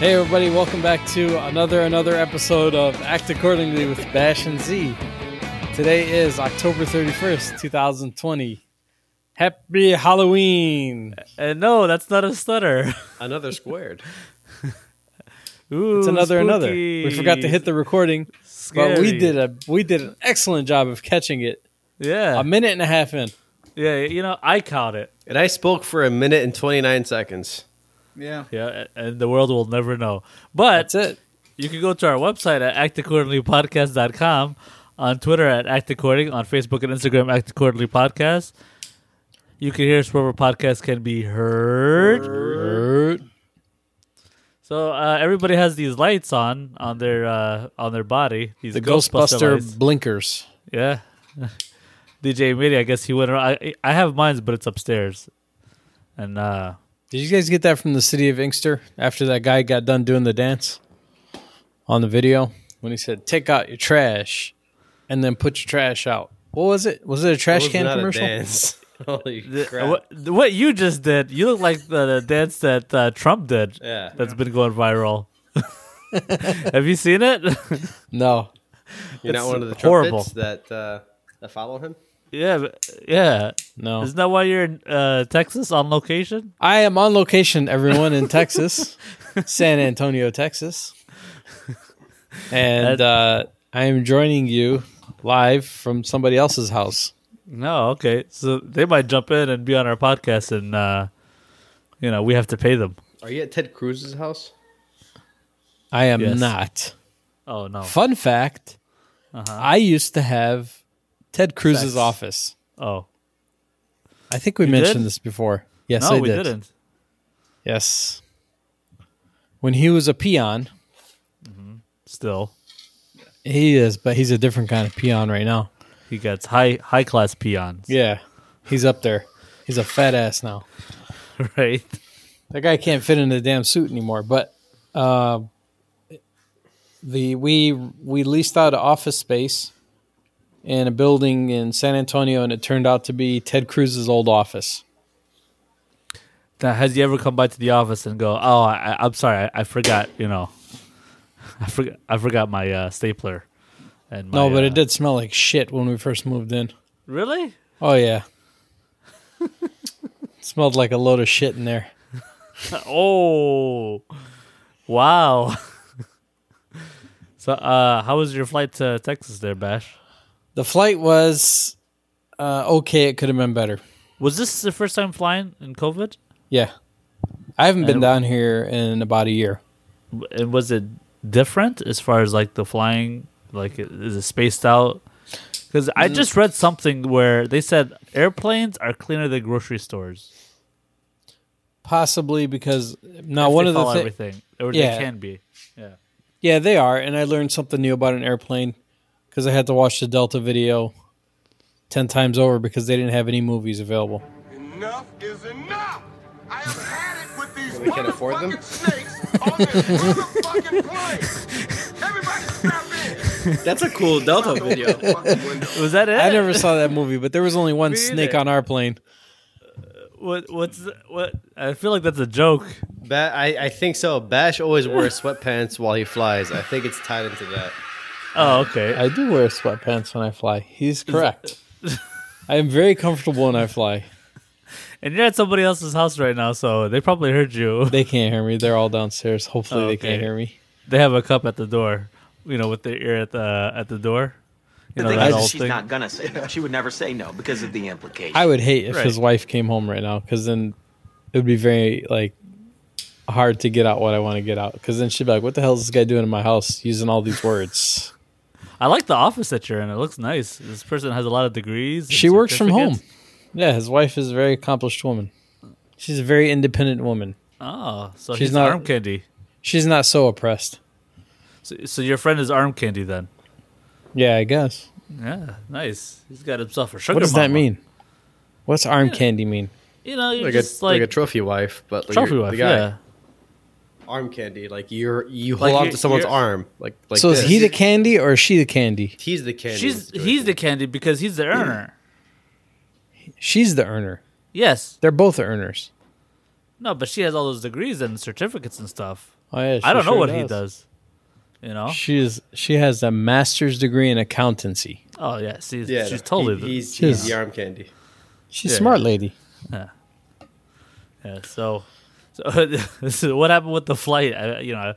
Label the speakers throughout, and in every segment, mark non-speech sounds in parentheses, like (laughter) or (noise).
Speaker 1: Hey everybody, welcome back to another another episode of Act Accordingly with Bash and Z. Today is October 31st, 2020. Happy Halloween.
Speaker 2: And Uh, no, that's not a stutter. (laughs)
Speaker 3: Another squared.
Speaker 2: Ooh,
Speaker 1: It's another another.
Speaker 2: spooky.
Speaker 1: We forgot to hit the recording,
Speaker 2: Scary.
Speaker 1: but we did a we did an excellent job of catching it.
Speaker 2: Yeah,
Speaker 1: A minute and a half in.
Speaker 2: yeah. You know, I caught it.
Speaker 3: And I spoke for a minute and 29 seconds.
Speaker 4: Yeah.
Speaker 2: Yeah, a- and the world will never know. But
Speaker 1: That's it.
Speaker 2: you can go to our website at actaccordinglypodcast.com, on Twitter at actaccording, on Facebook and Instagram Act Accordingly Podcast. You can hear us wherever podcasts can be heard. So uh, everybody has these lights on on their uh, on their body. These
Speaker 1: The
Speaker 2: Ghostbuster,
Speaker 1: Ghostbuster
Speaker 2: lights.
Speaker 1: blinkers.
Speaker 2: Yeah. (laughs) DJ Mitty, I guess he went around. I, I have mines, but it's upstairs. And uh
Speaker 1: Did you guys get that from the city of Inkster after that guy got done doing the dance on the video when he said, "Take out your trash and then put your trash out"? What was it? Was it a
Speaker 3: That
Speaker 1: trash
Speaker 3: was
Speaker 1: can
Speaker 3: not a
Speaker 1: commercial?
Speaker 3: dance. (laughs) Holy
Speaker 2: th-
Speaker 3: crap.
Speaker 2: what, what you just did, you look like the, the dance that uh, Trump did
Speaker 3: Yeah.
Speaker 2: that's been going viral. (laughs) have you seen it?
Speaker 1: (laughs)
Speaker 2: (laughs)
Speaker 1: No,
Speaker 3: You're not one of the
Speaker 2: horrible.
Speaker 3: trumpets that, uh, that follow him?
Speaker 2: yeah. but- Yeah.
Speaker 1: no.
Speaker 2: Isn't that why you're in uh, Texas on location?
Speaker 1: I am on location, everyone in
Speaker 3: (laughs)
Speaker 1: Texas, San Antonio, Texas, and uh, I am joining you live from somebody else's house.
Speaker 2: No, okay. So they might jump in and be on our podcast and uh you know, we have to pay them.
Speaker 3: Are you at Ted Cruz's house?
Speaker 1: I am
Speaker 2: Yes.
Speaker 1: not.
Speaker 2: Oh no.
Speaker 1: Fun fact:
Speaker 3: Uh-huh.
Speaker 1: I used to have Ted Cruz's
Speaker 2: Sex.
Speaker 1: office.
Speaker 2: Oh.
Speaker 1: I think we
Speaker 2: You
Speaker 1: mentioned
Speaker 2: did?
Speaker 1: this before. Yes,
Speaker 2: No,
Speaker 1: I
Speaker 2: we
Speaker 1: did.
Speaker 2: didn't.
Speaker 1: Yes. When he was a peon,
Speaker 2: Still.
Speaker 1: he is, but he's a different kind of peon right now.
Speaker 2: He gets high high class peons.
Speaker 1: Yeah. He's up there. He's a fat ass now.
Speaker 2: (laughs) Right.
Speaker 1: That guy can't fit in a damn suit anymore, but uh, the we we leased out an office space in a building in San Antonio and it turned out to be Ted Cruz's old office.
Speaker 2: Now, has he ever come by to the office and go, "Oh, I, I'm sorry, I, I forgot. You know, (laughs) I forgot. I forgot my uh, stapler." And my,
Speaker 1: No, but
Speaker 2: uh,
Speaker 1: it did smell like shit when we first moved in.
Speaker 2: Really?
Speaker 1: Oh yeah. (laughs) smelled like a load of shit in there.
Speaker 2: Oh, wow. (laughs) so, uh, how was your flight to Texas, there, Bash?
Speaker 1: The flight was uh, okay. It could have been better.
Speaker 2: Was this the first time flying in COVID?
Speaker 1: Yeah, I haven't been
Speaker 2: And-
Speaker 1: down here in about a year.
Speaker 2: And was it different as far as like the flying? Like, is it spaced out? Because I
Speaker 1: Mm.
Speaker 2: just read something where they said airplanes are cleaner than grocery stores.
Speaker 1: Possibly because now
Speaker 2: if
Speaker 1: one
Speaker 2: they
Speaker 1: of the
Speaker 2: follow
Speaker 1: thi-
Speaker 2: everything, or
Speaker 1: Yeah.
Speaker 2: they can be. Yeah.
Speaker 1: yeah they are, and I learned something new about an airplane because I had to watch the Delta video ten times over because they didn't have any movies available.
Speaker 5: Enough is enough. I have had it with these
Speaker 3: We can't afford them?
Speaker 5: motherfucking snakes on this motherfucking plane. Everybody stop in.
Speaker 3: That's a cool Delta (laughs) video.
Speaker 5: Fucking window.
Speaker 2: Was that it?
Speaker 1: I never saw (laughs) that movie, but there was only one
Speaker 2: Me
Speaker 1: snake
Speaker 2: either.
Speaker 1: on our plane.
Speaker 2: What? What's the- what? I feel like that's a joke.
Speaker 3: Ba- I, I think so. Bash always wears sweatpants while he flies. I think it's tied into that.
Speaker 2: Oh, okay.
Speaker 1: I do wear sweatpants when I fly. He's correct. (laughs) I am very comfortable when I fly.
Speaker 2: and you're at somebody else's house right now, so they probably heard you. (laughs)
Speaker 1: They can't hear me. They're all downstairs. Hopefully,
Speaker 2: Oh,
Speaker 1: they can't
Speaker 2: okay.
Speaker 1: hear me.
Speaker 2: They have a cup at the door, you know, with their ear at the at the door. You know
Speaker 6: The thing
Speaker 2: that
Speaker 6: is,
Speaker 2: old
Speaker 6: she's
Speaker 2: thing.
Speaker 6: not gonna say no. She would never say no because of the implication.
Speaker 1: I would hate if his
Speaker 2: Right.
Speaker 1: wife came home right now because then it would be very like hard to get out what I want to get out because then she'd be like, "What the hell is this guy doing in my house using all these words?"
Speaker 2: (laughs) I like the office that you're in. It looks nice. This person has a lot of degrees. and
Speaker 1: she works from home.
Speaker 2: certificates.
Speaker 1: Yeah, his wife is a very accomplished woman. She's a very independent woman.
Speaker 2: Oh, so
Speaker 1: She's
Speaker 2: she's
Speaker 1: not-
Speaker 2: arm candy.
Speaker 1: She's not so oppressed.
Speaker 2: So, so your friend is arm candy then?
Speaker 1: Yeah, I guess.
Speaker 2: Yeah, nice. He's got himself a sugar.
Speaker 1: What does that
Speaker 2: mama.
Speaker 1: mean? What's arm candy mean?
Speaker 2: You know, you're
Speaker 3: Like
Speaker 2: just
Speaker 3: a, like,
Speaker 2: like,
Speaker 3: a trophy wife, but like
Speaker 2: trophy
Speaker 3: you're-
Speaker 2: wife.
Speaker 3: the guy,
Speaker 2: Yeah.
Speaker 3: arm candy. Like you're you
Speaker 2: Like
Speaker 3: hold on
Speaker 2: you're-
Speaker 3: to someone's
Speaker 2: you're-
Speaker 3: arm. Like like
Speaker 1: so
Speaker 3: this.
Speaker 1: is he the candy or is she the candy?
Speaker 3: He's the candy.
Speaker 2: She's
Speaker 3: in
Speaker 2: he's the candy because he's the earner.
Speaker 1: She's the earner.
Speaker 2: Yes.
Speaker 1: They're both earners.
Speaker 2: No, but she has all those degrees and certificates and stuff.
Speaker 1: Oh, yeah,
Speaker 2: I
Speaker 1: she
Speaker 2: don't know
Speaker 1: sure
Speaker 2: what he does. You know?
Speaker 1: She is. She has a master's degree in accountancy.
Speaker 2: Oh yeah, she's
Speaker 3: Yeah,
Speaker 2: she's
Speaker 3: no,
Speaker 2: totally
Speaker 3: he-
Speaker 2: the-
Speaker 3: he's,
Speaker 1: Jeez.
Speaker 3: he's the arm candy.
Speaker 1: She's
Speaker 2: Yeah.
Speaker 1: smart lady.
Speaker 2: yeah, so. So (laughs) this is what happened with the flight? I, you know, I
Speaker 1: All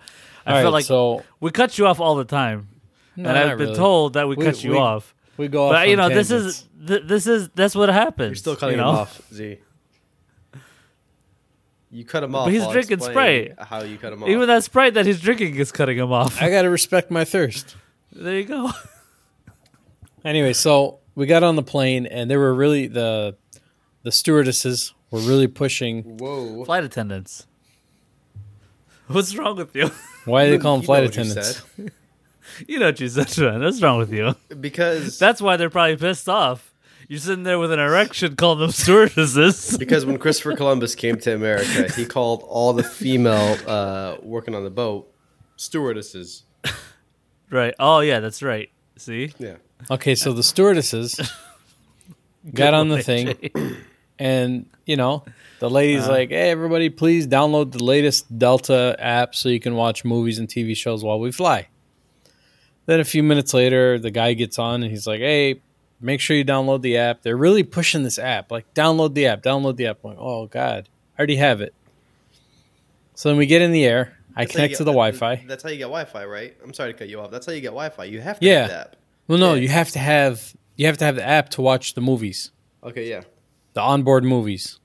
Speaker 1: right,
Speaker 2: felt like
Speaker 1: so
Speaker 2: we cut you off all the time,
Speaker 1: No, not
Speaker 2: and I've been
Speaker 1: really.
Speaker 2: told that we,
Speaker 1: We-
Speaker 2: cut you
Speaker 1: we-
Speaker 2: off.
Speaker 1: we go.
Speaker 2: But
Speaker 1: off
Speaker 2: you
Speaker 1: on
Speaker 2: know, this
Speaker 1: tangents.
Speaker 2: is th- this is that's what happens.
Speaker 3: You're still cutting
Speaker 2: you know?
Speaker 3: him off, Z. You cut him off.
Speaker 2: he's
Speaker 3: while
Speaker 2: drinking
Speaker 3: explaining
Speaker 2: Sprite.
Speaker 3: How you cut him off?
Speaker 2: Even that sprite that he's drinking is cutting him off.
Speaker 1: I gotta respect my thirst.
Speaker 2: there you go. (laughs)
Speaker 1: Anyway, so we got on the plane, and they were really the the stewardesses were really pushing.
Speaker 3: Whoa!
Speaker 2: Flight attendants. What's wrong with you?
Speaker 1: Why do they call
Speaker 3: You
Speaker 1: them
Speaker 3: know
Speaker 1: flight
Speaker 3: what you
Speaker 1: attendants?
Speaker 2: you know, Jesus, man, what's wrong with you?
Speaker 3: said. Because
Speaker 2: That's why they're probably pissed off. You're sitting there with an erection calling them stewardesses.
Speaker 3: because when Christopher Columbus came to America, he called all the female uh, working on the boat stewardesses.
Speaker 2: right. Oh, yeah, that's right. See?
Speaker 3: Yeah.
Speaker 1: Okay, so the
Speaker 2: (laughs)
Speaker 1: stewardesses got on the
Speaker 2: Right,
Speaker 1: thing,
Speaker 2: Jay?
Speaker 1: and you know, the lady's like, "Hey, everybody, please download the latest Delta app so you can watch movies and TV shows while we fly." Then a few minutes later, the guy gets on and he's like, "Hey, make sure you download the app." They're really pushing this app, like, "Download the app, download the app." I'm like, oh god, I already have it. So then we get in the air. I
Speaker 3: That's how you
Speaker 1: connect
Speaker 3: get-
Speaker 1: to the Wi-Fi.
Speaker 3: That's how you get Wi-Fi, right? I'm sorry to cut you off. That's how you get Wi-Fi. You have to
Speaker 1: Yeah.
Speaker 3: have that.
Speaker 1: Well, no,
Speaker 3: yeah.
Speaker 1: you have to have you have to have the app to watch the movies.
Speaker 3: Okay, yeah.
Speaker 1: the onboard movies.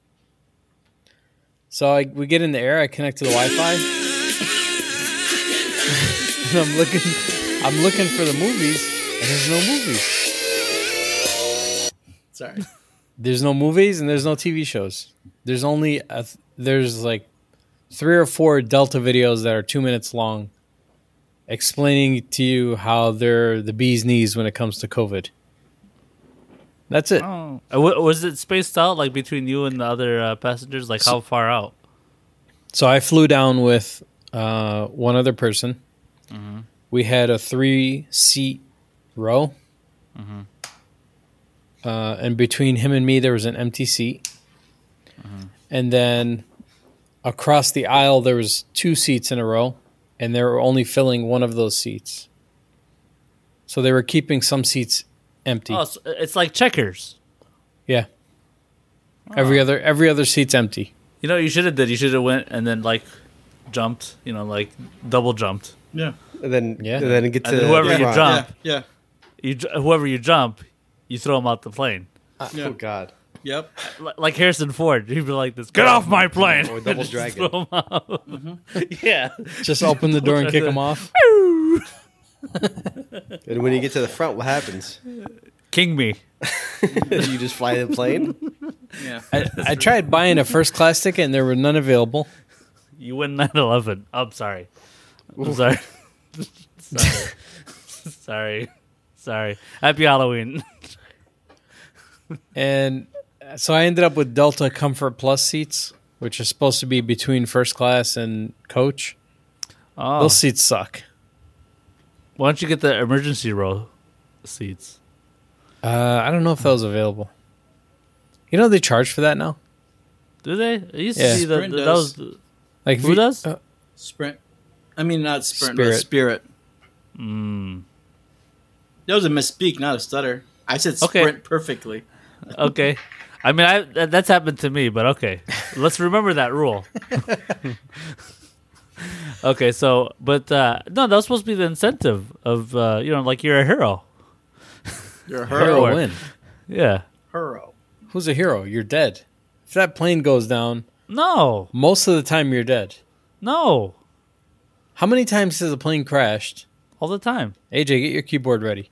Speaker 1: So I, we get in the air. I connect to the Wi-Fi, (laughs) and I'm looking. I'm looking for the movies, and there's no movies.
Speaker 3: (laughs) Sorry.
Speaker 1: There's no movies, and there's no TV shows. There's only a th- there's like three or four Delta videos that are two minutes long, explaining to you how they're the bee's knees when it comes to COVID. That's it.
Speaker 2: (laughs) Uh, wa- Was it spaced out like between you and the other uh, passengers? Like how far out?
Speaker 1: So I flew down with uh, one other person. We had a three seat row. Uh, and between him and me, there was an empty seat. And then across the aisle, there was two seats in a row, and they were only filling one of those seats. So they were keeping some seats empty.
Speaker 2: Oh, so it's like checkers.
Speaker 1: yeah. Every other every other seat's empty.
Speaker 2: You know, what you should have did. You should have went and then like jumped. You know, like double jumped.
Speaker 4: Yeah.
Speaker 3: And then
Speaker 1: Yeah.
Speaker 3: and then get to
Speaker 2: And then whoever
Speaker 3: the
Speaker 2: you
Speaker 3: front.
Speaker 4: Yeah.
Speaker 2: jump,
Speaker 4: Yeah.
Speaker 2: you j- whoever you jump, you throw them out the plane.
Speaker 4: Yeah.
Speaker 3: Oh God.
Speaker 4: Yep.
Speaker 2: L- like Harrison Ford, (laughs) he'd be like this: "Get off my plane!" (laughs)
Speaker 3: Or Oh, double
Speaker 2: Just
Speaker 3: dragon.
Speaker 2: throw 'em out.
Speaker 1: Mm-hmm.
Speaker 2: (laughs) yeah,
Speaker 1: Just open the door and kick them off.
Speaker 3: And when you get to the front, what happens? (laughs)
Speaker 2: king me.
Speaker 3: you just fly the plane.
Speaker 4: Yeah.
Speaker 1: I, I tried buying a first class ticket and there were none available.
Speaker 2: You win 9-11. I'm sorry. I'm sorry. sorry. (laughs) sorry. Sorry. Happy Halloween.
Speaker 1: And so I ended up with Delta Comfort Plus seats, which are supposed to be between first class and coach.
Speaker 2: Oh,
Speaker 1: Those seats suck.
Speaker 2: why don't you get the emergency row seats?
Speaker 1: Uh, I don't know if that was available. You know they charge for that now?
Speaker 2: Do they? I used
Speaker 1: Yeah.
Speaker 2: to see that.
Speaker 4: Sprint
Speaker 2: That was
Speaker 4: does.
Speaker 2: the-
Speaker 1: Like if
Speaker 2: Who
Speaker 1: you-
Speaker 2: does?
Speaker 1: uh,
Speaker 4: Sprint. I mean, not Sprint,
Speaker 1: Spirit.
Speaker 4: but Spirit.
Speaker 2: Mm.
Speaker 4: That was a misspeak, not a stutter. I said
Speaker 2: Okay.
Speaker 4: Sprint perfectly.
Speaker 2: okay. I mean, I that, that's happened to me, but okay. Let's remember that rule. (laughs) okay, so but uh no, that was supposed to be the incentive of uh you know like you're a hero.
Speaker 4: You're a
Speaker 1: hero
Speaker 4: hero.
Speaker 2: Hero.
Speaker 1: win.
Speaker 2: Yeah.
Speaker 4: Hero.
Speaker 1: Who's a hero? You're dead. If that plane goes down,
Speaker 2: No.
Speaker 1: most of the time you're dead.
Speaker 2: No.
Speaker 1: How many times has a plane crashed?
Speaker 2: All the time.
Speaker 1: AJ, get your keyboard ready.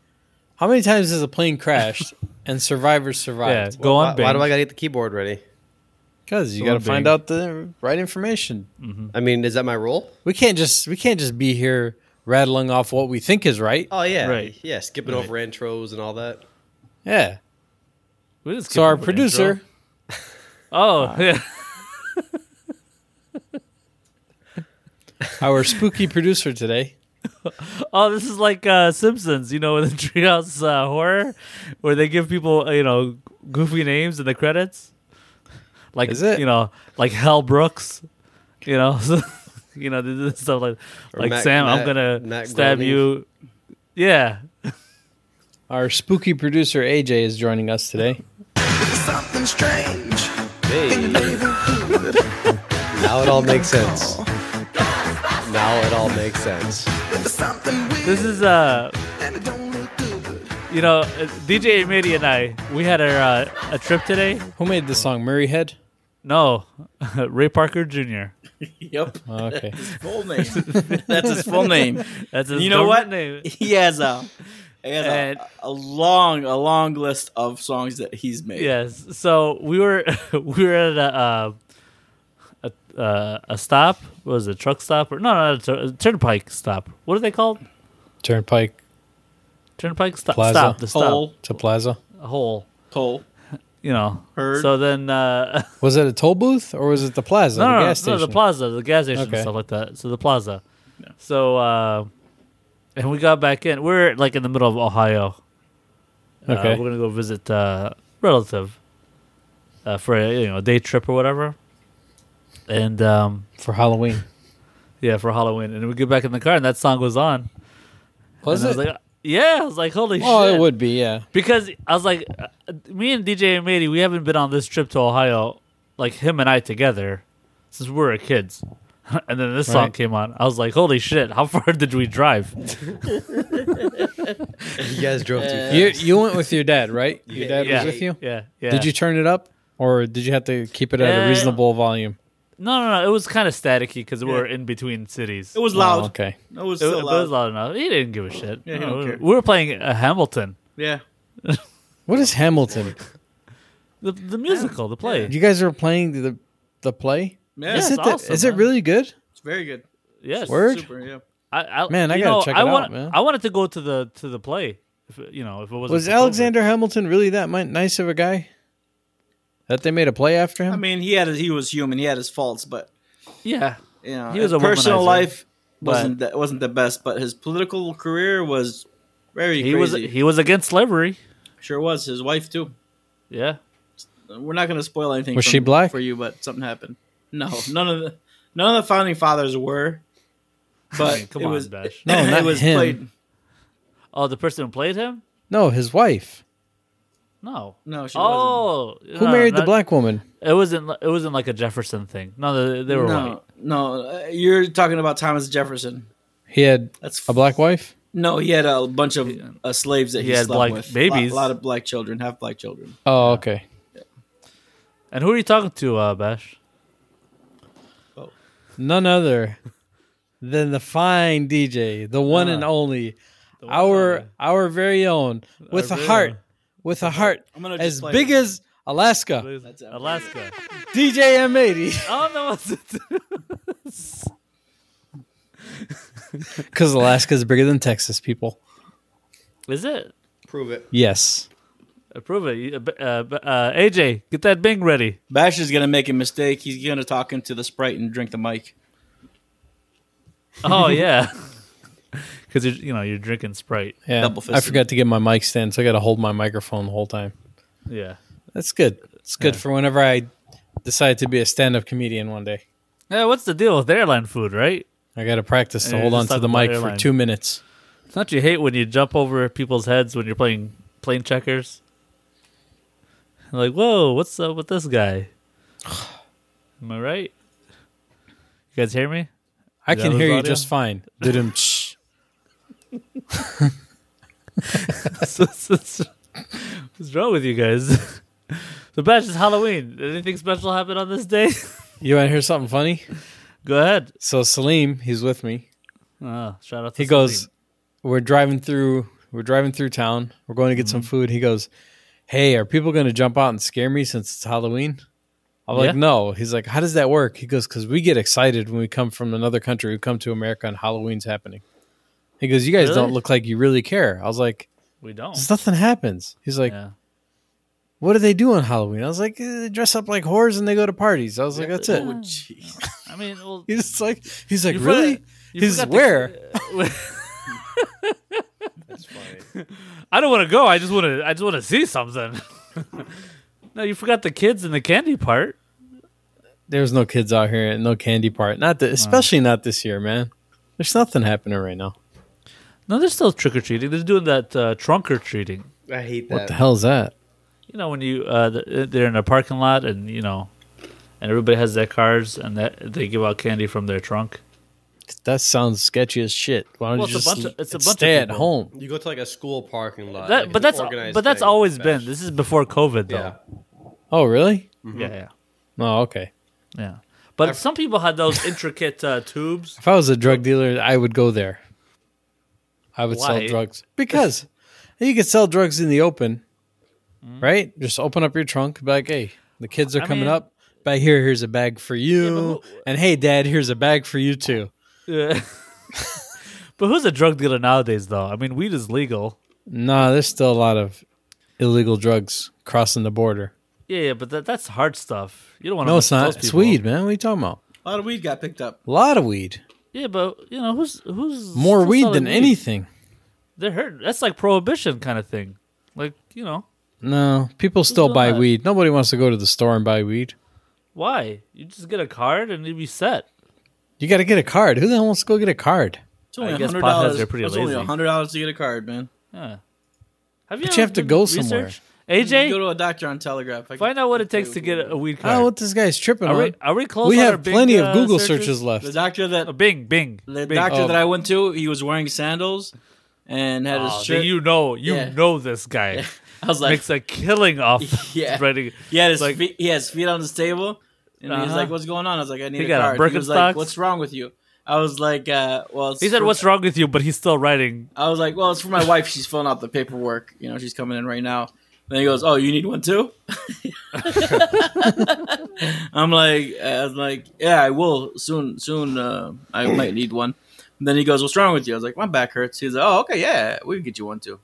Speaker 1: How many times has a plane
Speaker 2: (laughs)
Speaker 1: crashed and survivors survived?
Speaker 2: Yeah. Go
Speaker 3: Why,
Speaker 2: on,
Speaker 3: why
Speaker 2: Bing.
Speaker 3: do I gotta get the keyboard ready?
Speaker 1: Because you
Speaker 2: Go
Speaker 1: got
Speaker 2: on,
Speaker 1: to find
Speaker 2: Bing.
Speaker 1: out the right information.
Speaker 3: I mean, is that my role?
Speaker 1: We can't just we can't just be here rattling off what we think is right.
Speaker 3: Oh yeah,
Speaker 2: Right.
Speaker 3: Yeah, skipping over intros and all that.
Speaker 1: Yeah.
Speaker 2: We just
Speaker 1: So
Speaker 2: skip
Speaker 1: our
Speaker 2: over the
Speaker 1: producer,
Speaker 2: intro. Oh, yeah.
Speaker 1: our spooky producer today,
Speaker 2: (laughs) Oh, this is like uh Simpsons, you know, in the (laughs) Treehouse uh, horror where they give people, uh, you know, goofy names in the credits. Like
Speaker 1: Is it?
Speaker 2: you know, (laughs) like Hal Brooks, you know. you know, they do stuff like,
Speaker 3: Or
Speaker 2: like
Speaker 3: Matt-
Speaker 2: Sam, I'm
Speaker 3: Matt-
Speaker 2: gonna
Speaker 3: Matt
Speaker 2: stab
Speaker 3: Groening.
Speaker 2: you. Yeah,
Speaker 1: Our spooky producer AJ is joining us today.
Speaker 7: Something strange.
Speaker 3: Hey, now it all makes sense. Now it all makes sense.
Speaker 7: Something weird.
Speaker 2: this is uh,
Speaker 7: and it don't look good.
Speaker 2: you know, uh, DJ Amiri and I, we had our uh, a trip today.
Speaker 1: Who made this song? Murray Head?
Speaker 2: No, (laughs) Ray Parker Jr.
Speaker 4: Yep.
Speaker 1: Oh,
Speaker 2: (laughs)
Speaker 1: okay.
Speaker 4: Full name. (laughs) That's his full name.
Speaker 2: That's his
Speaker 4: You know
Speaker 2: government
Speaker 4: what?
Speaker 2: Name.
Speaker 4: He has a he has
Speaker 2: And-
Speaker 4: a, a long a long list of songs that he's made.
Speaker 2: Yes. So we were (laughs) we were at a uh, a, uh, a stop. What was it? Truck stop or no? no, Not a, tur- a turnpike stop. What are they called?
Speaker 1: Turnpike
Speaker 2: Turnpike stop.
Speaker 1: Plaza.
Speaker 2: Stop. The stop.
Speaker 4: Toll,
Speaker 1: to Plaza.
Speaker 2: Hole.
Speaker 4: toll.
Speaker 2: You know.
Speaker 4: Heard.
Speaker 2: So then uh,
Speaker 1: Was it a toll booth or was it the Plaza?
Speaker 2: (laughs) no,
Speaker 1: the
Speaker 2: no,
Speaker 1: gas
Speaker 2: no,
Speaker 1: station.
Speaker 2: the plaza, the gas station,
Speaker 1: Okay.
Speaker 2: and stuff like that. So the plaza. So uh, and we got back in. We're like in the middle of Ohio. Uh,
Speaker 1: Okay.
Speaker 2: we're gonna go visit uh, relative uh, for a, you know a day trip or whatever. And um,
Speaker 1: for Halloween.
Speaker 2: yeah, for Halloween, and we get back in the car, and that song was on.
Speaker 1: Was
Speaker 2: and
Speaker 1: it?
Speaker 2: I was like, yeah, I was like, holy
Speaker 1: oh,
Speaker 2: shit!
Speaker 1: it would be. Yeah.
Speaker 2: Because I was like, uh, me and DJ and Matey, we haven't been on this trip to Ohio, like him and I together, since we were kids. (laughs) And then this song
Speaker 1: Right.
Speaker 2: came on. I was like, holy shit, how (laughs) far did we drive?
Speaker 3: You guys drove too fast.
Speaker 1: You you went with your dad, right? Your dad
Speaker 2: yeah.
Speaker 1: was with you.
Speaker 2: Yeah. yeah.
Speaker 1: Did you turn it up, or did you have to keep it at
Speaker 2: Uh,
Speaker 1: a reasonable volume?
Speaker 2: No, no, no. It was kind of staticky because we were in between cities.
Speaker 4: It was
Speaker 1: Oh,
Speaker 4: loud.
Speaker 1: okay.
Speaker 4: It was
Speaker 2: It,
Speaker 4: so
Speaker 2: it
Speaker 4: loud.
Speaker 2: was loud enough. He didn't give a shit.
Speaker 4: Yeah, he
Speaker 2: No,
Speaker 4: don't
Speaker 2: we,
Speaker 4: care.
Speaker 2: we were playing uh, Hamilton,
Speaker 4: Yeah.
Speaker 1: What is Hamilton?
Speaker 2: the, the musical, the play.
Speaker 1: You guys are playing the the play.
Speaker 4: Yeah.
Speaker 1: is
Speaker 2: Yes.
Speaker 1: it
Speaker 2: it's
Speaker 1: the-
Speaker 2: awesome,
Speaker 1: is it
Speaker 2: man.
Speaker 1: really good?
Speaker 4: It's very good.
Speaker 2: Yes.
Speaker 1: Word?
Speaker 4: Super, yeah.
Speaker 2: I, I,
Speaker 1: Man, I
Speaker 2: you
Speaker 1: gotta
Speaker 2: know,
Speaker 1: check
Speaker 2: I
Speaker 1: it out,
Speaker 2: want,
Speaker 1: man.
Speaker 2: I wanted to go to the to the play. If, it- you know, if it wasn't
Speaker 1: Was
Speaker 2: for COVID.
Speaker 1: Alexander Hamilton really that mi- nice of a guy that they made a play after him?
Speaker 4: I mean, he had his, he was human. He had his faults, but
Speaker 2: Yeah.
Speaker 4: you know,
Speaker 2: He was
Speaker 4: his
Speaker 2: a
Speaker 4: personal
Speaker 2: womanizer,
Speaker 4: life
Speaker 2: but-
Speaker 4: wasn't the, wasn't the best, but his political career was very
Speaker 2: He
Speaker 4: crazy.
Speaker 2: was he was against slavery.
Speaker 4: sure was his wife too.
Speaker 2: Yeah.
Speaker 4: We're not going to spoil anything.
Speaker 1: Was
Speaker 4: from-
Speaker 1: she black?
Speaker 4: for you? But something happened. No, none of the none of the founding fathers were. But
Speaker 2: mean, come
Speaker 4: it
Speaker 2: on,
Speaker 4: was,
Speaker 2: Bash.
Speaker 1: No,
Speaker 4: it
Speaker 1: not
Speaker 4: was
Speaker 1: him.
Speaker 4: played.
Speaker 2: Oh, the person who played him?
Speaker 1: no, his wife.
Speaker 2: No.
Speaker 4: No, she
Speaker 2: oh,
Speaker 1: Who married the black woman?
Speaker 2: It wasn't. li- It wasn't like a Jefferson thing. No, they, they were
Speaker 4: no,
Speaker 2: white.
Speaker 4: no. uh, You're talking about Thomas Jefferson.
Speaker 1: He had
Speaker 4: That's
Speaker 1: a black wife.
Speaker 4: No, he had a bunch of uh, slaves that he,
Speaker 2: He had
Speaker 4: slept
Speaker 2: black
Speaker 4: with.
Speaker 2: babies.
Speaker 4: a lot of black children, half black children.
Speaker 1: Oh, okay.
Speaker 2: And who are you talking to, uh, Bash?
Speaker 1: None other than the fine DJ, the one and only, our our very own, with a
Speaker 2: Our very
Speaker 1: heart,
Speaker 2: own.
Speaker 1: with a heart
Speaker 4: I'm gonna just
Speaker 1: as
Speaker 4: play
Speaker 1: big
Speaker 4: it.
Speaker 1: as Alaska.
Speaker 4: That's it.
Speaker 2: Alaska.
Speaker 1: DJ (laughs) M80,
Speaker 2: oh no, what's it?
Speaker 1: because Alaska is bigger than Texas, people.
Speaker 2: (laughs) Is it?
Speaker 3: Prove it.
Speaker 1: Yes.
Speaker 2: Approve it. You- Uh, uh, AJ, get that Bing ready.
Speaker 4: Bash is gonna make a mistake. He's gonna talk into the sprite and drink the mic.
Speaker 1: (laughs)
Speaker 2: Oh yeah. (laughs) Because you're, you know, you're drinking Sprite.
Speaker 1: Yeah.
Speaker 4: Double
Speaker 1: I
Speaker 4: fisted.
Speaker 1: forgot to get my mic stand, so I got to hold my microphone the whole time.
Speaker 2: Yeah.
Speaker 1: That's good. It's good for whenever I decide to be a stand-up comedian one day.
Speaker 2: Yeah. What's the deal with airline food, right?
Speaker 1: I got to practice to
Speaker 2: Yeah,
Speaker 1: hold
Speaker 2: just
Speaker 1: on to
Speaker 2: talk
Speaker 1: the
Speaker 2: about
Speaker 1: mic for
Speaker 2: airline.
Speaker 1: two minutes.
Speaker 2: Don't you hate when you jump over people's heads when you're playing plane checkers? Like, whoa, what's up with this guy? Am I right? You guys hear me? (laughs)
Speaker 1: I
Speaker 2: that
Speaker 1: can
Speaker 2: was
Speaker 1: hear you
Speaker 2: audio?
Speaker 1: just fine. Didn't. (laughs) shh.
Speaker 2: What's wrong with you guys? (laughs) So, Bash, it's Halloween. Did anything special happen on this day? (laughs)
Speaker 1: You want to hear something funny?
Speaker 2: Go ahead.
Speaker 1: So Salim, he's with me.
Speaker 2: Uh, shout out to
Speaker 1: He goes, "We're driving through. We're driving through town. We're going to get
Speaker 2: Mm-hmm.
Speaker 1: some food." He goes, "Hey, are people going to jump out and scare me since it's Halloween?" I'm
Speaker 2: Yeah.
Speaker 1: like, "No." He's like, "How does that work?" He goes, "Because we get excited when we come from another country. We come to America and Halloween's happening." He goes, "You guys
Speaker 2: Really?
Speaker 1: don't look like you really care." I was like,
Speaker 2: We don't.
Speaker 1: "Just nothing happens." He's like,
Speaker 2: Yeah.
Speaker 1: "What do they do on Halloween?" I was like, eh, "They dress up like whores and they go to parties." I was like, "That's it."
Speaker 4: Oh, jeez.
Speaker 2: I mean, well,
Speaker 1: (laughs) He's like, he's like,
Speaker 2: You forgot-
Speaker 1: "Really?"
Speaker 2: you
Speaker 1: He's
Speaker 2: forgot the-
Speaker 1: where?
Speaker 2: (laughs)
Speaker 3: That's funny.
Speaker 2: I don't want to go. I just want to. I just (laughs) want to see something. no, you forgot the kids and the candy part.
Speaker 1: there's no kids out here and no candy part. Not that, especially not this year, man. There's nothing happening right now.
Speaker 2: No, they're still trick or treating. They're doing that uh, trunk or treating.
Speaker 3: I hate that.
Speaker 1: What the hell's that?
Speaker 2: You know, when you uh, th- they're in a parking lot and you know, and everybody has their cards and that they give out candy from their trunk.
Speaker 1: That sounds sketchy as shit. Why don't
Speaker 2: Well,
Speaker 1: you
Speaker 2: it's a
Speaker 1: just
Speaker 2: bunch of- it's a
Speaker 1: l-
Speaker 2: bunch of
Speaker 1: stay at
Speaker 2: people.
Speaker 1: home?
Speaker 3: You go to like a school parking lot. like,
Speaker 2: That, but
Speaker 3: it's
Speaker 2: that's
Speaker 3: an organized
Speaker 2: but that's
Speaker 3: thing.
Speaker 2: always been. This is before COVID though.
Speaker 3: Yeah. Mm-hmm.
Speaker 1: Oh, really?
Speaker 2: yeah, yeah.
Speaker 1: Oh, okay.
Speaker 2: yeah. But some people had those intricate uh, tubes.
Speaker 1: If I was a drug dealer, I would go there. I would
Speaker 2: Why?
Speaker 1: sell drugs because (laughs) you could sell drugs in the open, right? Just open up your trunk, be like, "Hey, the kids are
Speaker 2: Mm-hmm. I
Speaker 1: coming
Speaker 2: mean-
Speaker 1: up. But here, here's a bag for you,
Speaker 2: who-
Speaker 1: and hey, Dad, here's a bag for you too."
Speaker 2: Yeah. (laughs) but who's a drug dealer nowadays, though? I mean, weed is legal.
Speaker 1: Nah, there's still a lot of illegal drugs crossing the border.
Speaker 2: Yeah, yeah, but that, that's hard stuff. You don't want to.
Speaker 1: No, it's not. It's weed, man. What are you talking about?
Speaker 4: A lot of weed got picked up.
Speaker 1: A lot of weed,
Speaker 2: Yeah, but you know who's who's
Speaker 1: more
Speaker 2: who's
Speaker 1: weed
Speaker 2: selling
Speaker 1: than anything.
Speaker 2: They're hurt. That's like prohibition kind of thing. Like you know
Speaker 1: No, people still
Speaker 2: doing
Speaker 1: buy
Speaker 2: that?
Speaker 1: weed. Nobody wants to go to the store and buy weed.
Speaker 2: why? You just get a card and you'd be set.
Speaker 1: You got to get a card. Who the hell wants to go get a card?
Speaker 4: It's only
Speaker 2: I guess
Speaker 4: hundred
Speaker 2: potheads
Speaker 4: dollars.
Speaker 2: are pretty
Speaker 4: It's only
Speaker 2: lazy.
Speaker 4: hundred dollars to get a card, man.
Speaker 2: Yeah. Have you?
Speaker 1: But you
Speaker 2: ever
Speaker 1: have to
Speaker 2: done
Speaker 1: go somewhere.
Speaker 2: AJ,
Speaker 4: go to a doctor on Telegraph. I
Speaker 2: find
Speaker 4: can-
Speaker 2: out what it takes to get a weed
Speaker 1: I don't know
Speaker 2: card.
Speaker 1: Oh, what this guy's tripping
Speaker 2: Are
Speaker 1: on.
Speaker 2: we are we close?
Speaker 1: we
Speaker 2: on our
Speaker 1: have
Speaker 2: Bing,
Speaker 1: plenty
Speaker 2: uh,
Speaker 1: of Google searches,
Speaker 4: the
Speaker 1: left.
Speaker 4: doctor that
Speaker 2: Uh, Bing, Bing,
Speaker 4: the
Speaker 2: Bing.
Speaker 4: doctor
Speaker 1: Oh.
Speaker 4: that I went to, he was wearing sandals and had
Speaker 2: Oh,
Speaker 4: a
Speaker 2: then
Speaker 4: shirt.
Speaker 2: you know, you
Speaker 4: Yeah.
Speaker 2: know this guy
Speaker 4: I was (laughs) like,
Speaker 2: makes a killing off
Speaker 4: (laughs) Yeah.
Speaker 2: writing.
Speaker 4: he had his
Speaker 2: like-
Speaker 4: feet, he had his feet on his table, and he was
Speaker 2: Uh-huh.
Speaker 4: like, "What's going on?" I was like, "I need
Speaker 2: He
Speaker 4: a
Speaker 2: got a
Speaker 4: card." he was like,
Speaker 2: Birkenstocks?
Speaker 4: "What's wrong with you?" I was like, uh, "Well," it's
Speaker 2: He said,
Speaker 4: for-
Speaker 2: "What's wrong with you?" But he's still writing.
Speaker 4: I was like, "Well, it's for my wife. She's filling out the paperwork. You know, she's coming in right now." Then he goes, "Oh, you need one too?" (laughs) I'm like, I was like, "Yeah, I will soon. Soon, uh, I might need one." And then he goes, "What's wrong with you?" I was like, "My back hurts." He's like, "Oh, okay, yeah, we can get you one too."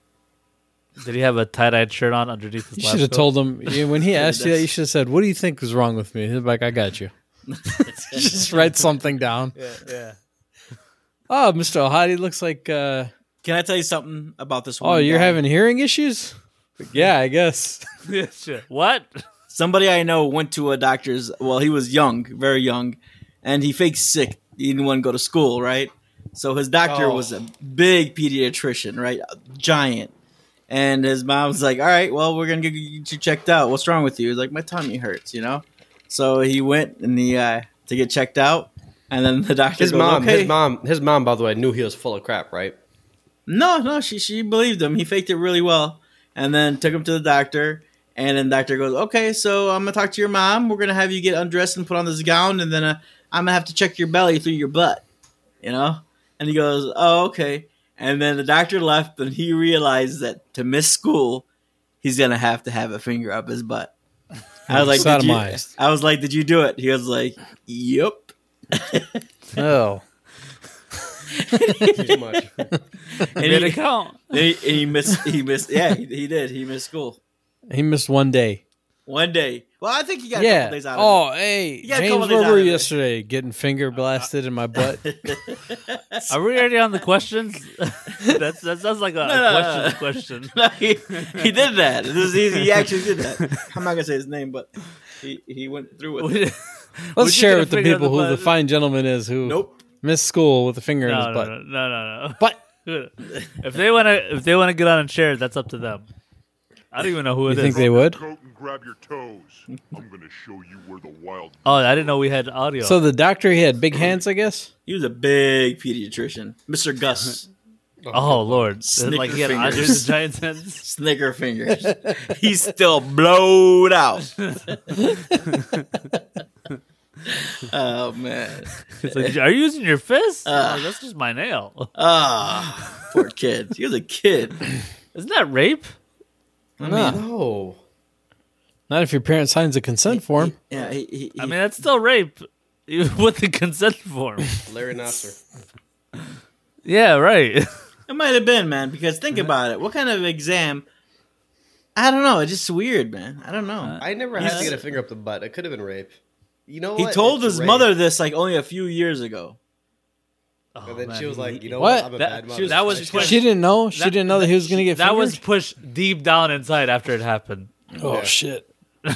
Speaker 2: Did he have a tie-dyed shirt on underneath his?
Speaker 1: You
Speaker 2: lab
Speaker 1: should have
Speaker 2: coat?
Speaker 1: told him you- (laughs) when he asked you that.
Speaker 4: that's-
Speaker 1: You should have said, "What do you think was wrong with me?" He's like, "I got you." (laughs) Just write something down.
Speaker 2: Yeah, yeah.
Speaker 1: Oh, Mister Ohadi looks like. Uh,
Speaker 4: Can I tell you something about this? one?
Speaker 1: oh, you're
Speaker 4: guy?
Speaker 1: having hearing issues. Like, yeah, I guess.
Speaker 2: (laughs) Yeah, shit. What?
Speaker 4: somebody I know went to a doctor's. Well, he was young, very young, and he faked sick. He didn't want to go to school, right? So his doctor
Speaker 3: Oh.
Speaker 4: was a big pediatrician, right? A giant. And his mom was like, "All right, well, we're gonna get you checked out. What's wrong with you?" He's like, "My tummy hurts," you know. So he went and he uh, to get checked out, and then the doctor
Speaker 3: His
Speaker 4: goes,
Speaker 3: mom,
Speaker 4: "Okay."
Speaker 3: his mom, his mom. By the way, knew he was full of crap, right?
Speaker 4: No, no, she she believed him. He faked it really well, and then took him to the doctor. And then doctor goes, okay, so I'm gonna talk to your mom. We're gonna have you get undressed and put on this gown, and then uh, I'm gonna have to check your belly through your butt, you know. And he goes, oh, okay. And then the doctor left, and he realized that to miss school, he's gonna have to have a finger up his butt. I was like, did you,
Speaker 1: Sodomized.
Speaker 4: I was like, did you do it? He was like, yep.
Speaker 1: Oh,
Speaker 2: (laughs)
Speaker 3: Too much.
Speaker 4: And
Speaker 2: Made
Speaker 4: he,
Speaker 2: it count.
Speaker 4: and he, and he missed. He missed. Yeah, he, he did. He missed school.
Speaker 1: he missed one day.
Speaker 4: One day. Well, I think he got a
Speaker 1: yeah.
Speaker 4: couple days out of
Speaker 1: oh, hey,
Speaker 4: got a couple
Speaker 1: James,
Speaker 4: days
Speaker 1: where
Speaker 4: out
Speaker 1: were you
Speaker 4: of it. Uh,
Speaker 1: yesterday? Getting finger blasted in my
Speaker 4: (laughs)
Speaker 1: butt.
Speaker 2: Are we already on the (laughs) questions? That's, that sounds like a
Speaker 4: no, no.
Speaker 2: question. question.
Speaker 4: it. (laughs) No, he, he did that. This is, he, he actually did that. I'm not going to say his name, but he, he went through with
Speaker 1: (laughs)
Speaker 4: it.
Speaker 1: Let's
Speaker 2: Would you
Speaker 1: share
Speaker 2: get a
Speaker 1: with the
Speaker 2: finger in
Speaker 1: people
Speaker 2: the
Speaker 1: who the
Speaker 2: butt?
Speaker 1: fine gentleman is who
Speaker 4: Nope.
Speaker 1: missed school with a finger in
Speaker 2: (laughs)
Speaker 1: his
Speaker 2: No, no,
Speaker 1: butt.
Speaker 2: no, no, no,
Speaker 1: But
Speaker 2: no. (laughs) If they want to, if they want to get on and share, it, that's up to them. I don't even know who it
Speaker 1: you
Speaker 2: is.
Speaker 1: think they would?
Speaker 5: Coat and grab your
Speaker 2: (laughs)
Speaker 5: toes. I'm gonna show you where the wild.
Speaker 2: oh, I didn't know we had audio.
Speaker 1: So the doctor, he had big hands, I guess.
Speaker 4: He was a big pediatrician.
Speaker 1: (laughs)
Speaker 4: Mr. Gus.
Speaker 2: oh Lord, It's
Speaker 4: Snicker
Speaker 2: like he had
Speaker 4: fingers.
Speaker 2: Andre the Giant's hands. (laughs)
Speaker 4: Snicker fingers. He's still blowed out.
Speaker 1: (laughs)
Speaker 4: oh, man.
Speaker 2: It's like, are you using your fist?
Speaker 1: Uh.
Speaker 2: Like, that's just my nail.
Speaker 4: Ah, poor kid. He was a kid.
Speaker 2: Isn't that rape?
Speaker 1: Nah.
Speaker 3: No,
Speaker 1: Not if your parent signs a consent form.
Speaker 4: Yeah, he, he, he,
Speaker 2: I mean, that's still rape (laughs) even with the
Speaker 1: (laughs)
Speaker 2: consent form.
Speaker 3: Larry Nasser.
Speaker 2: yeah, (laughs) right.
Speaker 4: It might have been, man, because think about it. What kind of exam? I don't know. It's just weird, man. I don't know.
Speaker 1: Uh,
Speaker 3: I never had to get a finger up the butt. It could have been rape. You know,
Speaker 4: he
Speaker 3: what?
Speaker 4: told
Speaker 3: It's
Speaker 4: his
Speaker 3: rape.
Speaker 4: mother this like only a few years ago.
Speaker 2: Oh,
Speaker 3: and then
Speaker 2: man,
Speaker 3: she was
Speaker 2: he-
Speaker 3: like, "You know
Speaker 1: What?
Speaker 3: what? I'm a
Speaker 2: That-
Speaker 3: bad
Speaker 2: she
Speaker 3: mother."
Speaker 2: was- that was pushed.
Speaker 1: She didn't know. She
Speaker 2: That-
Speaker 1: didn't know that he was going to get
Speaker 2: that
Speaker 1: fingered.
Speaker 2: was pushed deep down inside after it happened.
Speaker 1: oh shit.
Speaker 3: You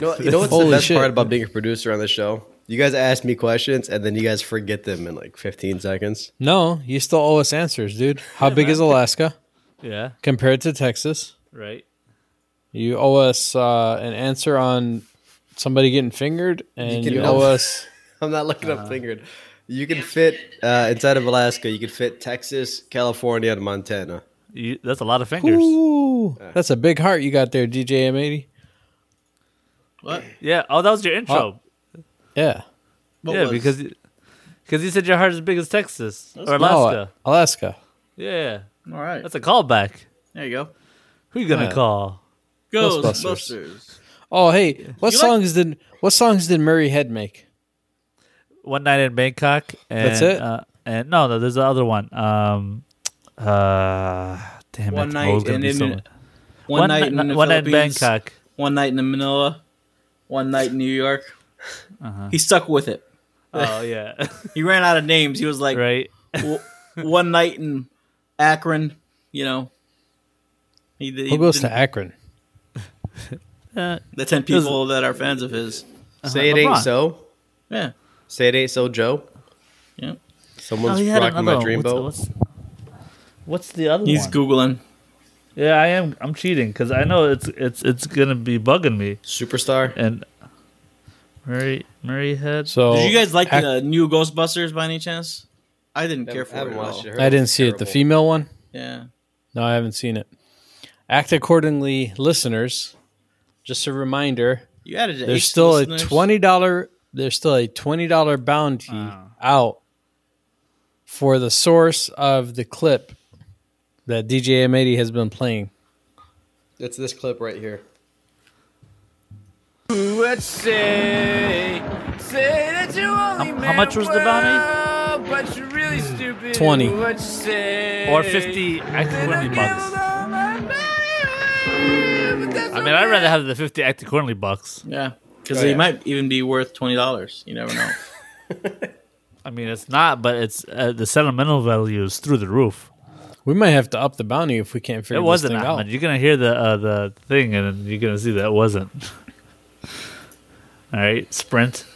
Speaker 3: know, you know what's the
Speaker 1: Holy
Speaker 3: best
Speaker 1: shit.
Speaker 3: part about being a producer on the show? You guys ask me questions and then you guys forget them in like 15 seconds. (laughs)
Speaker 1: No, you still owe us answers, dude. How big is Alaska
Speaker 2: Yeah,
Speaker 1: compared to Texas?
Speaker 2: right.
Speaker 1: You owe us uh, an answer on somebody getting fingered, and
Speaker 3: can
Speaker 1: you
Speaker 3: know.
Speaker 1: owe us.
Speaker 3: I'm not looking up fingered. You can fit uh, inside of Alaska. You can fit Texas, California, and Montana.
Speaker 2: You, that's a lot of fingers.
Speaker 1: Ooh, that's a big heart you got there, DJ M80.
Speaker 4: What?
Speaker 2: Yeah. Oh, that was your intro.
Speaker 1: Yeah.
Speaker 4: what
Speaker 2: yeah,
Speaker 4: was?
Speaker 2: because because you said your heart is as big as Texas or
Speaker 1: No,
Speaker 2: Alaska.
Speaker 1: Oh, Alaska.
Speaker 2: Yeah,
Speaker 4: all right,
Speaker 2: that's a callback.
Speaker 4: there you go.
Speaker 2: Who you gonna
Speaker 1: Yeah.
Speaker 2: call?
Speaker 4: Ghostbusters.
Speaker 1: Oh, hey, what
Speaker 4: You like-
Speaker 1: songs did what songs did Murray Head make?
Speaker 2: One night in Bangkok. And,
Speaker 1: That's it?
Speaker 2: Uh, and no, no, there's the other one. Um, uh, damn
Speaker 4: One
Speaker 2: it.
Speaker 4: night
Speaker 2: Oh, it's gonna
Speaker 4: in-
Speaker 2: be so
Speaker 4: in-
Speaker 2: much.
Speaker 4: One, night in the
Speaker 2: one night in
Speaker 4: Philippines,
Speaker 2: Bangkok.
Speaker 4: One night in Manila. One night in New York.
Speaker 2: Uh-huh.
Speaker 4: He stuck with it.
Speaker 2: Oh yeah,
Speaker 4: He ran out of names. He was like,
Speaker 2: (laughs) right.
Speaker 4: (laughs) w- one night in Akron. You know, he, he
Speaker 1: Who goes to
Speaker 4: didn't-
Speaker 1: Akron?
Speaker 2: Uh,
Speaker 4: The ten people that are fans of his.
Speaker 3: Say it ain't
Speaker 2: LeBron.
Speaker 3: so.
Speaker 4: Yeah,
Speaker 3: Say it ain't so, Joe.
Speaker 4: yeah.
Speaker 2: oh,
Speaker 3: Someone's
Speaker 2: he had
Speaker 3: rocking
Speaker 2: another
Speaker 3: my
Speaker 2: one.
Speaker 3: dreamboat.
Speaker 2: What's, what's, what's the other
Speaker 4: He's
Speaker 2: one?
Speaker 4: googling.
Speaker 2: Yeah, I am. I'm cheating because I know it's it's it's gonna be bugging me.
Speaker 3: Superstar.
Speaker 2: And Murray Murray head.
Speaker 1: So
Speaker 4: Did you guys like
Speaker 1: Ak-
Speaker 4: the new Ghostbusters by any chance? I didn't care for it
Speaker 3: haven't
Speaker 4: at all.
Speaker 3: watched it.
Speaker 1: I didn't see it. The
Speaker 3: female.
Speaker 1: female one?
Speaker 4: Yeah.
Speaker 1: No, I haven't seen it. Act accordingly, listeners. Just a reminder:
Speaker 4: You added it.
Speaker 1: there's
Speaker 4: Ace
Speaker 1: still
Speaker 4: listeners.
Speaker 1: a twenty dollar. There's still a twenty dollar bounty out for the source of the clip that DJ M80 has been playing.
Speaker 3: It's this clip right here.
Speaker 2: How, how much was the bounty?
Speaker 1: Twenty.
Speaker 2: Or fifty active currently bucks. I mean, I'd rather have the fifty active currently bucks.
Speaker 4: Yeah, because
Speaker 3: Oh,
Speaker 4: they
Speaker 3: yeah.
Speaker 4: might even be worth twenty dollars. You (laughs) never know.
Speaker 2: I mean, it's not, but it's uh, the sentimental value is through the roof.
Speaker 1: We might have to up the bounty if we can't figure
Speaker 2: It
Speaker 1: this
Speaker 2: wasn't
Speaker 1: thing out.
Speaker 2: Ahmed. You're gonna hear the uh, the thing, and then you're gonna see that it wasn't. (laughs) All right, sprint.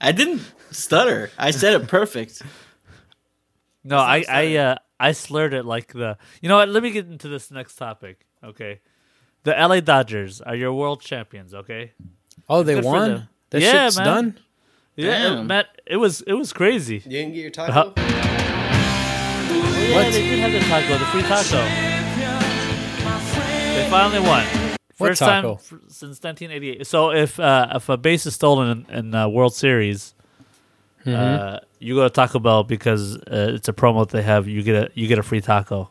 Speaker 4: I didn't stutter. I said it perfect.
Speaker 2: No, I I uh, I slurred it like the. You know what? Let me get into this next topic. Okay, the LA Dodgers are your world champions. Okay.
Speaker 1: Oh, they
Speaker 2: Good for
Speaker 1: won.
Speaker 2: them.
Speaker 1: That
Speaker 2: Yeah,
Speaker 1: shit's
Speaker 2: man.
Speaker 1: done.
Speaker 2: Yeah, it,
Speaker 4: Damn.
Speaker 2: Matt. It was it was crazy.
Speaker 3: You didn't get your taco?
Speaker 2: Yeah, they did have the taco, the free taco. They finally won.
Speaker 1: What
Speaker 2: First
Speaker 1: taco?
Speaker 2: time f- since 1988. So if uh, if a base is stolen in, in uh, World Series,
Speaker 1: Mm-hmm.
Speaker 2: uh, you go to Taco Bell because uh, it's a promo that they have. You get a you get a free taco.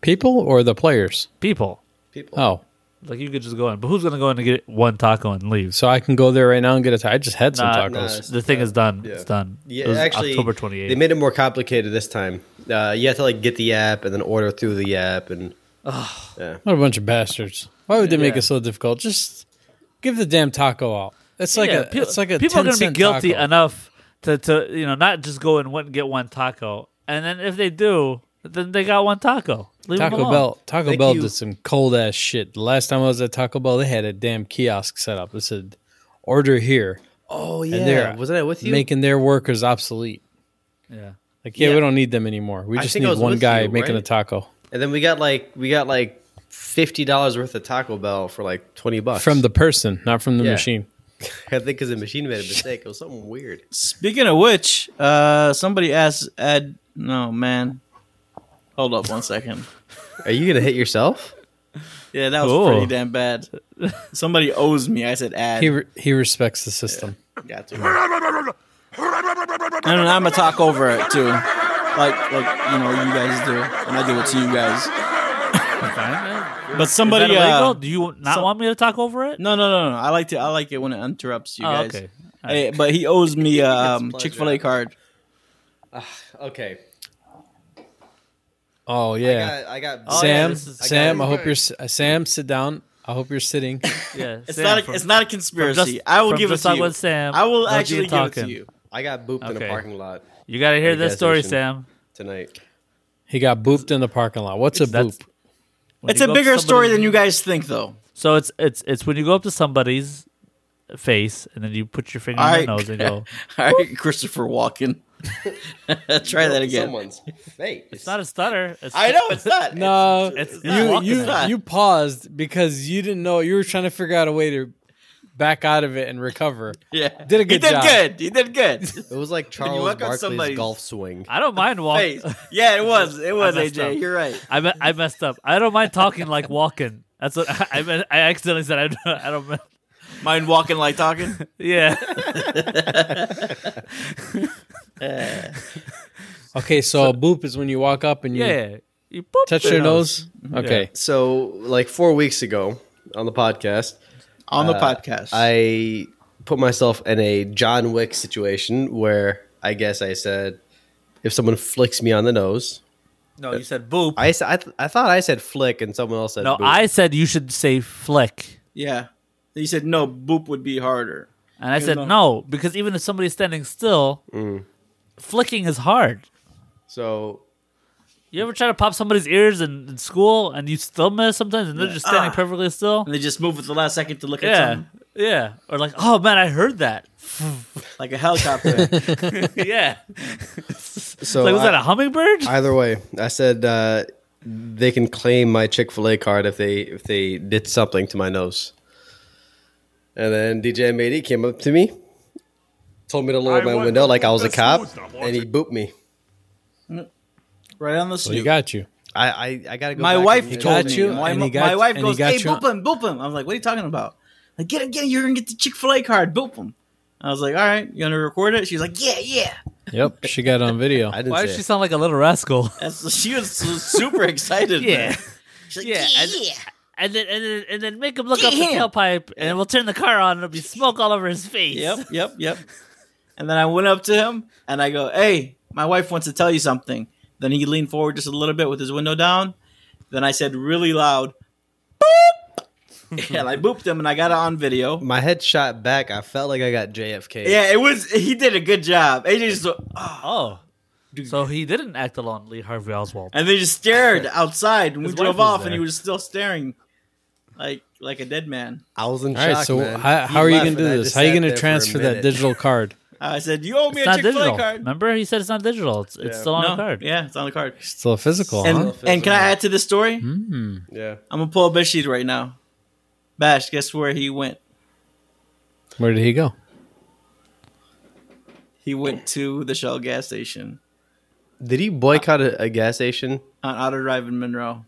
Speaker 1: People or the players?
Speaker 2: People
Speaker 3: People.
Speaker 1: Oh,
Speaker 2: like you could just go in, but who's gonna go in and get one taco and leave?
Speaker 1: so I can go there right now and get a taco. I just had some
Speaker 2: Nah,
Speaker 1: tacos.
Speaker 3: nah, it's-
Speaker 2: The thing is done.
Speaker 3: Yeah.
Speaker 2: It's done.
Speaker 3: Yeah,
Speaker 2: it was
Speaker 3: actually,
Speaker 2: October 28th.
Speaker 3: They made it more complicated this time. Uh, you have to like get the app and then order through the app, and
Speaker 1: What a bunch of bastards! Why would they make
Speaker 2: Yeah.
Speaker 1: it so difficult? Just give the damn taco out. It's like
Speaker 2: Yeah,
Speaker 1: a
Speaker 2: pe-
Speaker 1: it's like a
Speaker 2: people
Speaker 1: 10
Speaker 2: are gonna be
Speaker 1: cent
Speaker 2: guilty
Speaker 1: taco.
Speaker 2: enough to, to you know not just go and one, get one taco, and then if they do, then they got one taco. Leave 'em
Speaker 1: Taco
Speaker 2: alone.
Speaker 1: Bell Taco
Speaker 3: Thank
Speaker 1: Bell
Speaker 3: you.
Speaker 1: did some cold ass shit. The last time I was at Taco Bell, they had a damn kiosk set up. It said order here.
Speaker 3: oh
Speaker 1: And they're
Speaker 3: wasn't I with you?
Speaker 1: making their workers obsolete.
Speaker 2: Yeah.
Speaker 1: Like, yeah,
Speaker 3: Yeah.
Speaker 1: we don't need them anymore. We
Speaker 3: I
Speaker 1: just
Speaker 3: think I
Speaker 1: need
Speaker 3: was
Speaker 1: one
Speaker 3: with
Speaker 1: guy
Speaker 3: you,
Speaker 1: making a
Speaker 3: right?
Speaker 1: taco.
Speaker 3: and then we got like we got like fifty dollars worth of Taco Bell for like twenty bucks
Speaker 1: From the person, not from the
Speaker 3: Yeah.
Speaker 1: machine.
Speaker 3: I think because the machine made a mistake. It was something weird.
Speaker 4: (laughs) Speaking of which, uh, somebody asked Ed. No man, hold up one second.
Speaker 3: Are you gonna hit yourself?
Speaker 4: Yeah, that was
Speaker 2: Cool.
Speaker 4: pretty damn bad. Somebody owes me. I said ad.
Speaker 1: He re- he respects the system.
Speaker 4: Got to. And I'm gonna talk over it too, like like you know you guys do, and I do it to you guys. But
Speaker 2: But
Speaker 4: somebody, uh,
Speaker 2: illegal? do you not
Speaker 4: some-
Speaker 2: want me to talk over it?
Speaker 4: no, no, no, no. I like to I like it when it interrupts you
Speaker 2: Oh,
Speaker 4: guys.
Speaker 2: okay.
Speaker 4: Hey, but he owes me a um,
Speaker 3: pleasure.
Speaker 4: Chick Fil A card.
Speaker 3: Okay,
Speaker 1: Oh yeah,
Speaker 3: I got.
Speaker 2: Oh, yeah,
Speaker 1: Sam,
Speaker 2: this is- I got
Speaker 1: Sam.
Speaker 3: it.
Speaker 1: I hope you're s- uh, Sam. Sit down. I hope you're sitting.
Speaker 2: Yeah,
Speaker 4: (laughs) It's
Speaker 2: Sam
Speaker 4: not a,
Speaker 2: from-
Speaker 4: it's not a
Speaker 2: from
Speaker 4: conspiracy.
Speaker 2: Just-
Speaker 4: I will
Speaker 2: from
Speaker 4: give it
Speaker 2: Just
Speaker 4: to
Speaker 2: Talk
Speaker 4: you.
Speaker 2: with Sam.
Speaker 4: I will
Speaker 2: Don't you
Speaker 4: actually give it
Speaker 2: talking.
Speaker 4: to you.
Speaker 3: I got booped in
Speaker 2: Okay.
Speaker 3: a parking lot
Speaker 2: You gotta hear
Speaker 3: Hey,
Speaker 2: this
Speaker 3: guys,
Speaker 2: story,
Speaker 3: listen.
Speaker 2: Sam.
Speaker 3: tonight.
Speaker 1: He got booped in the parking lot. What's a
Speaker 2: That's-
Speaker 1: boop?
Speaker 2: when
Speaker 4: It's
Speaker 2: you
Speaker 4: a
Speaker 2: go up to
Speaker 4: bigger story
Speaker 2: somebody's-
Speaker 4: than you guys think, though.
Speaker 2: So it's it's it's when you go up to somebody's face and then you put your finger
Speaker 4: All
Speaker 2: on
Speaker 4: right,
Speaker 2: their nose and
Speaker 4: (laughs)
Speaker 2: go.
Speaker 4: all right, Christopher Walken. Try that again.
Speaker 3: Someone's face.
Speaker 2: It's not a stutter. It's,
Speaker 4: I know it's not.
Speaker 1: No,
Speaker 2: It's, it's
Speaker 1: you
Speaker 2: not
Speaker 1: Uh, you
Speaker 4: walking.
Speaker 1: you paused because you didn't know you were trying to figure out a way to back out of it and recover.
Speaker 4: yeah,
Speaker 1: Did a good
Speaker 4: he did
Speaker 1: job.
Speaker 4: good. He did good.
Speaker 3: It was like
Speaker 4: you
Speaker 3: Charles
Speaker 4: look on
Speaker 3: Barkley's
Speaker 4: somebody's
Speaker 3: golf swing.
Speaker 2: I don't mind walking.
Speaker 4: Face. Yeah, it was. It was
Speaker 2: messed
Speaker 4: AJ.
Speaker 2: up.
Speaker 4: You're right.
Speaker 2: (laughs) I me- I messed up. I don't mind talking like walking. That's what (laughs) I I, meant, I accidentally said. I don't. I don't mind-
Speaker 4: Mind walking like talking.
Speaker 3: (laughs)
Speaker 2: yeah.
Speaker 1: Okay, so, a boop is when you walk up and you
Speaker 2: Yeah. You boop
Speaker 1: touch
Speaker 2: their
Speaker 1: your nose. Okay,
Speaker 3: So, like four weeks ago on the podcast,
Speaker 4: on the podcast.
Speaker 3: I put myself in a John Wick situation where I guess I said, if someone flicks me on the nose,
Speaker 2: No, you said boop.
Speaker 3: I, s- I, th- I thought I said flick and someone else said
Speaker 2: no,
Speaker 3: boop.
Speaker 2: I said you should say flick.
Speaker 4: yeah. He said no. Boop would be harder.
Speaker 2: And I said
Speaker 4: enough.
Speaker 2: no, because even if somebody's standing still,
Speaker 3: Mm.
Speaker 2: flicking is hard.
Speaker 3: So
Speaker 2: You ever try to pop somebody's ears in, in school and you still miss sometimes and they're just standing perfectly still?
Speaker 4: And they just move at the last second to look at
Speaker 2: Yeah.
Speaker 4: something
Speaker 2: Yeah. Or like, oh man, I heard that.
Speaker 4: like a helicopter.
Speaker 2: (laughs) yeah.
Speaker 3: so
Speaker 2: like, was
Speaker 3: I-
Speaker 2: that a hummingbird?
Speaker 3: Either way, I said uh, they can claim my Chick Fil A card if they if they did something to my nose. And then DJ Matey came up to me, told me to lower
Speaker 5: I
Speaker 3: my
Speaker 5: want
Speaker 3: window
Speaker 5: to
Speaker 3: like I was a
Speaker 5: focus
Speaker 3: cop,
Speaker 5: on the
Speaker 3: and he booped me.
Speaker 4: right on the
Speaker 1: so he
Speaker 4: snoot.
Speaker 1: got you.
Speaker 3: I I, I gotta go.
Speaker 4: my
Speaker 3: back
Speaker 4: wife
Speaker 3: and-
Speaker 4: told
Speaker 1: got
Speaker 4: me.
Speaker 1: you,
Speaker 4: my,
Speaker 1: and he
Speaker 4: my
Speaker 1: got-
Speaker 4: wife
Speaker 1: and he
Speaker 4: goes,
Speaker 1: got
Speaker 4: "Hey,
Speaker 1: you."
Speaker 4: boop him, boop him." I was like, "What are you talking about?" Like, get him, get him. You're gonna get the Chick Fil A card. Boop him. I was like, "All right, you gonna record it?" She's like, "Yeah, yeah."
Speaker 1: Yep, she got it on video.
Speaker 3: (laughs) I didn't
Speaker 2: Why
Speaker 3: say
Speaker 2: does she
Speaker 3: it.
Speaker 2: sound like a little rascal?
Speaker 4: That's, (laughs) she was su- super
Speaker 2: (laughs)
Speaker 4: excited.
Speaker 2: Yeah.
Speaker 4: She's like,
Speaker 2: Yeah,
Speaker 4: yeah.
Speaker 2: and- And then, and then and then make him look up
Speaker 4: Damn.
Speaker 2: the tailpipe and we'll turn the car on and it'll be smoke all over his face.
Speaker 4: Yep, yep,
Speaker 1: (laughs)
Speaker 4: yep. And then I went up to him and I go, "Hey, my wife wants to tell you something." Then he leaned forward just a little bit with his window down. Then I said really loud,
Speaker 1: (laughs)
Speaker 4: "Boop," and I booped him, and I got it on video.
Speaker 3: My head shot back. I felt like I got JFK.
Speaker 4: Yeah, it was. He did a good job. AJ just, went, "Ah."
Speaker 2: Oh. So he didn't act alone, Lee Harvey Oswald.
Speaker 4: and they just stared outside. And we
Speaker 2: His wife
Speaker 4: drove
Speaker 2: was
Speaker 4: off, and
Speaker 2: there.
Speaker 4: he was still staring, like like a dead man.
Speaker 3: I was in
Speaker 1: All right,
Speaker 3: shock,
Speaker 1: so
Speaker 3: man.
Speaker 1: how,
Speaker 3: He
Speaker 1: how are you
Speaker 3: left
Speaker 1: going to do
Speaker 3: and I
Speaker 1: this?
Speaker 3: just
Speaker 1: How are you
Speaker 3: sat
Speaker 1: going
Speaker 3: there
Speaker 1: to
Speaker 3: for a
Speaker 1: transfer that
Speaker 3: minute.
Speaker 1: digital card?
Speaker 4: I said, "You owe me
Speaker 2: It's
Speaker 4: a
Speaker 2: not
Speaker 4: Chick Fil
Speaker 2: digital.
Speaker 4: A card."
Speaker 2: Remember, he said it's not digital. It's, it's still on
Speaker 4: No,
Speaker 2: a card.
Speaker 4: yeah, it's on the card.
Speaker 1: Still a
Speaker 3: (laughs)
Speaker 1: physical,
Speaker 4: And
Speaker 1: huh?
Speaker 4: and can I add to this story?
Speaker 2: Hmm?
Speaker 3: Yeah.
Speaker 4: I'm gonna pull a bed sheet right now. Bash, guess where he went?
Speaker 1: Where did he go?
Speaker 4: He went to the Shell gas station
Speaker 3: Did he boycott a, a gas station?
Speaker 4: on Otter Drive in Monroe.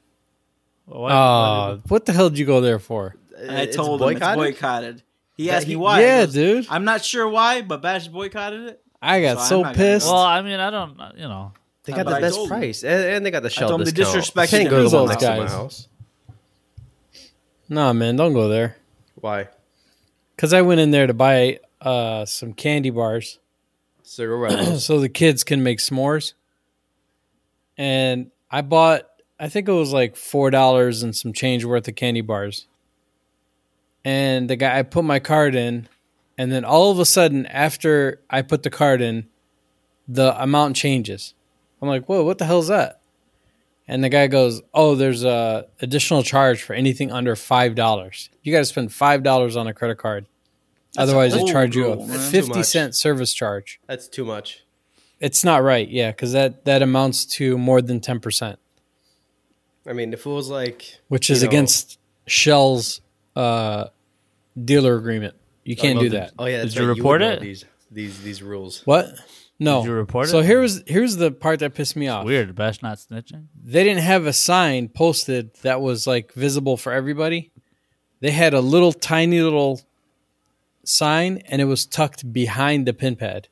Speaker 2: Why- why
Speaker 1: Oh, what the hell did you go there for?
Speaker 4: And I
Speaker 3: It's
Speaker 4: told
Speaker 3: boycotted?
Speaker 4: him it's boycotted. He
Speaker 3: That
Speaker 4: asked
Speaker 3: he-
Speaker 4: me why. I
Speaker 1: yeah,
Speaker 4: goes,
Speaker 1: dude.
Speaker 4: I'm not sure why, but Bash boycotted it.
Speaker 1: I got
Speaker 4: So I'm
Speaker 1: so
Speaker 4: not gonna
Speaker 1: pissed.
Speaker 4: go.
Speaker 2: Well, I mean, I don't, you know.
Speaker 3: They got
Speaker 4: But
Speaker 3: the
Speaker 4: I
Speaker 3: best
Speaker 4: told him.
Speaker 3: price, and, and they got the shell
Speaker 4: told him to
Speaker 3: discount.
Speaker 4: disrespect
Speaker 3: Can't
Speaker 4: you.
Speaker 3: go to the one
Speaker 1: Those
Speaker 3: next to my
Speaker 1: guys.
Speaker 3: house.
Speaker 1: nah, man, don't go there.
Speaker 3: Why?
Speaker 1: Because I went in there to buy uh, some candy bars
Speaker 3: Cigarettes. (clears throat)
Speaker 1: so the kids can make s'mores. And I bought, I think it was like $4 and some change worth of candy bars. And the guy, I put my card in. And then all of a sudden, after I put the card in, the amount changes. I'm like, whoa, what the hell's that? And the guy goes, oh, there's a additional charge for anything under $5. You got to spend $5 on a credit card. Otherwise, they
Speaker 4: old
Speaker 1: charge you
Speaker 4: rule,
Speaker 1: a
Speaker 4: man. That's
Speaker 3: too
Speaker 1: 50
Speaker 3: much.
Speaker 1: cent service charge.
Speaker 3: That's too much.
Speaker 1: It's not right, yeah, because that that amounts to more than ten percent,
Speaker 3: I mean, if it was like
Speaker 1: which is
Speaker 3: You know-
Speaker 1: against Shell's uh, dealer agreement. You can't do that.
Speaker 3: Oh yeah, that's
Speaker 2: Did you
Speaker 3: right,
Speaker 2: report
Speaker 3: would know
Speaker 2: it?
Speaker 3: These these these rules.
Speaker 1: What? No.
Speaker 2: Did you report
Speaker 1: so
Speaker 2: it?
Speaker 1: here was here's the part that pissed me off.
Speaker 2: Weird, Bash not snitching.
Speaker 1: They didn't have a sign posted that was like visible for everybody. They had a little tiny little sign, and it was tucked behind the pin pad.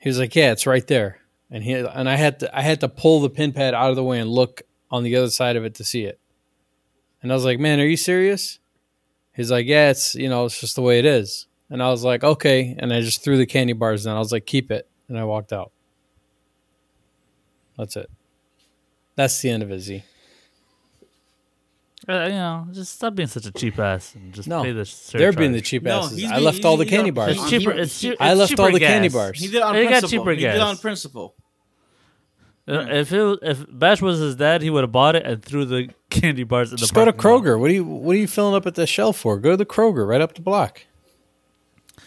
Speaker 1: He was like, "Yeah, it's right there," and he and I had to I had to pull the pin pad out of the way and look on the other side of it to see it. And I was like, "Man, are you serious?" He's like, "Yeah, it's you know, it's just the way it is." And I was like, "Okay," and I just threw the candy bars down. I was like, "Keep it," and I walked out. That's it. That's the end of it, Z.
Speaker 2: Uh, You know, just stop being such a cheap ass and just
Speaker 1: No,
Speaker 2: pay the
Speaker 1: they're being the
Speaker 2: surcharge.
Speaker 1: cheap
Speaker 4: No,
Speaker 1: asses.
Speaker 4: he's
Speaker 1: I
Speaker 4: being-
Speaker 1: left all the
Speaker 4: he's being
Speaker 1: candy
Speaker 4: a-
Speaker 1: bars.
Speaker 2: It's cheaper. It's, chea-
Speaker 1: I
Speaker 2: it's
Speaker 1: left all
Speaker 2: cheaper
Speaker 1: the candy
Speaker 2: gas.
Speaker 1: bars.
Speaker 4: He did it on
Speaker 2: They got
Speaker 4: principle.
Speaker 2: cheaper
Speaker 4: he did it
Speaker 2: gas.
Speaker 4: on principle.
Speaker 2: You know, If it, if Bash was his dad, he would have bought it and threw the candy bars in
Speaker 1: Just
Speaker 2: the
Speaker 1: go to
Speaker 2: parking lot.
Speaker 1: Kroger. What are you What are you filling up at the shelf for? Go to the Kroger right up the block.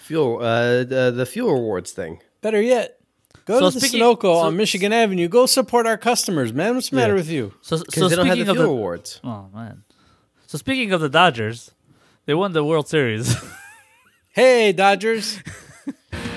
Speaker 3: Fuel, uh, the, the fuel rewards thing.
Speaker 1: Better yet, go
Speaker 2: So
Speaker 1: to the
Speaker 2: speaking-
Speaker 1: Sunoco
Speaker 2: so-
Speaker 1: on Michigan Avenue. Go support our customers, man. What's the matter with you?
Speaker 2: So,
Speaker 3: Because
Speaker 2: so
Speaker 3: they don't have the
Speaker 2: speaking
Speaker 3: fuel
Speaker 2: of the
Speaker 3: rewards.
Speaker 2: oh man, so speaking of the Dodgers, they won the World Series. (laughs)
Speaker 1: Hey, Dodgers!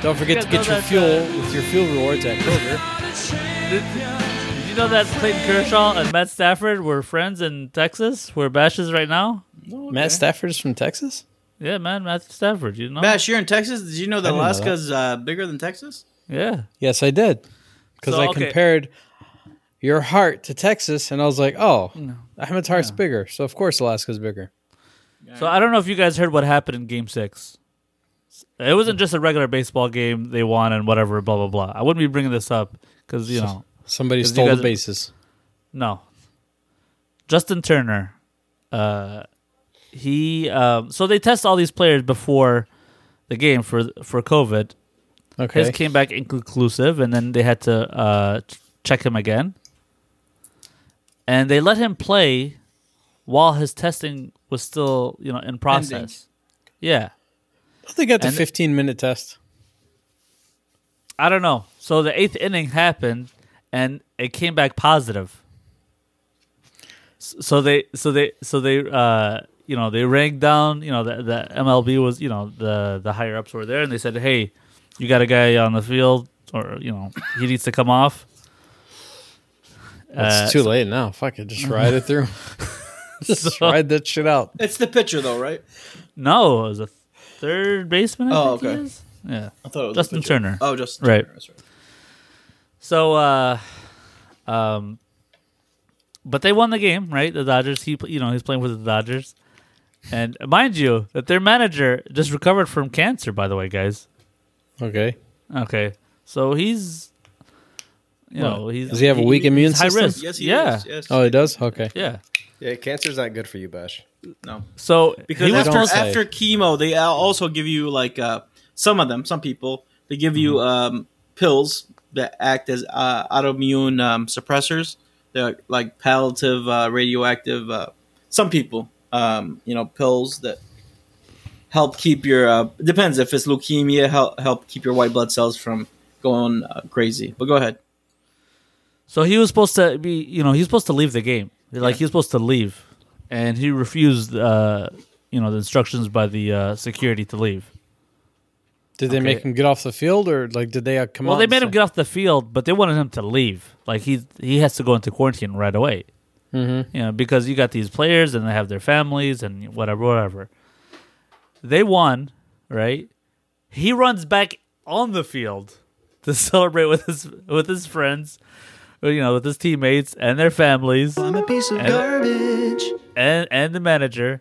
Speaker 1: Don't forget to get
Speaker 2: Yeah, no,
Speaker 1: your
Speaker 2: that's,
Speaker 1: fuel
Speaker 2: uh,
Speaker 1: with your fuel rewards at Kroger.
Speaker 2: Did, did you know that Clayton Kershaw and Matt Stafford were friends in Texas, where Bash is right now?
Speaker 1: Matt Stafford is from Texas.
Speaker 2: Yeah, man, Matt Stafford. You know?
Speaker 4: Bash, you're in Texas. Did you know that
Speaker 1: didn't know that.
Speaker 4: Alaska's uh, bigger than Texas?
Speaker 2: Yeah.
Speaker 1: Yes, I did because
Speaker 2: So,
Speaker 1: I
Speaker 2: okay.
Speaker 1: compared your heart to Texas, and I was like, oh, Ahmed's heart's bigger, so of course Alaska's bigger.
Speaker 2: So I don't know if you guys heard what happened in Game Six. It wasn't just a regular baseball game. They won and whatever, blah blah blah. I wouldn't be bringing this up because
Speaker 3: (laughs)
Speaker 2: you know,
Speaker 1: Somebody
Speaker 2: you
Speaker 1: stole
Speaker 2: guys-
Speaker 1: the bases.
Speaker 2: no. Justin Turner, uh, he um, so they test all these players before the game for for COVID,
Speaker 1: Okay,
Speaker 2: His came back inconclusive, and then they had to uh, ch- check him again. And they let him play while his testing was still, you know, in process. Yeah,
Speaker 1: they got the
Speaker 2: and- uh,
Speaker 1: 15 minute test.
Speaker 2: I don't know. So the eighth inning happened, and it came back positive. S- So they, so they, so they, uh, you know, they rang down. You know, the, the MLB was, you know, the the higher ups were there, and they said, "Hey, you got a guy on the field, or you know, he needs to come off." Uh,
Speaker 1: It's too late now. Fuck it, just ride it
Speaker 2: (laughs)
Speaker 1: through. just
Speaker 2: So-
Speaker 1: ride that shit out.
Speaker 4: It's the pitcher, though, right?
Speaker 2: No, it was a third baseman. I
Speaker 4: Oh,
Speaker 2: think he
Speaker 4: okay.
Speaker 2: is. Yeah.
Speaker 4: I thought it was the
Speaker 2: Justin
Speaker 4: pitcher.
Speaker 2: Turner.
Speaker 4: Oh, Justin
Speaker 2: Right.
Speaker 4: Turner. That's right.
Speaker 2: So, uh, um, but they won the game, right? The Dodgers. He, you know, he's playing with the Dodgers, and mind you, that their manager just recovered from cancer. By the way, guys.
Speaker 1: Okay.
Speaker 2: Okay, so he's, you know, he's
Speaker 1: Does he have a weak immune
Speaker 2: he's high
Speaker 1: system?
Speaker 2: risk.
Speaker 4: Yes, he
Speaker 2: yeah,
Speaker 4: is. Yes.
Speaker 1: Oh, it does. Okay.
Speaker 2: yeah.
Speaker 3: Yeah, cancer's not good for you, Bash.
Speaker 4: No.
Speaker 2: So
Speaker 4: Because
Speaker 2: he was
Speaker 1: don't
Speaker 4: after,
Speaker 2: supposed-
Speaker 1: say.
Speaker 4: after chemo, they al- also give you like uh, some of them, some people, they give you
Speaker 2: Mm-hmm.
Speaker 4: um, pills that act as uh, autoimmune um, suppressors. They're like palliative, uh, radioactive. Uh, some people, um, you know, pills that help keep your. Uh, depends if it's leukemia, help help keep your white blood cells from going uh, crazy. But go ahead.
Speaker 2: So he was supposed to be, you know, he's supposed to leave the game. Like he's supposed to leave, and he refused, uh, you know, the instructions by the uh, security to leave.
Speaker 1: Did they make
Speaker 2: Okay.
Speaker 1: him get off the field, or like did they uh, come?
Speaker 2: Well,
Speaker 1: out
Speaker 2: they
Speaker 1: and
Speaker 2: made him
Speaker 1: say-
Speaker 2: get off the field, but they wanted him to leave. Like he he has to go into quarantine right away. Mm-hmm. You know, because you got these players and they have their families and whatever, whatever. They won, right? He runs back on the field to (laughs) celebrate with his with his friends, or, uh, you know, with his teammates and their families. I'm a piece of garbage. And and the manager.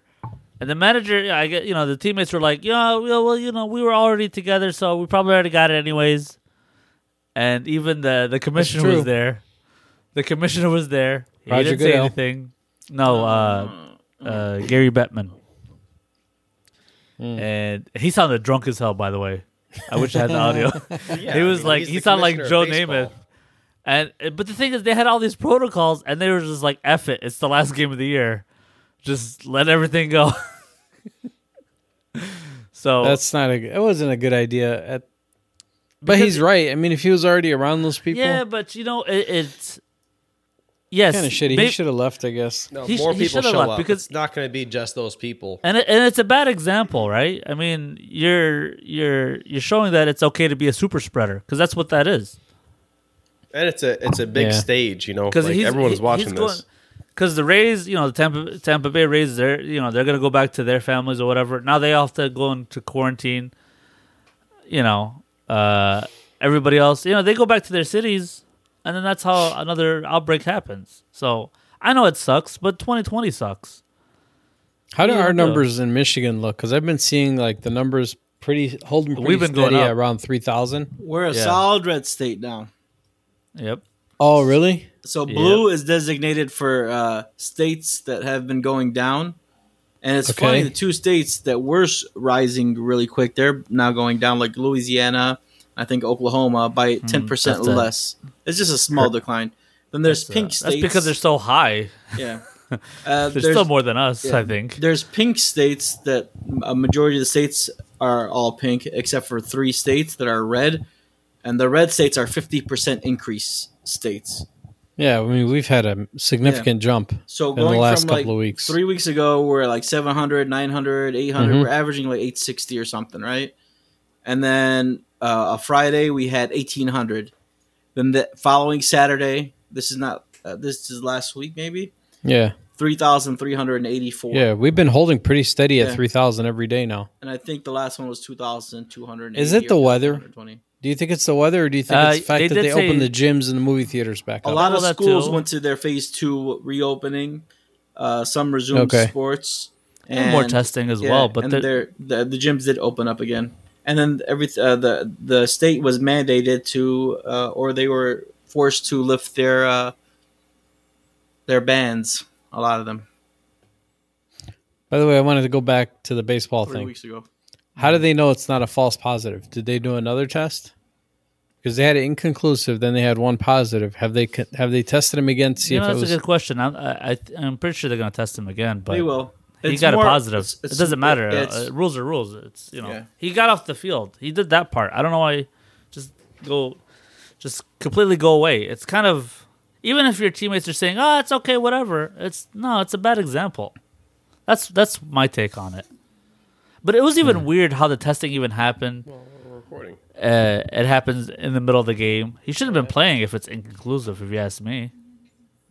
Speaker 2: And the manager, I get, you know, the teammates were like, yeah, well, well, you know, we were already together, so we probably already got it anyways. And even the the commissioner
Speaker 1: true.
Speaker 2: was there. The commissioner was there. He
Speaker 1: Roger
Speaker 2: didn't say
Speaker 1: Goodell.
Speaker 2: anything. No, uh, uh, Gary Bettman. Hmm. And he sounded drunk as hell, by the way. I wish I had the audio. (laughs) he was like, he sounded like Joe Namath. And uh, but the thing is, they had all these protocols, and they were just like, "F it, it's the last game of the year, just let everything go." (laughs) so
Speaker 1: That's not a. It wasn't a good idea. At, but he's right. I mean, if he was already around those people,
Speaker 2: yeah, but you know, it, it's yes,
Speaker 1: kind of shitty.
Speaker 2: may-
Speaker 1: he should have left, I guess.
Speaker 3: No,
Speaker 2: He sh-
Speaker 3: more
Speaker 2: he
Speaker 3: people
Speaker 2: should've
Speaker 3: show
Speaker 2: left
Speaker 3: up.
Speaker 2: because-
Speaker 3: Because it's not going to be just those people.
Speaker 2: and it, and it's a bad example, right? I mean, you're you're you're showing that it's okay to be a super spreader because that's what that is.
Speaker 3: And it's a it's a big
Speaker 1: Yeah.
Speaker 3: stage, you know.
Speaker 2: because
Speaker 3: Like, everyone's watching this.
Speaker 2: Because the Rays, you know, the Tampa Tampa Bay Rays, they're you know they're gonna go back to their families or whatever. Now they all have to go into quarantine. You know, uh, everybody else, you know, they go back to their cities, and then that's how another outbreak happens. So I know it sucks, but 2020 sucks.
Speaker 1: How do
Speaker 2: Yeah,
Speaker 1: our
Speaker 2: though.
Speaker 1: numbers in Michigan look? Because I've been seeing like the numbers pretty holding pretty
Speaker 2: We've been going
Speaker 1: steady
Speaker 2: up.
Speaker 1: around three thousand.
Speaker 4: We're a
Speaker 2: Yeah.
Speaker 4: solid red state now.
Speaker 2: Yep.
Speaker 1: Oh, really?
Speaker 4: So blue is designated for uh, states that have been going down, and it's
Speaker 1: Okay.
Speaker 4: funny the two states that were s- rising really quick they're now going down like Louisiana, I think Oklahoma by ten percent
Speaker 2: Hmm, that's a-
Speaker 4: less. It's just a small decline. Then there's
Speaker 2: So
Speaker 4: pink
Speaker 2: That's
Speaker 4: states.
Speaker 2: because they're so high. (laughs)
Speaker 4: yeah. Uh,
Speaker 2: They're
Speaker 4: there's-
Speaker 2: still more than us,
Speaker 4: yeah.
Speaker 2: I think.
Speaker 4: There's pink states that a majority of the states are all pink, except for three states that are red, and the red states are 50% increase states.
Speaker 1: Yeah, I mean we've had a significant jump
Speaker 4: So
Speaker 1: in the
Speaker 4: going
Speaker 1: last
Speaker 4: from
Speaker 1: couple
Speaker 4: like
Speaker 1: of weeks.
Speaker 4: three weeks ago, we're like 700, 900, 800.
Speaker 1: Mhm.
Speaker 4: We're averaging like 860 or something, right? And then uh, a Friday, we had 1800. Then the following Saturday, this is not, uh, this is last week maybe,
Speaker 1: yeah,
Speaker 4: 3,384.
Speaker 1: yeah, we've been holding pretty steady at
Speaker 4: Yeah.
Speaker 1: three thousand every day now.
Speaker 4: And I think the last one was 2,200.
Speaker 1: Is it the weather? Do you think it's the weather, or do you think
Speaker 2: Uh,
Speaker 1: it's the fact
Speaker 2: they
Speaker 1: that
Speaker 2: did
Speaker 1: they opened
Speaker 2: say-
Speaker 1: the gyms and the movie theaters back
Speaker 4: A
Speaker 1: up?
Speaker 4: lot
Speaker 2: Well,
Speaker 4: of
Speaker 2: that
Speaker 4: schools
Speaker 2: too.
Speaker 4: went to their phase two reopening. Uh, some resumed
Speaker 1: Okay.
Speaker 4: sports.
Speaker 2: And more testing as well, but
Speaker 4: and
Speaker 2: they're-
Speaker 4: they're, the, the gyms did open up again, and then every uh, the the state was mandated to, uh, or they were forced to lift their uh, their bans. A lot of them
Speaker 1: By the way, I wanted to go back to the baseball
Speaker 4: three
Speaker 1: thing.
Speaker 4: weeks ago.
Speaker 1: How do they know it's not a false positive? Did they do another test? Because they had it inconclusive, then they had one positive. Have they co- have they tested him again to see
Speaker 2: You know,
Speaker 1: if it
Speaker 2: that's
Speaker 1: was?
Speaker 2: a good question. I'm, I, I, I'm pretty sure they're going to test him again, but
Speaker 4: They will.
Speaker 2: he
Speaker 4: It's
Speaker 2: got
Speaker 4: more-
Speaker 2: a positive.
Speaker 4: it's- it's-
Speaker 2: it doesn't matter.
Speaker 4: it's-
Speaker 2: Uh, rules are rules. It's you know
Speaker 4: Yeah.
Speaker 2: he got off the field. He did that part. I don't know why. Just go, just completely go away. It's kind of even if your teammates are saying, "Oh, it's okay, whatever." It's no, it's a bad example. That's that's my take on it. But it was even
Speaker 4: Hmm.
Speaker 2: weird how the testing even happened.
Speaker 3: Recording.
Speaker 2: Uh, it happens in the middle of the game. He should have been playing if it's inconclusive. If you ask me,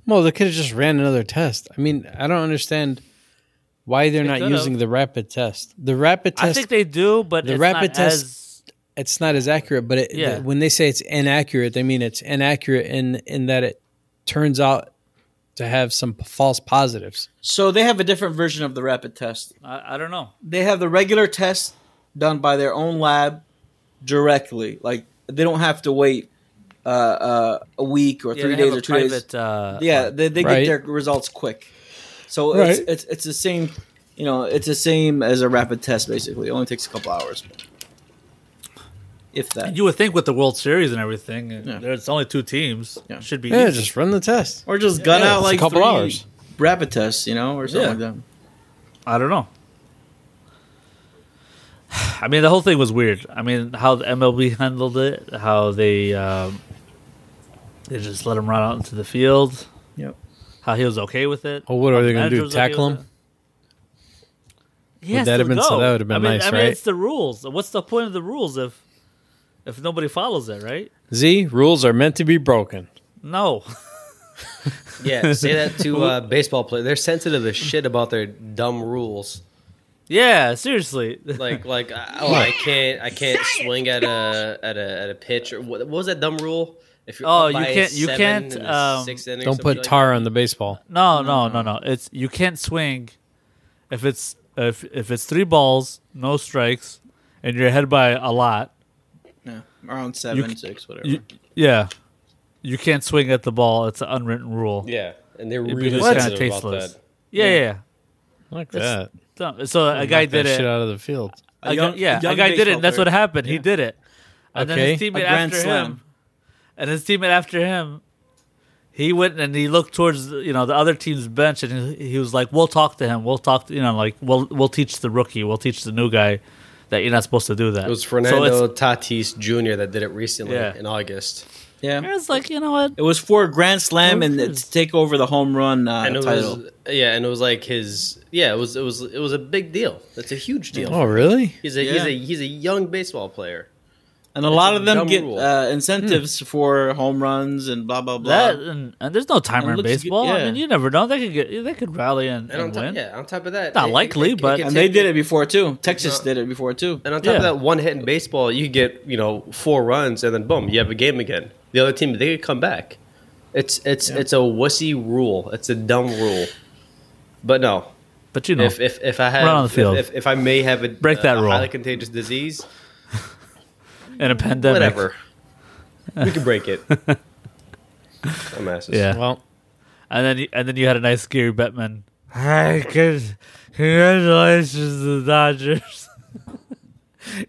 Speaker 1: Well, they could have just ran another test. I mean, I don't understand why they're not
Speaker 2: could've.
Speaker 1: using the rapid test. The rapid
Speaker 2: I
Speaker 1: test,
Speaker 2: think they do, but
Speaker 1: the
Speaker 2: it's
Speaker 1: rapid
Speaker 2: not
Speaker 1: test-
Speaker 2: as-
Speaker 1: it's not as accurate. But it,
Speaker 2: Yeah.
Speaker 1: when they say it's inaccurate, they mean it's inaccurate in in that it turns out to have some p- false positives.
Speaker 4: So they have a different version of the rapid test.
Speaker 2: I, I don't know.
Speaker 4: they have the regular test done by their own lab directly. Like they don't have to wait uh, uh, a week or
Speaker 2: Yeah,
Speaker 4: three
Speaker 2: they have
Speaker 4: days
Speaker 2: a
Speaker 4: or two
Speaker 2: private,
Speaker 4: days.
Speaker 2: Uh,
Speaker 4: Yeah, they, they
Speaker 1: Right.
Speaker 4: get their results quick. So it's,
Speaker 1: Right.
Speaker 4: it's it's the same. You know, it's the same as a rapid test. Basically, it only takes a couple hours, if that.
Speaker 2: You would think with the World Series and everything,
Speaker 4: Yeah.
Speaker 2: there's only two teams.
Speaker 4: Yeah.
Speaker 2: Should be
Speaker 1: Yeah,
Speaker 2: easy.
Speaker 1: just run the test.
Speaker 4: Or just gun
Speaker 1: Yeah,
Speaker 4: out
Speaker 1: it's a
Speaker 4: like
Speaker 1: couple
Speaker 4: three
Speaker 1: hours.
Speaker 4: rapid tests, you know, or something
Speaker 2: Yeah.
Speaker 4: like that.
Speaker 2: I don't know. (sighs) I mean, the whole thing was weird. I mean, how the MLB (laughs) handled it, how they um, they just let him run out into the field.
Speaker 4: Yep.
Speaker 2: How he was okay with it.
Speaker 1: Well, what are they going to
Speaker 2: Manager
Speaker 1: Oh, do?
Speaker 2: was okay
Speaker 1: Tackle
Speaker 2: with
Speaker 1: him?
Speaker 2: it. He has
Speaker 1: that
Speaker 2: to
Speaker 1: have been- so
Speaker 2: go.
Speaker 1: that would have been
Speaker 2: I mean,
Speaker 1: nice,
Speaker 2: I mean,
Speaker 1: right?
Speaker 2: it's the rules. What's the point of the rules if if nobody follows it, right?
Speaker 1: Z rules are meant to be broken.
Speaker 2: No. (laughs)
Speaker 3: Yeah, say that (laughs) to uh, baseball players. They're sensitive as shit about their dumb rules.
Speaker 2: yeah, seriously.
Speaker 3: Like, like I- oh, I can't, I can't swing at a at a at a pitch. Or what, what was that dumb rule? If you're
Speaker 2: Oh,
Speaker 3: up
Speaker 2: you
Speaker 3: by
Speaker 2: can't- you
Speaker 3: seven
Speaker 2: can't,
Speaker 3: in the
Speaker 2: um,
Speaker 3: sixth inning or
Speaker 1: Don't
Speaker 3: something
Speaker 1: put
Speaker 3: like
Speaker 1: tar on the baseball.
Speaker 2: (laughs) No, no,
Speaker 3: mm-hmm.
Speaker 2: no, no. It's you can't swing if it's if if it's three balls, no strikes, and you're ahead by a lot.
Speaker 4: Yeah, around seven,
Speaker 2: c-
Speaker 4: six, whatever.
Speaker 2: You, yeah, you can't swing at the ball. It's an unwritten rule.
Speaker 3: that. Yeah, and they're
Speaker 2: It'd be
Speaker 3: really
Speaker 2: just kinda
Speaker 3: sensitive about
Speaker 2: tasteless.
Speaker 3: that.
Speaker 2: Yeah, yeah. yeah.
Speaker 1: Like
Speaker 2: It's-
Speaker 1: that.
Speaker 2: So- So a guy
Speaker 1: Knock that
Speaker 2: did it.
Speaker 1: shit out of the field.
Speaker 2: A guy-
Speaker 4: young-
Speaker 2: yeah,
Speaker 4: young
Speaker 2: a guy did it.
Speaker 4: baseball
Speaker 2: and That's
Speaker 4: player.
Speaker 2: what happened. He did it, and then his
Speaker 1: Okay.
Speaker 2: teammate
Speaker 4: A grand
Speaker 2: after him,
Speaker 4: slam.
Speaker 2: and his teammate after him, he went and he looked towards you know the other team's bench, and he, he was like, "We'll talk to him. We'll talk. To, you know, like we'll we'll teach the rookie. We'll teach the new guy that you're not supposed to do that."
Speaker 3: It was
Speaker 2: So
Speaker 3: Fernando
Speaker 2: it's,
Speaker 3: Tatis Jr. that did it recently
Speaker 2: Yeah.
Speaker 3: in August.
Speaker 4: yeah.
Speaker 2: it's like you know what?
Speaker 4: It was for a grand slam
Speaker 2: Who
Speaker 4: and
Speaker 2: cares?
Speaker 4: to take over the home run uh,
Speaker 3: and it
Speaker 4: title.
Speaker 3: was yeah, and it was like his yeah, it was it was it was a big deal. That's a huge deal.
Speaker 1: Oh, really?
Speaker 3: He's a he's
Speaker 4: Yeah.
Speaker 3: a he's a young baseball player.
Speaker 4: And a lot of them
Speaker 3: dumb
Speaker 4: get
Speaker 3: rule.
Speaker 4: uh, incentives for home runs and blah blah blah.
Speaker 2: That and, and there's no timer
Speaker 4: And
Speaker 2: in
Speaker 4: looks good-
Speaker 2: baseball. I
Speaker 4: yeah.
Speaker 2: mean, you never know. They could get they could rally and,
Speaker 3: And on
Speaker 2: and
Speaker 3: top,
Speaker 2: win.
Speaker 3: yeah, on top of that,
Speaker 2: Not likely, but-
Speaker 3: could
Speaker 4: and they
Speaker 3: take-
Speaker 4: did it before too. Texas
Speaker 3: Yeah.
Speaker 4: did it before too.
Speaker 3: And on top
Speaker 2: Yeah.
Speaker 3: of that, one hit in baseball, you get you know four runs, and then boom, you have a game again. The other team they could come back. It's it's it's a wussy rule. It's a dumb rule. But no,
Speaker 2: But you know,
Speaker 3: if, if if I have
Speaker 2: Run on the field.
Speaker 3: If, if, if I may have a
Speaker 2: Break that
Speaker 3: a
Speaker 2: rule.
Speaker 3: highly contagious disease,
Speaker 2: in a pandemic, (laughs)
Speaker 3: whatever, we can break it. Dumbasses.
Speaker 2: Yeah.
Speaker 1: Well,
Speaker 2: And then you- and then you had a nice Gary Bettman. Hey, good. Congratulations to the (laughs) Dodgers.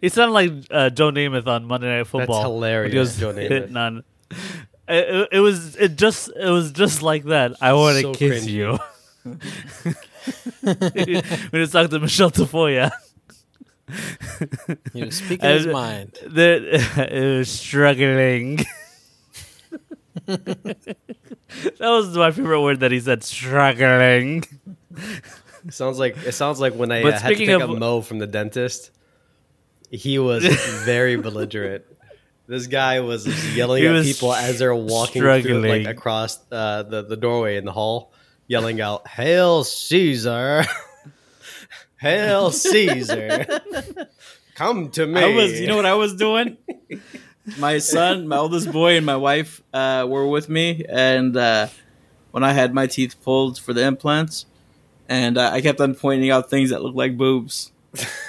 Speaker 2: he sounded like uh, Joe Namath on Monday Night Football.
Speaker 3: hilarious,
Speaker 2: when He was
Speaker 3: Joe Namath.
Speaker 2: hitting on It, it, it was it just it was just like that. I want to
Speaker 3: So
Speaker 2: kiss
Speaker 3: cringy.
Speaker 2: you. (laughs) we just talked to Michelle Tafoya.
Speaker 1: He was speaking his
Speaker 2: I-
Speaker 1: mind.
Speaker 2: There, (laughs) it was struggling. (laughs) that was my favorite word that he said. Struggling.
Speaker 3: It sounds like it sounds like when I
Speaker 2: But
Speaker 3: uh, had to
Speaker 2: speaking
Speaker 3: pick
Speaker 2: of-
Speaker 3: up Mo from the dentist. He was very belligerent. This guy was just yelling
Speaker 2: He
Speaker 3: at
Speaker 2: was
Speaker 3: people as they're walking through,
Speaker 2: struggling.
Speaker 3: like across uh, the the doorway in the hall, yelling out "Hail Caesar! (laughs) Hail Caesar! Come to me!"
Speaker 4: I was, you know what I was doing? (laughs) my son, my oldest boy, and my wife uh, were with me, and uh, when I had my teeth pulled for the implants, and uh, I kept on pointing out things that looked like boobs.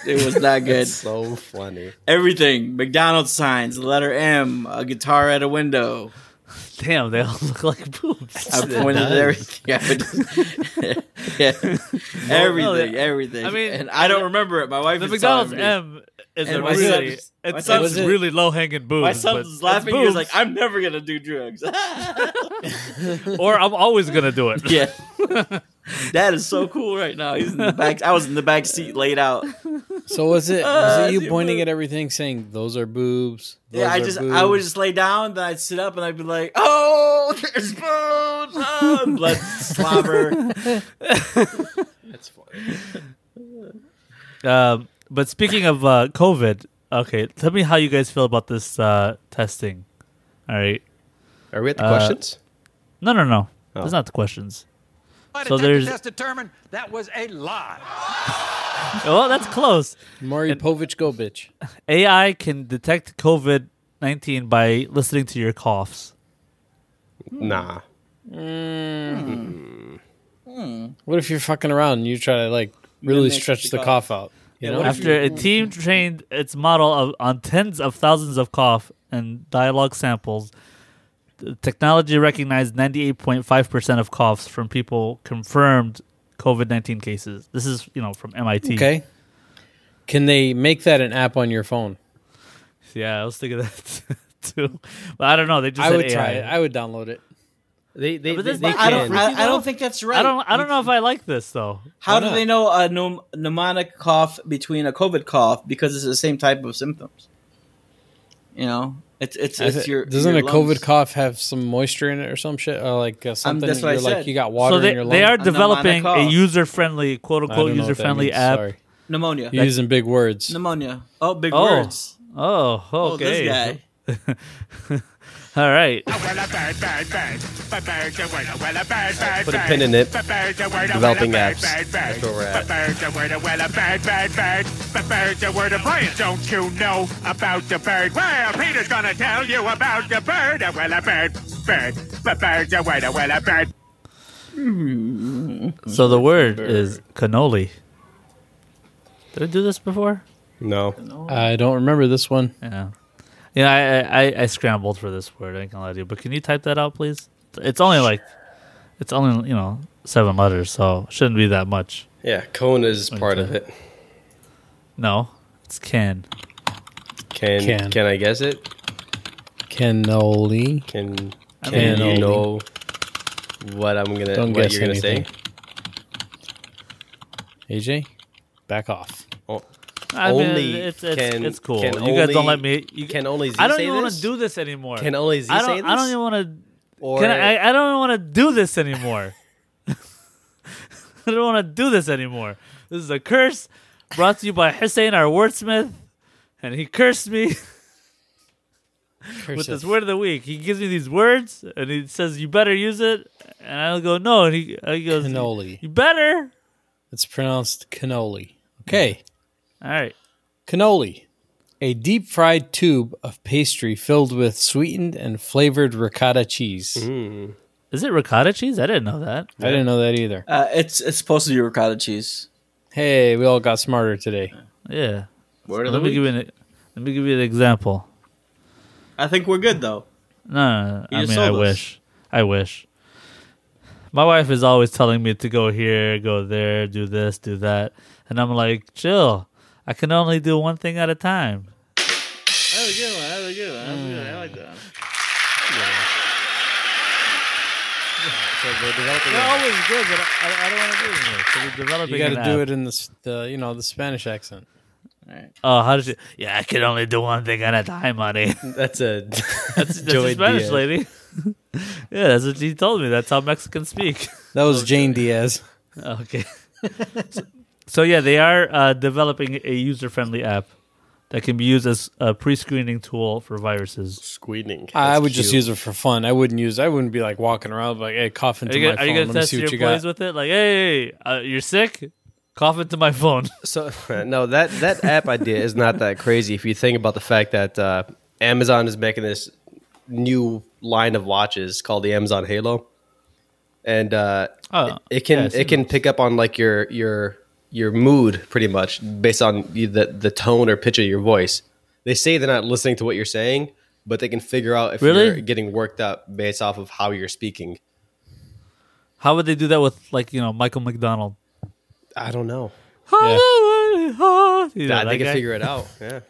Speaker 4: It was (laughs) not good.
Speaker 3: It's so funny.
Speaker 4: Everything McDonald's signs, the letter M, a guitar at a window.
Speaker 2: Damn, they all (laughs) look like boobs. (laughs)
Speaker 4: I pointed at
Speaker 3: does.
Speaker 4: (laughs) everything. I would just- (laughs) yeah. Everything,
Speaker 2: yeah.
Speaker 4: everything.
Speaker 2: I
Speaker 4: I
Speaker 2: mean,
Speaker 4: mean, and I don't remember it. My wife.
Speaker 2: The
Speaker 4: is telling
Speaker 2: McDonald's
Speaker 4: me.
Speaker 2: M is a
Speaker 4: And my
Speaker 2: really,
Speaker 4: son's- my
Speaker 2: it
Speaker 4: son's-
Speaker 2: sounds
Speaker 1: was it-
Speaker 2: really low hanging boobs.
Speaker 4: My
Speaker 2: but
Speaker 4: son's
Speaker 2: it's
Speaker 4: laughing. He was like,
Speaker 2: boobs,
Speaker 4: "I'm never gonna do drugs."
Speaker 2: (laughs)
Speaker 4: (laughs)
Speaker 2: or I'm always gonna do it.
Speaker 4: yeah, (laughs) that is so cool right now. He's in the back. I was in the back seat, laid out.
Speaker 1: So was it
Speaker 4: Uh,
Speaker 1: was it you
Speaker 4: dude,
Speaker 1: pointing
Speaker 4: but-
Speaker 1: at everything, saying those are boobs? Those
Speaker 4: Yeah, I
Speaker 1: are
Speaker 4: just,
Speaker 1: boobs.
Speaker 4: I would just lay down, then I'd sit up, and I'd be like, "Oh, there's boobs, oh, and blood
Speaker 1: (laughs)
Speaker 4: slobber."
Speaker 3: That's funny.
Speaker 2: Um, but speaking of uh, COVID, okay, tell me how you guys feel about this uh, testing. All right.
Speaker 3: Are we at the
Speaker 2: Uh,
Speaker 3: questions?
Speaker 2: No, no, no.
Speaker 3: Oh.
Speaker 2: That's not the questions.
Speaker 5: But
Speaker 2: So
Speaker 5: so
Speaker 2: there's-
Speaker 5: there's test determined that was a lie.
Speaker 2: (laughs) Well, that's close.
Speaker 1: Mari Povich go bitch.
Speaker 2: AI can detect COVID 19 by listening to your coughs.
Speaker 3: Nah.
Speaker 1: What if you're fucking around and you try to like really
Speaker 4: Mimic
Speaker 1: stretch
Speaker 4: the
Speaker 1: the cough out? You know,
Speaker 2: After a
Speaker 1: (laughs)
Speaker 2: team trained its model of, on tens of thousands of cough and dialogue samples, the technology recognized 98.5% of coughs from people confirmed COVID 19 cases. This is, you know, from MIT.
Speaker 1: okay. Can they make that an app on your phone?
Speaker 2: Yeah, I was thinking that (laughs) too. But I don't know. They just
Speaker 1: I
Speaker 2: said
Speaker 1: would
Speaker 2: AI.
Speaker 1: try it. I would download it.
Speaker 3: They they,
Speaker 2: But
Speaker 3: they,
Speaker 2: this-
Speaker 3: they
Speaker 2: but
Speaker 4: I don't,
Speaker 3: can.
Speaker 4: I, I don't think that's right.
Speaker 2: I don't. I don't know if I like this though.
Speaker 4: How
Speaker 1: Why
Speaker 4: do
Speaker 1: not?
Speaker 4: they know a pneum- mnemonic cough between a COVID cough because it's the same type of symptoms? You know, it's it's,
Speaker 1: I
Speaker 4: it's
Speaker 1: th-
Speaker 4: your
Speaker 1: Doesn't
Speaker 4: your
Speaker 1: a COVID
Speaker 4: lungs. Um,
Speaker 1: cough have some moisture in it or some shit? Or like uh, something
Speaker 4: that's what I
Speaker 1: you're like
Speaker 4: said.
Speaker 1: you got water
Speaker 2: so they,
Speaker 1: in your lungs.
Speaker 2: they are
Speaker 4: know
Speaker 2: developing a
Speaker 4: Monaco.
Speaker 2: user-friendly, quote
Speaker 1: I don't know
Speaker 2: unquote,
Speaker 1: what that
Speaker 2: user-friendly
Speaker 1: means.
Speaker 2: app.
Speaker 1: Sorry.
Speaker 4: pneumonia?
Speaker 1: You're using big words.
Speaker 4: Pneumonia. Oh, big
Speaker 2: Oh,
Speaker 4: words.
Speaker 2: Oh,
Speaker 4: Oh,
Speaker 2: okay.
Speaker 4: this guy.
Speaker 2: (laughs) All right.
Speaker 5: Put
Speaker 3: Put a pin in it.
Speaker 5: Developing
Speaker 3: apps. That's where we're at.
Speaker 5: The word of life. Don't you know about the bird? Well, Peter's gonna tell you about the bird. Uh, Well, a bird, bird, a bird, a well, a well, a bird.
Speaker 2: So the word is cannoli. Did I do this before?
Speaker 3: No.
Speaker 1: I don't remember this one.
Speaker 2: Yeah. Yeah, I, I- I, I scrambled for this word. I ain't gonna lie to you. But can you type that out, please? It's only like, it's only you know seven letters, so shouldn't be that much.
Speaker 3: Yeah, cone is part of it.
Speaker 2: No, it's can.
Speaker 3: Can,
Speaker 1: Can.
Speaker 3: can I guess it?
Speaker 1: Cannoli.
Speaker 3: Can can
Speaker 2: mean,
Speaker 3: you
Speaker 1: you-
Speaker 3: know what I'm gonna
Speaker 1: Don't
Speaker 3: what
Speaker 1: guess
Speaker 3: you're gonna
Speaker 1: anything.
Speaker 3: say?
Speaker 1: AJ, back off.
Speaker 3: Oh,
Speaker 2: I mean,
Speaker 3: Only
Speaker 2: it's, it's,
Speaker 3: can-
Speaker 2: it's cool. You
Speaker 3: can
Speaker 2: guys don't
Speaker 3: only-
Speaker 2: let me. You,
Speaker 3: can only Z
Speaker 2: I don't
Speaker 3: say
Speaker 2: even want
Speaker 3: this?
Speaker 2: to do this anymore.
Speaker 3: Can only Z
Speaker 2: I don't.
Speaker 3: say
Speaker 2: I don't
Speaker 3: this?
Speaker 2: even want to.
Speaker 3: or
Speaker 2: Can I? I- I don't want to do this anymore. (laughs) I don't want to do this anymore. This is a curse brought to you by Hussein, our wordsmith, and he cursed
Speaker 4: (laughs)
Speaker 2: me with this word of the week. He gives me these words and he says, "You better use it," and I'll go, "No," and he, uh, he goes,
Speaker 1: Cannoli.
Speaker 2: "You better."
Speaker 1: It's pronounced cannoli. Okay.
Speaker 2: All right.
Speaker 1: Cannoli, a deep fried tube of pastry filled with sweetened and flavored ricotta cheese.
Speaker 4: Mm,
Speaker 2: Is it ricotta cheese? I didn't know that.
Speaker 1: I didn't know that either.
Speaker 4: Uh, it's it's supposed to be ricotta cheese.
Speaker 1: Hey, we all got smarter today.
Speaker 2: Yeah.
Speaker 4: Word of the
Speaker 2: Let me
Speaker 4: week.
Speaker 2: give you an let me give you an example.
Speaker 4: I think we're good though.
Speaker 2: No, no, no.
Speaker 4: You
Speaker 2: I
Speaker 4: just
Speaker 2: mean,
Speaker 4: sold
Speaker 2: I
Speaker 4: us.
Speaker 2: wish. I wish. My wife is always telling me to go here, go there, do this, do that, and I'm like, chill. I can only do one thing at a time.
Speaker 4: That was a good one. That was a good one. That was good. I like that.
Speaker 2: so we're developing. They're always good, but I, I don't want to do it anymore. So we're developing.
Speaker 1: You got
Speaker 2: an
Speaker 1: to do
Speaker 2: app.
Speaker 1: it in the, s- the you know the Spanish accent.
Speaker 2: Oh, how does she? Yeah, I can only do one thing at a time, honey. (laughs)
Speaker 3: That's a (laughs)
Speaker 2: That's, that's a Spanish lady. (laughs) yeah, that's what she told me. That's how Mexicans speak. (laughs)
Speaker 1: That was Jane Diaz.
Speaker 2: okay. (laughs) so, so yeah, they are uh, developing a user-friendly app that can be used as a pre-screening tool for viruses.
Speaker 3: Squealing.
Speaker 1: I would just use it for fun. I wouldn't use. I wouldn't be like walking around like, hey, cough
Speaker 2: Are
Speaker 1: into
Speaker 2: you
Speaker 1: my
Speaker 2: gonna, are you
Speaker 1: phone.
Speaker 2: gonna
Speaker 1: Let me
Speaker 2: test
Speaker 1: see
Speaker 2: your
Speaker 1: what you
Speaker 2: employees
Speaker 1: got.
Speaker 2: with it? Like, hey, uh, you're sick? Cough into my phone. (laughs)
Speaker 3: (laughs) So Uh, no, that that app idea is not that crazy if you think about the fact that uh, Amazon is making this new line of watches called the Amazon Halo, and uh,
Speaker 2: Oh,
Speaker 3: it, it can
Speaker 2: yeah, I've
Speaker 3: it
Speaker 2: seen
Speaker 3: can pick up on like your your your mood pretty much based on you- the the tone or pitch of your voice. They say they're not listening to what you're saying, but they can figure out if
Speaker 2: Really?
Speaker 3: you're getting worked up based off of how you're speaking.
Speaker 2: How would they do that with like you know Michael McDonald?
Speaker 3: I don't know.
Speaker 2: You know,
Speaker 3: I
Speaker 2: that
Speaker 3: they can
Speaker 2: guy?
Speaker 3: figure
Speaker 2: (laughs)
Speaker 3: it out. Yeah.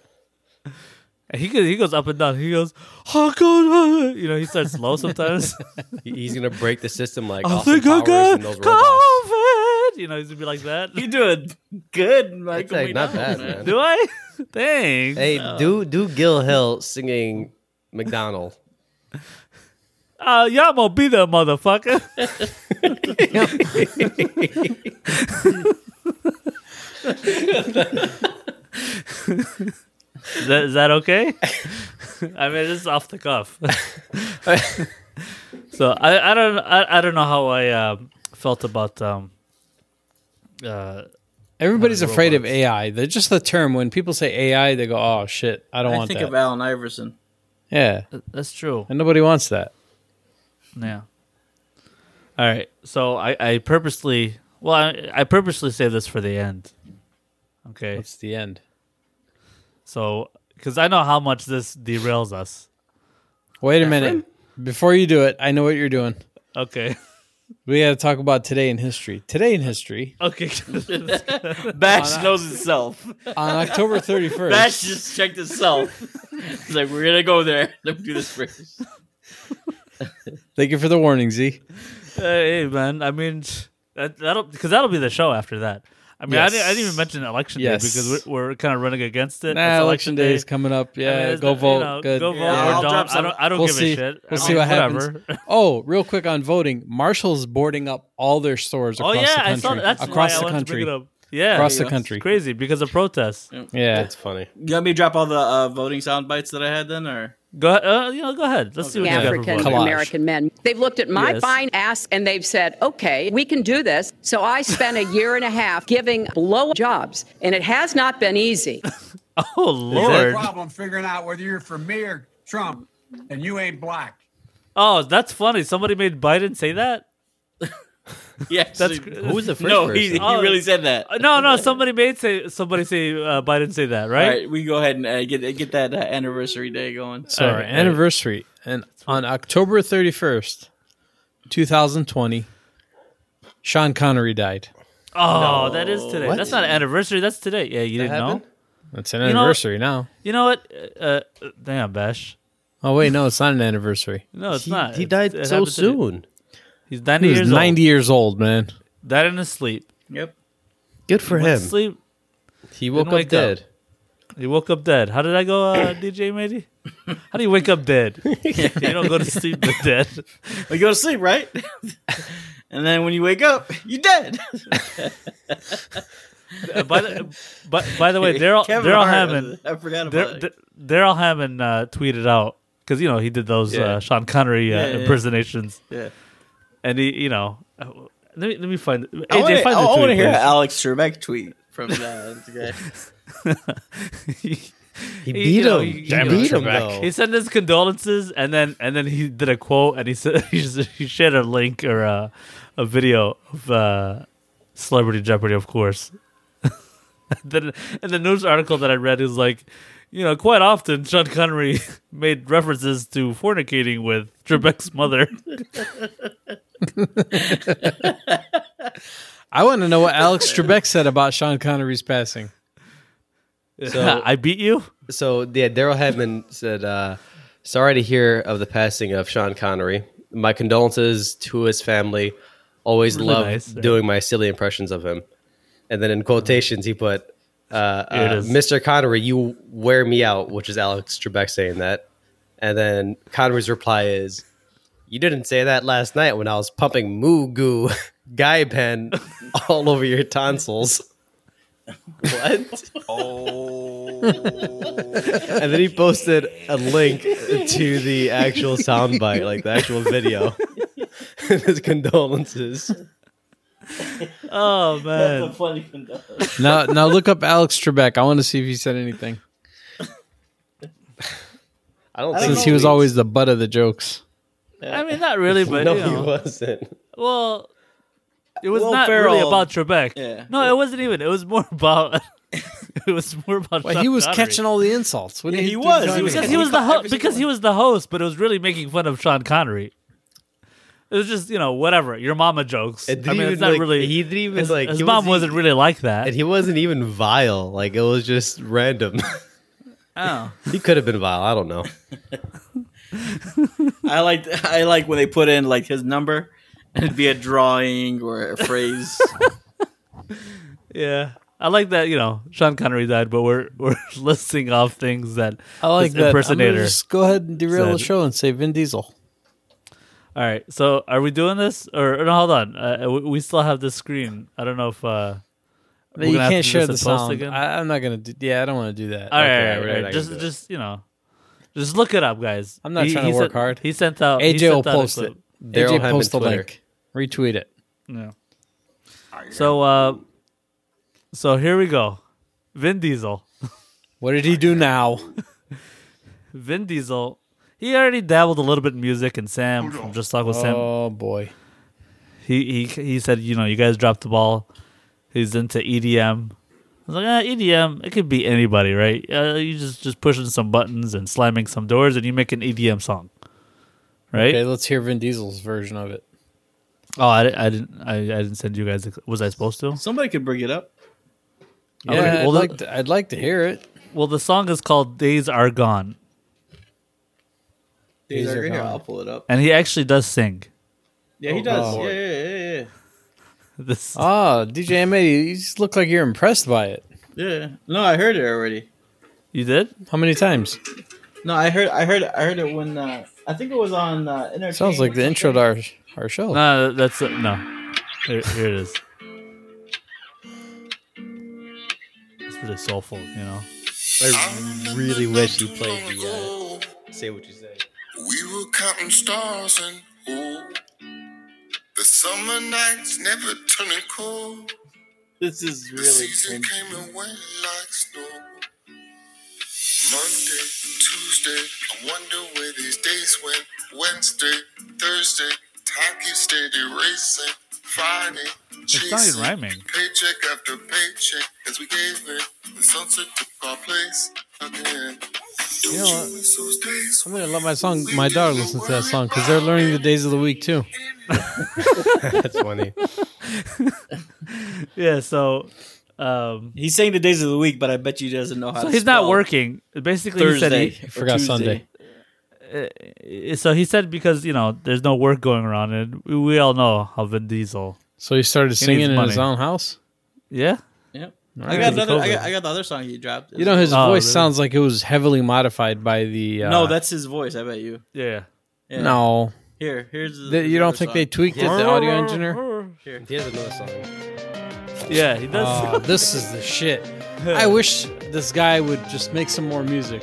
Speaker 2: He goes, he goes up and down. He goes, how good? You know, he starts
Speaker 3: (laughs)
Speaker 2: low sometimes.
Speaker 3: He- He's gonna break the system
Speaker 2: (laughs)
Speaker 3: like
Speaker 2: I
Speaker 3: Austin
Speaker 2: think I
Speaker 3: Powers
Speaker 2: got
Speaker 3: and those robots.
Speaker 2: COVID. You know, he's gonna be like that.
Speaker 4: You do it
Speaker 2: (laughs)
Speaker 4: good,
Speaker 3: It's
Speaker 4: Michael.
Speaker 3: like not bad, man.
Speaker 2: Do I? (laughs) Thanks.
Speaker 3: Hey, do do Gil Hill singing McDonald.
Speaker 2: Uh, y'all gonna be there, motherfucker. is, that, is that okay? I mean, this is off the cuff. so I, I don't I, I don't know how I um, felt about um uh
Speaker 1: Everybody's afraid of AI. They're just the term. When people say AI, they go, "Oh shit, I don't
Speaker 4: I
Speaker 1: want
Speaker 4: think
Speaker 1: that."
Speaker 4: of Allen Iverson.
Speaker 1: yeah,
Speaker 2: that's true.
Speaker 1: and nobody wants that.
Speaker 2: Yeah. All right. So I, I purposely well I, I purposely say this for the end. Okay.
Speaker 1: That's the end.
Speaker 2: So because I know how much this derails us.
Speaker 1: Wait a minute. Before you do it, I know what you're doing. (laughs)
Speaker 2: Okay.
Speaker 1: We got to talk about today in history. Today in history,
Speaker 2: Okay.
Speaker 4: (laughs) Bash knows itself.
Speaker 1: on
Speaker 2: (laughs)
Speaker 1: October 31st.
Speaker 4: Bash just checked (laughs) itself. He's like, we're gonna go there. (laughs) Let me do this first.
Speaker 1: Thank you for the warning, Z.
Speaker 2: (laughs) hey man. I mean that that'll because that'll be the show after that. I mean I, didn't, I didn't even
Speaker 1: Yes.
Speaker 2: mention election
Speaker 1: Yes.
Speaker 2: day because we're, we're kind of running against it.
Speaker 1: Nah,
Speaker 2: It's
Speaker 1: election day is coming up.
Speaker 2: I mean,
Speaker 1: Yeah,
Speaker 2: it's
Speaker 1: go
Speaker 2: not- you
Speaker 1: vote.
Speaker 2: know,
Speaker 1: Good.
Speaker 2: Go vote
Speaker 4: Yeah,
Speaker 2: or
Speaker 4: I'll drop
Speaker 2: don't. I
Speaker 4: some-
Speaker 2: don't. I don't
Speaker 1: We'll
Speaker 2: give
Speaker 1: see.
Speaker 2: a shit. I
Speaker 1: We'll
Speaker 2: mean,
Speaker 1: see what
Speaker 2: whatever.
Speaker 1: happens. Oh, real quick on voting, Marshall's boarding up all their stores
Speaker 2: Oh
Speaker 1: across
Speaker 2: yeah,
Speaker 1: the country.
Speaker 2: I saw that. That's
Speaker 1: across
Speaker 2: why I
Speaker 1: the
Speaker 2: wanted to bring
Speaker 1: country.
Speaker 2: it up. Yeah,
Speaker 1: Across the
Speaker 4: Yeah.
Speaker 1: country.
Speaker 2: It's crazy because of protests.
Speaker 1: Yeah.
Speaker 3: That's funny.
Speaker 4: You want me to drop all the uh, voting sound bites that I had then, or
Speaker 2: Go uh, you know, go ahead. Let's see what you got for
Speaker 8: African
Speaker 2: voting.
Speaker 1: Collage.
Speaker 8: American men. They've looked at my
Speaker 2: Yes.
Speaker 8: fine ass and they've said, okay, we can do this. So I spent a year and a half giving blow jobs, and it has not been easy.
Speaker 2: Oh lord.
Speaker 9: problem figuring out whether you're for me or Trump, and you ain't black.
Speaker 2: Oh, that's funny. Somebody made Biden say that.
Speaker 4: (laughs) yeah?
Speaker 2: That's
Speaker 4: so-
Speaker 2: who (laughs)
Speaker 3: was the first
Speaker 4: no. (laughs) He, he
Speaker 2: Oh.
Speaker 4: really said that. All
Speaker 2: No, no. Somebody made say. Somebody say uh, Biden say that, right?
Speaker 4: right, we can go ahead and uh, get get that uh, anniversary day going.
Speaker 1: So our
Speaker 2: Alright, alright.
Speaker 1: anniversary, and on October 31st, 2020, Sean Connery died.
Speaker 2: Oh, that is today. That's not an anniversary. That's today. Yeah, you didn't know.
Speaker 3: happened?
Speaker 1: That's an
Speaker 2: know-
Speaker 1: anniversary now.
Speaker 2: You know what? Uh, uh, damn, Bash.
Speaker 1: Oh wait, no, it's not an anniversary.
Speaker 2: No, it's
Speaker 3: he,
Speaker 2: not.
Speaker 3: he
Speaker 2: It-
Speaker 3: died
Speaker 2: it
Speaker 3: so
Speaker 2: happened today.
Speaker 3: soon.
Speaker 2: He's ninety
Speaker 1: He was
Speaker 2: years
Speaker 1: 90 years old, man.
Speaker 2: old. Died in his sleep.
Speaker 4: Yep.
Speaker 3: Good for him.
Speaker 2: Sleep.
Speaker 3: He woke
Speaker 2: Didn't
Speaker 3: up
Speaker 2: wake up.
Speaker 3: dead.
Speaker 2: He woke up dead. How did I go, uh, (laughs) DJ Matey? How do you wake up
Speaker 3: (laughs)
Speaker 2: dead? you don't go to sleep but dead.
Speaker 4: We go to sleep, right? (laughs) and then when you wake up, you dead.
Speaker 2: Uh, by, the, by, by the way, Daryl
Speaker 4: Kevin
Speaker 2: Daryl
Speaker 4: Hart,
Speaker 2: Hammond.
Speaker 4: I forgot about
Speaker 2: Dar-
Speaker 4: it.
Speaker 2: Dar- Daryl Hammond uh, tweeted out because you know he did those
Speaker 3: Yeah.
Speaker 2: uh, Sean Connery uh,
Speaker 4: Yeah, yeah, yeah.
Speaker 2: impersonations,
Speaker 4: Yeah.
Speaker 2: and he, you know, uh, let me let me find. AJ,
Speaker 4: I wanna-
Speaker 2: find
Speaker 4: I
Speaker 2: the
Speaker 4: want to
Speaker 2: tweet,
Speaker 4: hear an
Speaker 2: please.
Speaker 4: Alex Trebek tweet from that guy.
Speaker 2: (laughs) he,
Speaker 3: He
Speaker 2: he-
Speaker 3: beat
Speaker 2: you
Speaker 3: him.
Speaker 2: know,
Speaker 3: he,
Speaker 2: he- you know,
Speaker 3: beat him
Speaker 2: He
Speaker 3: though.
Speaker 2: sent his condolences, and then and then he did a quote, and he said (laughs) he, s- he shared a link or a, a video of uh, Celebrity Jeopardy, of course. (laughs) then in the news article that I read, is like, you know, quite often Sean Connery (laughs) made references to fornicating with Trebek's mother.
Speaker 1: I want to know what Alex Trebek said about Sean Connery's passing.
Speaker 2: So (laughs) I beat you.
Speaker 3: So yeah, Daryl Hammond said, uh, "Sorry to hear of the passing of Sean Connery. my condolences to his family. Always
Speaker 2: Really
Speaker 3: loved
Speaker 2: nice, yeah.
Speaker 3: doing my silly impressions of him. And then in quotations, he put, uh,
Speaker 2: Here it
Speaker 3: uh,
Speaker 2: is.
Speaker 3: Mr. Connery, you wear me out, which is Alex Trebek saying that. And then Connery's reply is, You didn't say that last night when I was pumping moo goo (laughs) guy pen (laughs) all over your tonsils. What? Oh. and then he posted a link to the actual soundbite, like the actual video. (laughs) His condolences.
Speaker 2: Oh
Speaker 4: That's a
Speaker 2: man,
Speaker 4: funny condolences.
Speaker 1: Now, now look up Alex Trebek. I want to see if he said anything
Speaker 3: I don't
Speaker 4: I
Speaker 3: think
Speaker 4: don't
Speaker 1: since he was
Speaker 3: tweets.
Speaker 1: always the butt of the jokes.
Speaker 2: I mean not really, but
Speaker 3: (laughs) No,
Speaker 2: you
Speaker 3: he
Speaker 2: know.
Speaker 3: wasn't.
Speaker 2: Well, it was
Speaker 4: Will
Speaker 2: not really
Speaker 4: Ferrell.
Speaker 2: about Trebek.
Speaker 4: Yeah.
Speaker 2: No, it wasn't even. It was more about. (laughs) it was more about.
Speaker 1: Well, he was catching all the insults. What
Speaker 4: Yeah,
Speaker 1: did
Speaker 4: he was.
Speaker 1: do?
Speaker 4: He was
Speaker 2: because
Speaker 4: catching-
Speaker 2: he was the
Speaker 4: caught
Speaker 2: ho-
Speaker 4: every
Speaker 2: because
Speaker 4: single
Speaker 2: he was the host, but it was really making fun of Sean Connery. It was just you know whatever your mama jokes. I
Speaker 3: It didn't
Speaker 2: mean,
Speaker 3: even,
Speaker 2: it's not
Speaker 3: like-
Speaker 2: really.
Speaker 3: he didn't even,
Speaker 2: his,
Speaker 3: like,
Speaker 2: his
Speaker 3: he
Speaker 2: mom
Speaker 3: wasn't
Speaker 2: wasn't really like that.
Speaker 3: And he wasn't even vile. Like it was just random. (laughs)
Speaker 2: oh,
Speaker 3: he could have been vile. I don't know.
Speaker 4: I like I like when they put in like his number and it'd be a drawing or
Speaker 1: (laughs)
Speaker 4: a phrase.
Speaker 2: yeah. I like that, you know, Sean Connery died, but we're (laughs) we're listing off things that
Speaker 1: I like
Speaker 2: this
Speaker 1: that. I'm gonna
Speaker 2: impersonator.
Speaker 1: Just go ahead and derail the
Speaker 2: said-
Speaker 1: show and say Vin Diesel.
Speaker 2: All right, so are we doing this or no? Hold on, uh, we, we still have this screen. I don't know if uh, we're
Speaker 1: you
Speaker 2: gonna have
Speaker 1: can't
Speaker 2: to do
Speaker 1: share
Speaker 2: this
Speaker 1: the
Speaker 2: in post
Speaker 1: sound.
Speaker 2: again?
Speaker 1: I, I'm not gonna do. Yeah, I don't want to do that.
Speaker 2: All right,
Speaker 3: Okay,
Speaker 2: all
Speaker 3: we're
Speaker 2: right, all
Speaker 3: not
Speaker 2: right.
Speaker 3: gonna
Speaker 2: just
Speaker 3: do it.
Speaker 2: just you know, just look it up, guys.
Speaker 1: I'm not trying to
Speaker 2: sent-
Speaker 1: work hard.
Speaker 2: He sent out he
Speaker 1: AJ will
Speaker 2: sent out a
Speaker 1: post
Speaker 2: clip.
Speaker 1: it.
Speaker 3: Daryl
Speaker 1: AJ
Speaker 3: Hammond
Speaker 1: post the
Speaker 3: Twitter.
Speaker 1: link. Retweet it.
Speaker 2: Yeah. So uh, so here we go. Vin Diesel.
Speaker 1: What did he do now?
Speaker 2: Vin Diesel. He already dabbled a little bit in music and Sam from Just Talk with Sam.
Speaker 1: Oh boy.
Speaker 2: he he he said, you know, you guys dropped the ball. He's into EDM. I was like, ah, EDM. It could be anybody, right? Uh, you just just pushing some buttons and slamming some doors, and you make an EDM song, right?
Speaker 1: Okay, let's hear Vin Diesel's version of it.
Speaker 2: Oh, I, di- I didn't. I, I didn't send you guys. Was I supposed to?
Speaker 4: Somebody could bring it up.
Speaker 1: Yeah,
Speaker 2: Okay,
Speaker 1: I'd,
Speaker 2: well,
Speaker 1: like
Speaker 2: the-
Speaker 1: to, I'd like to hear it.
Speaker 2: Well, the song is called "Days Are Gone,"
Speaker 4: These
Speaker 1: are
Speaker 4: are here.
Speaker 1: gone.
Speaker 4: I'll pull it
Speaker 1: Oh,
Speaker 4: up.
Speaker 2: and he actually does sing. (laughs)
Speaker 4: Yeah, he does. Yeah, yeah, yeah, yeah.
Speaker 2: This
Speaker 1: Ah, DJ MA, you just look like you're impressed by it.
Speaker 4: Yeah. No, I heard it already.
Speaker 2: you did?
Speaker 1: How many times?
Speaker 4: No, I heard I heard I heard it when uh, I think it was on uh, Entertainment.
Speaker 1: Sounds like the intro to our, our show.
Speaker 2: No, that's it. no. Here, here it is. It's really soulful, you know.
Speaker 3: I really wish he played the uh, say what you say.
Speaker 7: We were counting stars and oh, the summer nights never turning cold.
Speaker 4: This is
Speaker 7: The
Speaker 4: really
Speaker 7: season
Speaker 4: cringy.
Speaker 7: came and went like snow. Monday, Tuesday, I wonder where these days went. Wednesday, Thursday, time keeps steady racing. Friday,
Speaker 2: It's not even
Speaker 7: chasing
Speaker 2: rhyming.
Speaker 7: Paycheck after paycheck, as we gave it, the sunset took our place again. Don't you
Speaker 1: know what?
Speaker 7: miss those days
Speaker 1: I'm gonna let my song, my daughter listen to that song because they're learning the days of the week too.
Speaker 3: (laughs) That's funny.
Speaker 2: Yeah. So, um,
Speaker 4: He's saying the days of the week, but I bet you he doesn't know how.
Speaker 2: so
Speaker 4: to
Speaker 2: he's not
Speaker 4: spell
Speaker 2: working. Basically,
Speaker 4: Thursday.
Speaker 2: he said
Speaker 1: I
Speaker 4: or
Speaker 1: forgot
Speaker 4: Tuesday.
Speaker 1: Sunday.
Speaker 2: he, so he said because you know there's no work going around, and we, we all know how Vin Diesel.
Speaker 1: So he started singing in his
Speaker 2: money.
Speaker 1: own house.
Speaker 2: Yeah.
Speaker 4: Yep. I
Speaker 1: Alright.
Speaker 4: got another. I
Speaker 2: COVID.
Speaker 4: got, I got the other song he dropped.
Speaker 1: You know his
Speaker 2: Oh,
Speaker 1: voice
Speaker 2: really?
Speaker 1: sounds like it was heavily modified by the. Uh,
Speaker 4: no, that's his voice. I bet you.
Speaker 2: Yeah.
Speaker 4: Yeah.
Speaker 1: no.
Speaker 4: Here, here's. The,
Speaker 1: Th- you don't think they
Speaker 4: they
Speaker 1: tweaked it? The audio engineer.
Speaker 3: He has another song.
Speaker 2: Yeah, he does.
Speaker 1: Oh, this is the (laughs) shit. I wish this guy would just make some more music.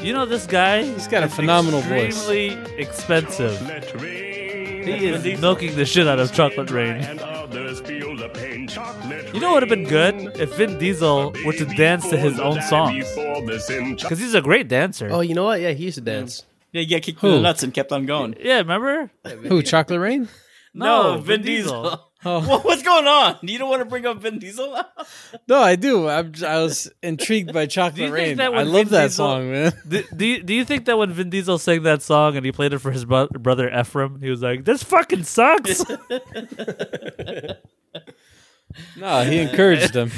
Speaker 2: you know this guy?
Speaker 1: He's got a phenomenal voice.
Speaker 2: extremely expensive.
Speaker 5: Let rain
Speaker 2: He is milking the shit out of Chocolate Rain.
Speaker 5: and others feel the pain. Chocolate
Speaker 2: You know what would have been
Speaker 5: rain.
Speaker 2: good if Vin Diesel were to dance to his own songs because he's a great dancer.
Speaker 3: Oh, you know what? Yeah, he used to dance.
Speaker 4: They get kicked
Speaker 1: Who?
Speaker 4: in the nuts and kept on going.
Speaker 2: Yeah, remember?
Speaker 1: Who? Chocolate Rain?
Speaker 2: Oh,
Speaker 4: No, Vin, Diesel.
Speaker 1: Oh.
Speaker 4: (laughs) What- what's going on? You don't want to bring up Vin Diesel? (laughs)
Speaker 1: No, I do. I'm, j- I was intrigued (laughs) by
Speaker 2: Do you
Speaker 1: Chocolate
Speaker 2: think
Speaker 1: Rain.
Speaker 2: that
Speaker 1: I
Speaker 2: when
Speaker 1: love
Speaker 2: Vin
Speaker 1: that
Speaker 2: Diesel-
Speaker 1: song, (laughs) man.
Speaker 2: Do, do, you, do you think that when Vin Diesel sang that song and he played it for his bro- brother Ephraim, he was like, "This fucking
Speaker 4: (laughs)
Speaker 2: sucks." (laughs)
Speaker 1: No, he encouraged (laughs) them.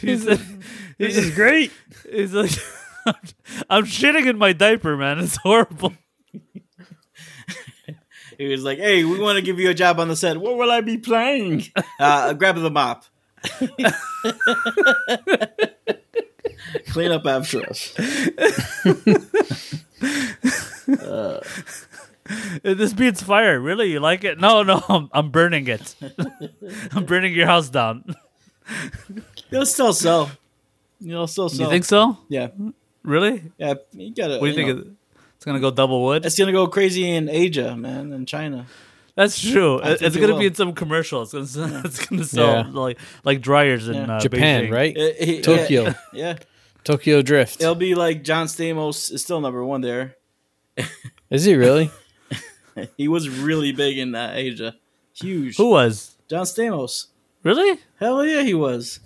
Speaker 2: he's like, he's just great. (laughs) He's like, I'm, shitting in my diaper, man. It's horrible.
Speaker 4: He was like, "Hey, we want to give you a job on the set. What will I
Speaker 2: (laughs)
Speaker 4: be playing? Uh, grab the mop, clean up after us."
Speaker 2: This beats fire. Really? You like it? No, no. (laughs) I'm, I'm burning it. I'm burning your house down.
Speaker 4: You'll still sell. You'll still sell.
Speaker 2: You think so?
Speaker 4: Yeah,
Speaker 2: Really?
Speaker 4: yeah. You gotta.
Speaker 2: What do you think?
Speaker 4: know,
Speaker 2: it- It's gonna go double wood.
Speaker 4: It's gonna go crazy in Asia, man, and China.
Speaker 2: That's true.
Speaker 4: I think
Speaker 2: It's
Speaker 4: it
Speaker 2: gonna
Speaker 4: will.
Speaker 2: be in some commercials. (laughs) It's, it's gonna sell
Speaker 1: Yeah.
Speaker 2: like like dryers in
Speaker 4: Yeah.
Speaker 2: uh,
Speaker 1: Japan,
Speaker 2: Beijing.
Speaker 1: right?
Speaker 4: Eh, eh, yeah,
Speaker 1: Tokyo,
Speaker 2: (laughs)
Speaker 4: Yeah,
Speaker 1: Tokyo Drift.
Speaker 4: it'll be like John Stamos is still number one there.
Speaker 1: Is he really?
Speaker 4: He was really big in uh, Asia, huge.
Speaker 2: Who was?
Speaker 4: John Stamos.
Speaker 2: Really?
Speaker 4: Hell yeah, he was.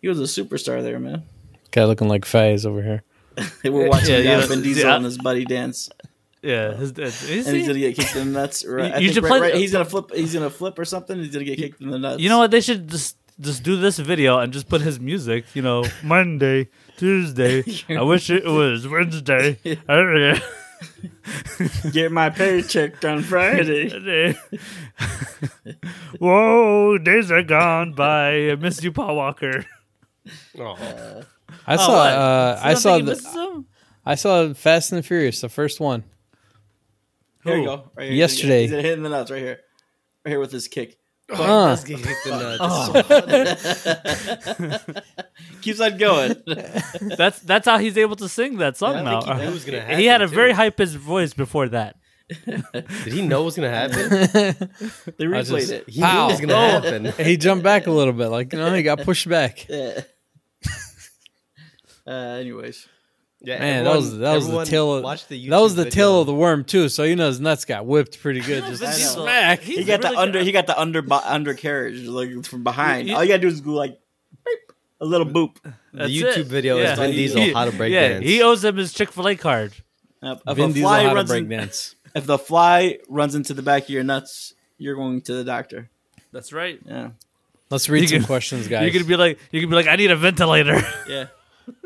Speaker 4: He was a superstar there, man.
Speaker 1: Guy looking like Faz over here.
Speaker 4: They were watching
Speaker 2: Yeah,
Speaker 4: the guy
Speaker 2: yeah,
Speaker 4: Vin Diesel
Speaker 2: yeah.
Speaker 4: and his buddy dance,
Speaker 2: Yeah. His, is
Speaker 4: and
Speaker 2: he?
Speaker 4: he's gonna get kicked in the nuts. Right,
Speaker 2: (laughs)
Speaker 4: I
Speaker 2: You
Speaker 4: think
Speaker 2: should
Speaker 4: right-
Speaker 2: play-
Speaker 4: right- he's gonna flip. He's gonna flip or something. He's gonna get kicked in the nuts.
Speaker 2: You know what? They should just just do this video and just put his music. You
Speaker 4: (laughs)
Speaker 2: know, Monday, Tuesday. I wish it was
Speaker 4: (laughs)
Speaker 2: Wednesday. I
Speaker 4: Get my paycheck
Speaker 2: (laughs)
Speaker 4: on Friday.
Speaker 2: don't know. (laughs) Whoa, days are gone by. I miss you, Paul Walker.
Speaker 3: Oh.
Speaker 1: I saw.
Speaker 2: Oh, what?
Speaker 1: Uh,
Speaker 2: You
Speaker 1: I
Speaker 2: don't
Speaker 1: saw.
Speaker 2: think he
Speaker 1: The,
Speaker 2: misses him?
Speaker 1: I saw Fast and the Furious, the first one.
Speaker 4: Here you go. Right here.
Speaker 1: Yesterday.
Speaker 4: he's gonna hit in the nuts right here, right here with his kick.
Speaker 2: Oh,
Speaker 1: Uh,
Speaker 3: (laughs) Oh.
Speaker 1: (laughs)
Speaker 4: Keeps on going.
Speaker 2: That's that's how he's able to sing that song
Speaker 4: Yeah, I think
Speaker 2: now.
Speaker 3: was gonna
Speaker 2: (laughs)
Speaker 3: happen.
Speaker 2: He had a
Speaker 3: too.
Speaker 2: very high pitched voice before that.
Speaker 3: Did he know it was gonna happen? (laughs)
Speaker 4: They replayed
Speaker 1: just-
Speaker 4: it.
Speaker 3: He knew it was
Speaker 1: Ow.
Speaker 3: gonna
Speaker 1: (laughs)
Speaker 3: happen.
Speaker 1: he jumped back a little bit, like you know, he got pushed
Speaker 2: (laughs)
Speaker 1: back.
Speaker 4: Yeah. (laughs) uh, anyways,
Speaker 3: Yeah,
Speaker 1: Man, that was that was the tail. Of, that was the tail of the worm too. So you know his nuts got whipped pretty
Speaker 2: (laughs)
Speaker 1: good. Just
Speaker 4: I know.
Speaker 1: smack.
Speaker 4: he
Speaker 2: He's
Speaker 4: got
Speaker 2: really
Speaker 4: the under.
Speaker 2: good.
Speaker 4: He got the under undercarriage like from behind.
Speaker 2: You- you-
Speaker 4: All you gotta do is go like boop, a little boop.
Speaker 2: That's
Speaker 3: the YouTube
Speaker 2: it.
Speaker 3: video
Speaker 2: Yeah.
Speaker 3: is Vin Diesel
Speaker 2: He-
Speaker 3: how to break
Speaker 2: yeah,
Speaker 3: dance.
Speaker 2: he owes him his Chick Fil A card.
Speaker 4: Yep. If
Speaker 1: Vin
Speaker 4: a
Speaker 1: Diesel
Speaker 4: fly
Speaker 1: how to
Speaker 4: runs
Speaker 1: break
Speaker 4: in,
Speaker 1: dance.
Speaker 4: if the fly runs into the back of your nuts, you're going to the doctor.
Speaker 2: That's right.
Speaker 4: Yeah,
Speaker 1: (laughs) Let's read
Speaker 2: You
Speaker 1: some
Speaker 2: can-
Speaker 1: questions,
Speaker 2: You
Speaker 1: guys.
Speaker 2: could be like, you could be like, I need a (laughs) ventilator.
Speaker 4: yeah.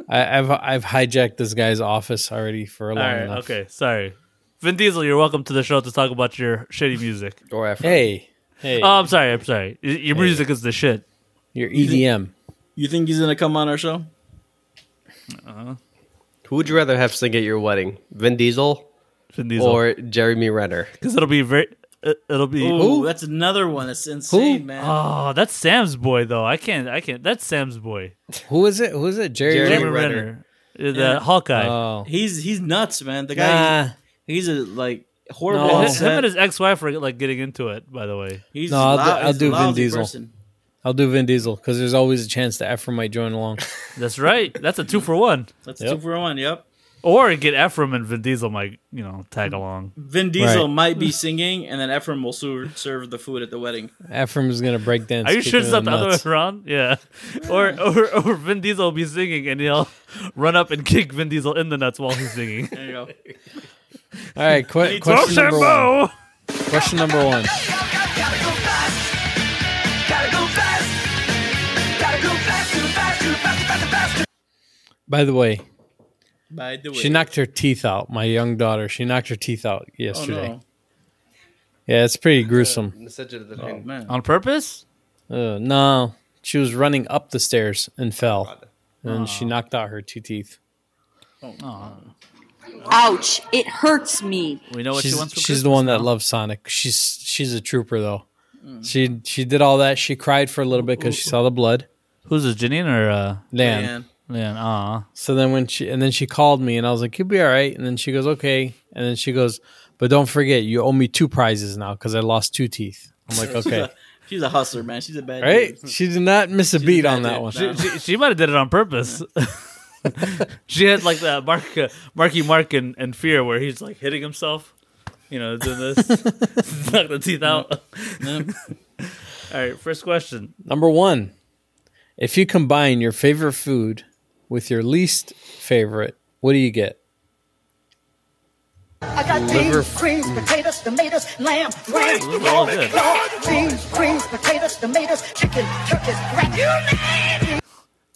Speaker 1: I, I've I've hijacked this guy's office already for a
Speaker 2: All
Speaker 1: long
Speaker 2: right,
Speaker 1: enough.
Speaker 2: okay, sorry. Vin Diesel, you're welcome to the show to talk about your shitty music.
Speaker 3: or after.
Speaker 1: Hey, hey,
Speaker 2: Oh, I'm sorry, I'm sorry. Y- Your music is the shit.
Speaker 1: your EDM.
Speaker 4: You think he's gonna come on our show?
Speaker 3: Who would you rather have sing at your wedding, Vin Diesel
Speaker 2: Vin Diesel,
Speaker 3: or Jeremy Renner?
Speaker 2: because it'll be very, it- it'll be.
Speaker 4: Ooh, that's another one. That's insane, man.
Speaker 1: Uh,
Speaker 2: Oh, that's Sam's boy though. I can't, I can't. That's Sam's boy,
Speaker 1: Who is it? Who is it? Jerry.
Speaker 3: Jerry
Speaker 2: Jeremy
Speaker 1: Jerry.
Speaker 3: Renner.
Speaker 2: Renner, Uh, the Hawkeye.
Speaker 1: Oh,
Speaker 4: he's he's nuts, man. The guy,
Speaker 1: nah,
Speaker 4: he's, a like horrible.
Speaker 1: No.
Speaker 4: on
Speaker 2: Hi-
Speaker 1: Him
Speaker 2: him,
Speaker 4: set.
Speaker 2: and his ex-wife are like getting into it. By the way,
Speaker 4: He's
Speaker 1: No, I'll do-
Speaker 4: lou-
Speaker 1: I'll
Speaker 4: he's a
Speaker 1: do Vin
Speaker 4: lousy
Speaker 1: Diesel.
Speaker 4: person.
Speaker 1: I'll do Vin Diesel because there's always a chance that Ephraim might join along. (laughs)
Speaker 2: that's right. That's a two for one.
Speaker 4: That's
Speaker 1: Yep.
Speaker 4: two for one. Yep.
Speaker 2: Or get Ephraim and Vin Diesel might you know tag along.
Speaker 4: Vin Diesel
Speaker 1: Right. (laughs)
Speaker 4: might be singing, and then Ephraim will serve, serve the food at the wedding.
Speaker 1: Ephraim is gonna break dance.
Speaker 2: Are you
Speaker 1: kick
Speaker 2: sure
Speaker 1: him
Speaker 2: it's
Speaker 1: in
Speaker 2: not the
Speaker 1: nuts.
Speaker 2: other way around? Yeah. Or, or or Vin Diesel will be singing and he'll run up and kick Vin Diesel in the nuts while he's singing.
Speaker 1: (laughs)
Speaker 4: There you go.
Speaker 1: All right, que- question number one. Question number one. By the way,
Speaker 4: By the way,
Speaker 1: she knocked her teeth out. My young daughter, she knocked her teeth out
Speaker 4: Oh,
Speaker 1: yesterday.
Speaker 4: no.
Speaker 1: Yeah, it's pretty gruesome.
Speaker 4: oh man.
Speaker 2: On purpose?
Speaker 1: Uh, no, she was running up the stairs and fell, and she knocked out her two teeth.
Speaker 10: Ouch, it hurts me.
Speaker 2: We know what
Speaker 1: she's
Speaker 2: she wants for
Speaker 1: she's
Speaker 2: Christmas
Speaker 1: the one that
Speaker 2: now.
Speaker 1: loves Sonic. She's she's a trooper though. She she did all that. She cried for a little bit because she saw the blood.
Speaker 2: Who's this, Janine or uh
Speaker 1: Then
Speaker 4: Man.
Speaker 2: Leon? Aw.
Speaker 1: So then when she and then she called me and I was like, "You'll be all right." And then she goes, "Okay." And then she goes, "But don't forget, you owe me two prizes now because I lost two teeth." I'm like, "Okay,
Speaker 2: (laughs)
Speaker 4: She's a hustler, man. She's a bad
Speaker 1: right?"
Speaker 4: dude.
Speaker 1: She did not miss a beat on that
Speaker 4: dude.
Speaker 1: one.
Speaker 4: No.
Speaker 2: She, she might have did it on purpose. (laughs) she had like that Mark uh, Marky Mark in, in fear where he's like hitting himself. You know, doing this. (laughs) Knock the teeth out. (laughs) All right, first question.
Speaker 1: Number one, if you combine your favorite food with your least favorite, what do you get?
Speaker 10: I got
Speaker 1: Liver-
Speaker 10: beans, greens, potatoes, tomatoes, lamb, lamb,
Speaker 2: Those are all good.
Speaker 10: beans, greens, potatoes, tomatoes, chicken, turkeys, rat.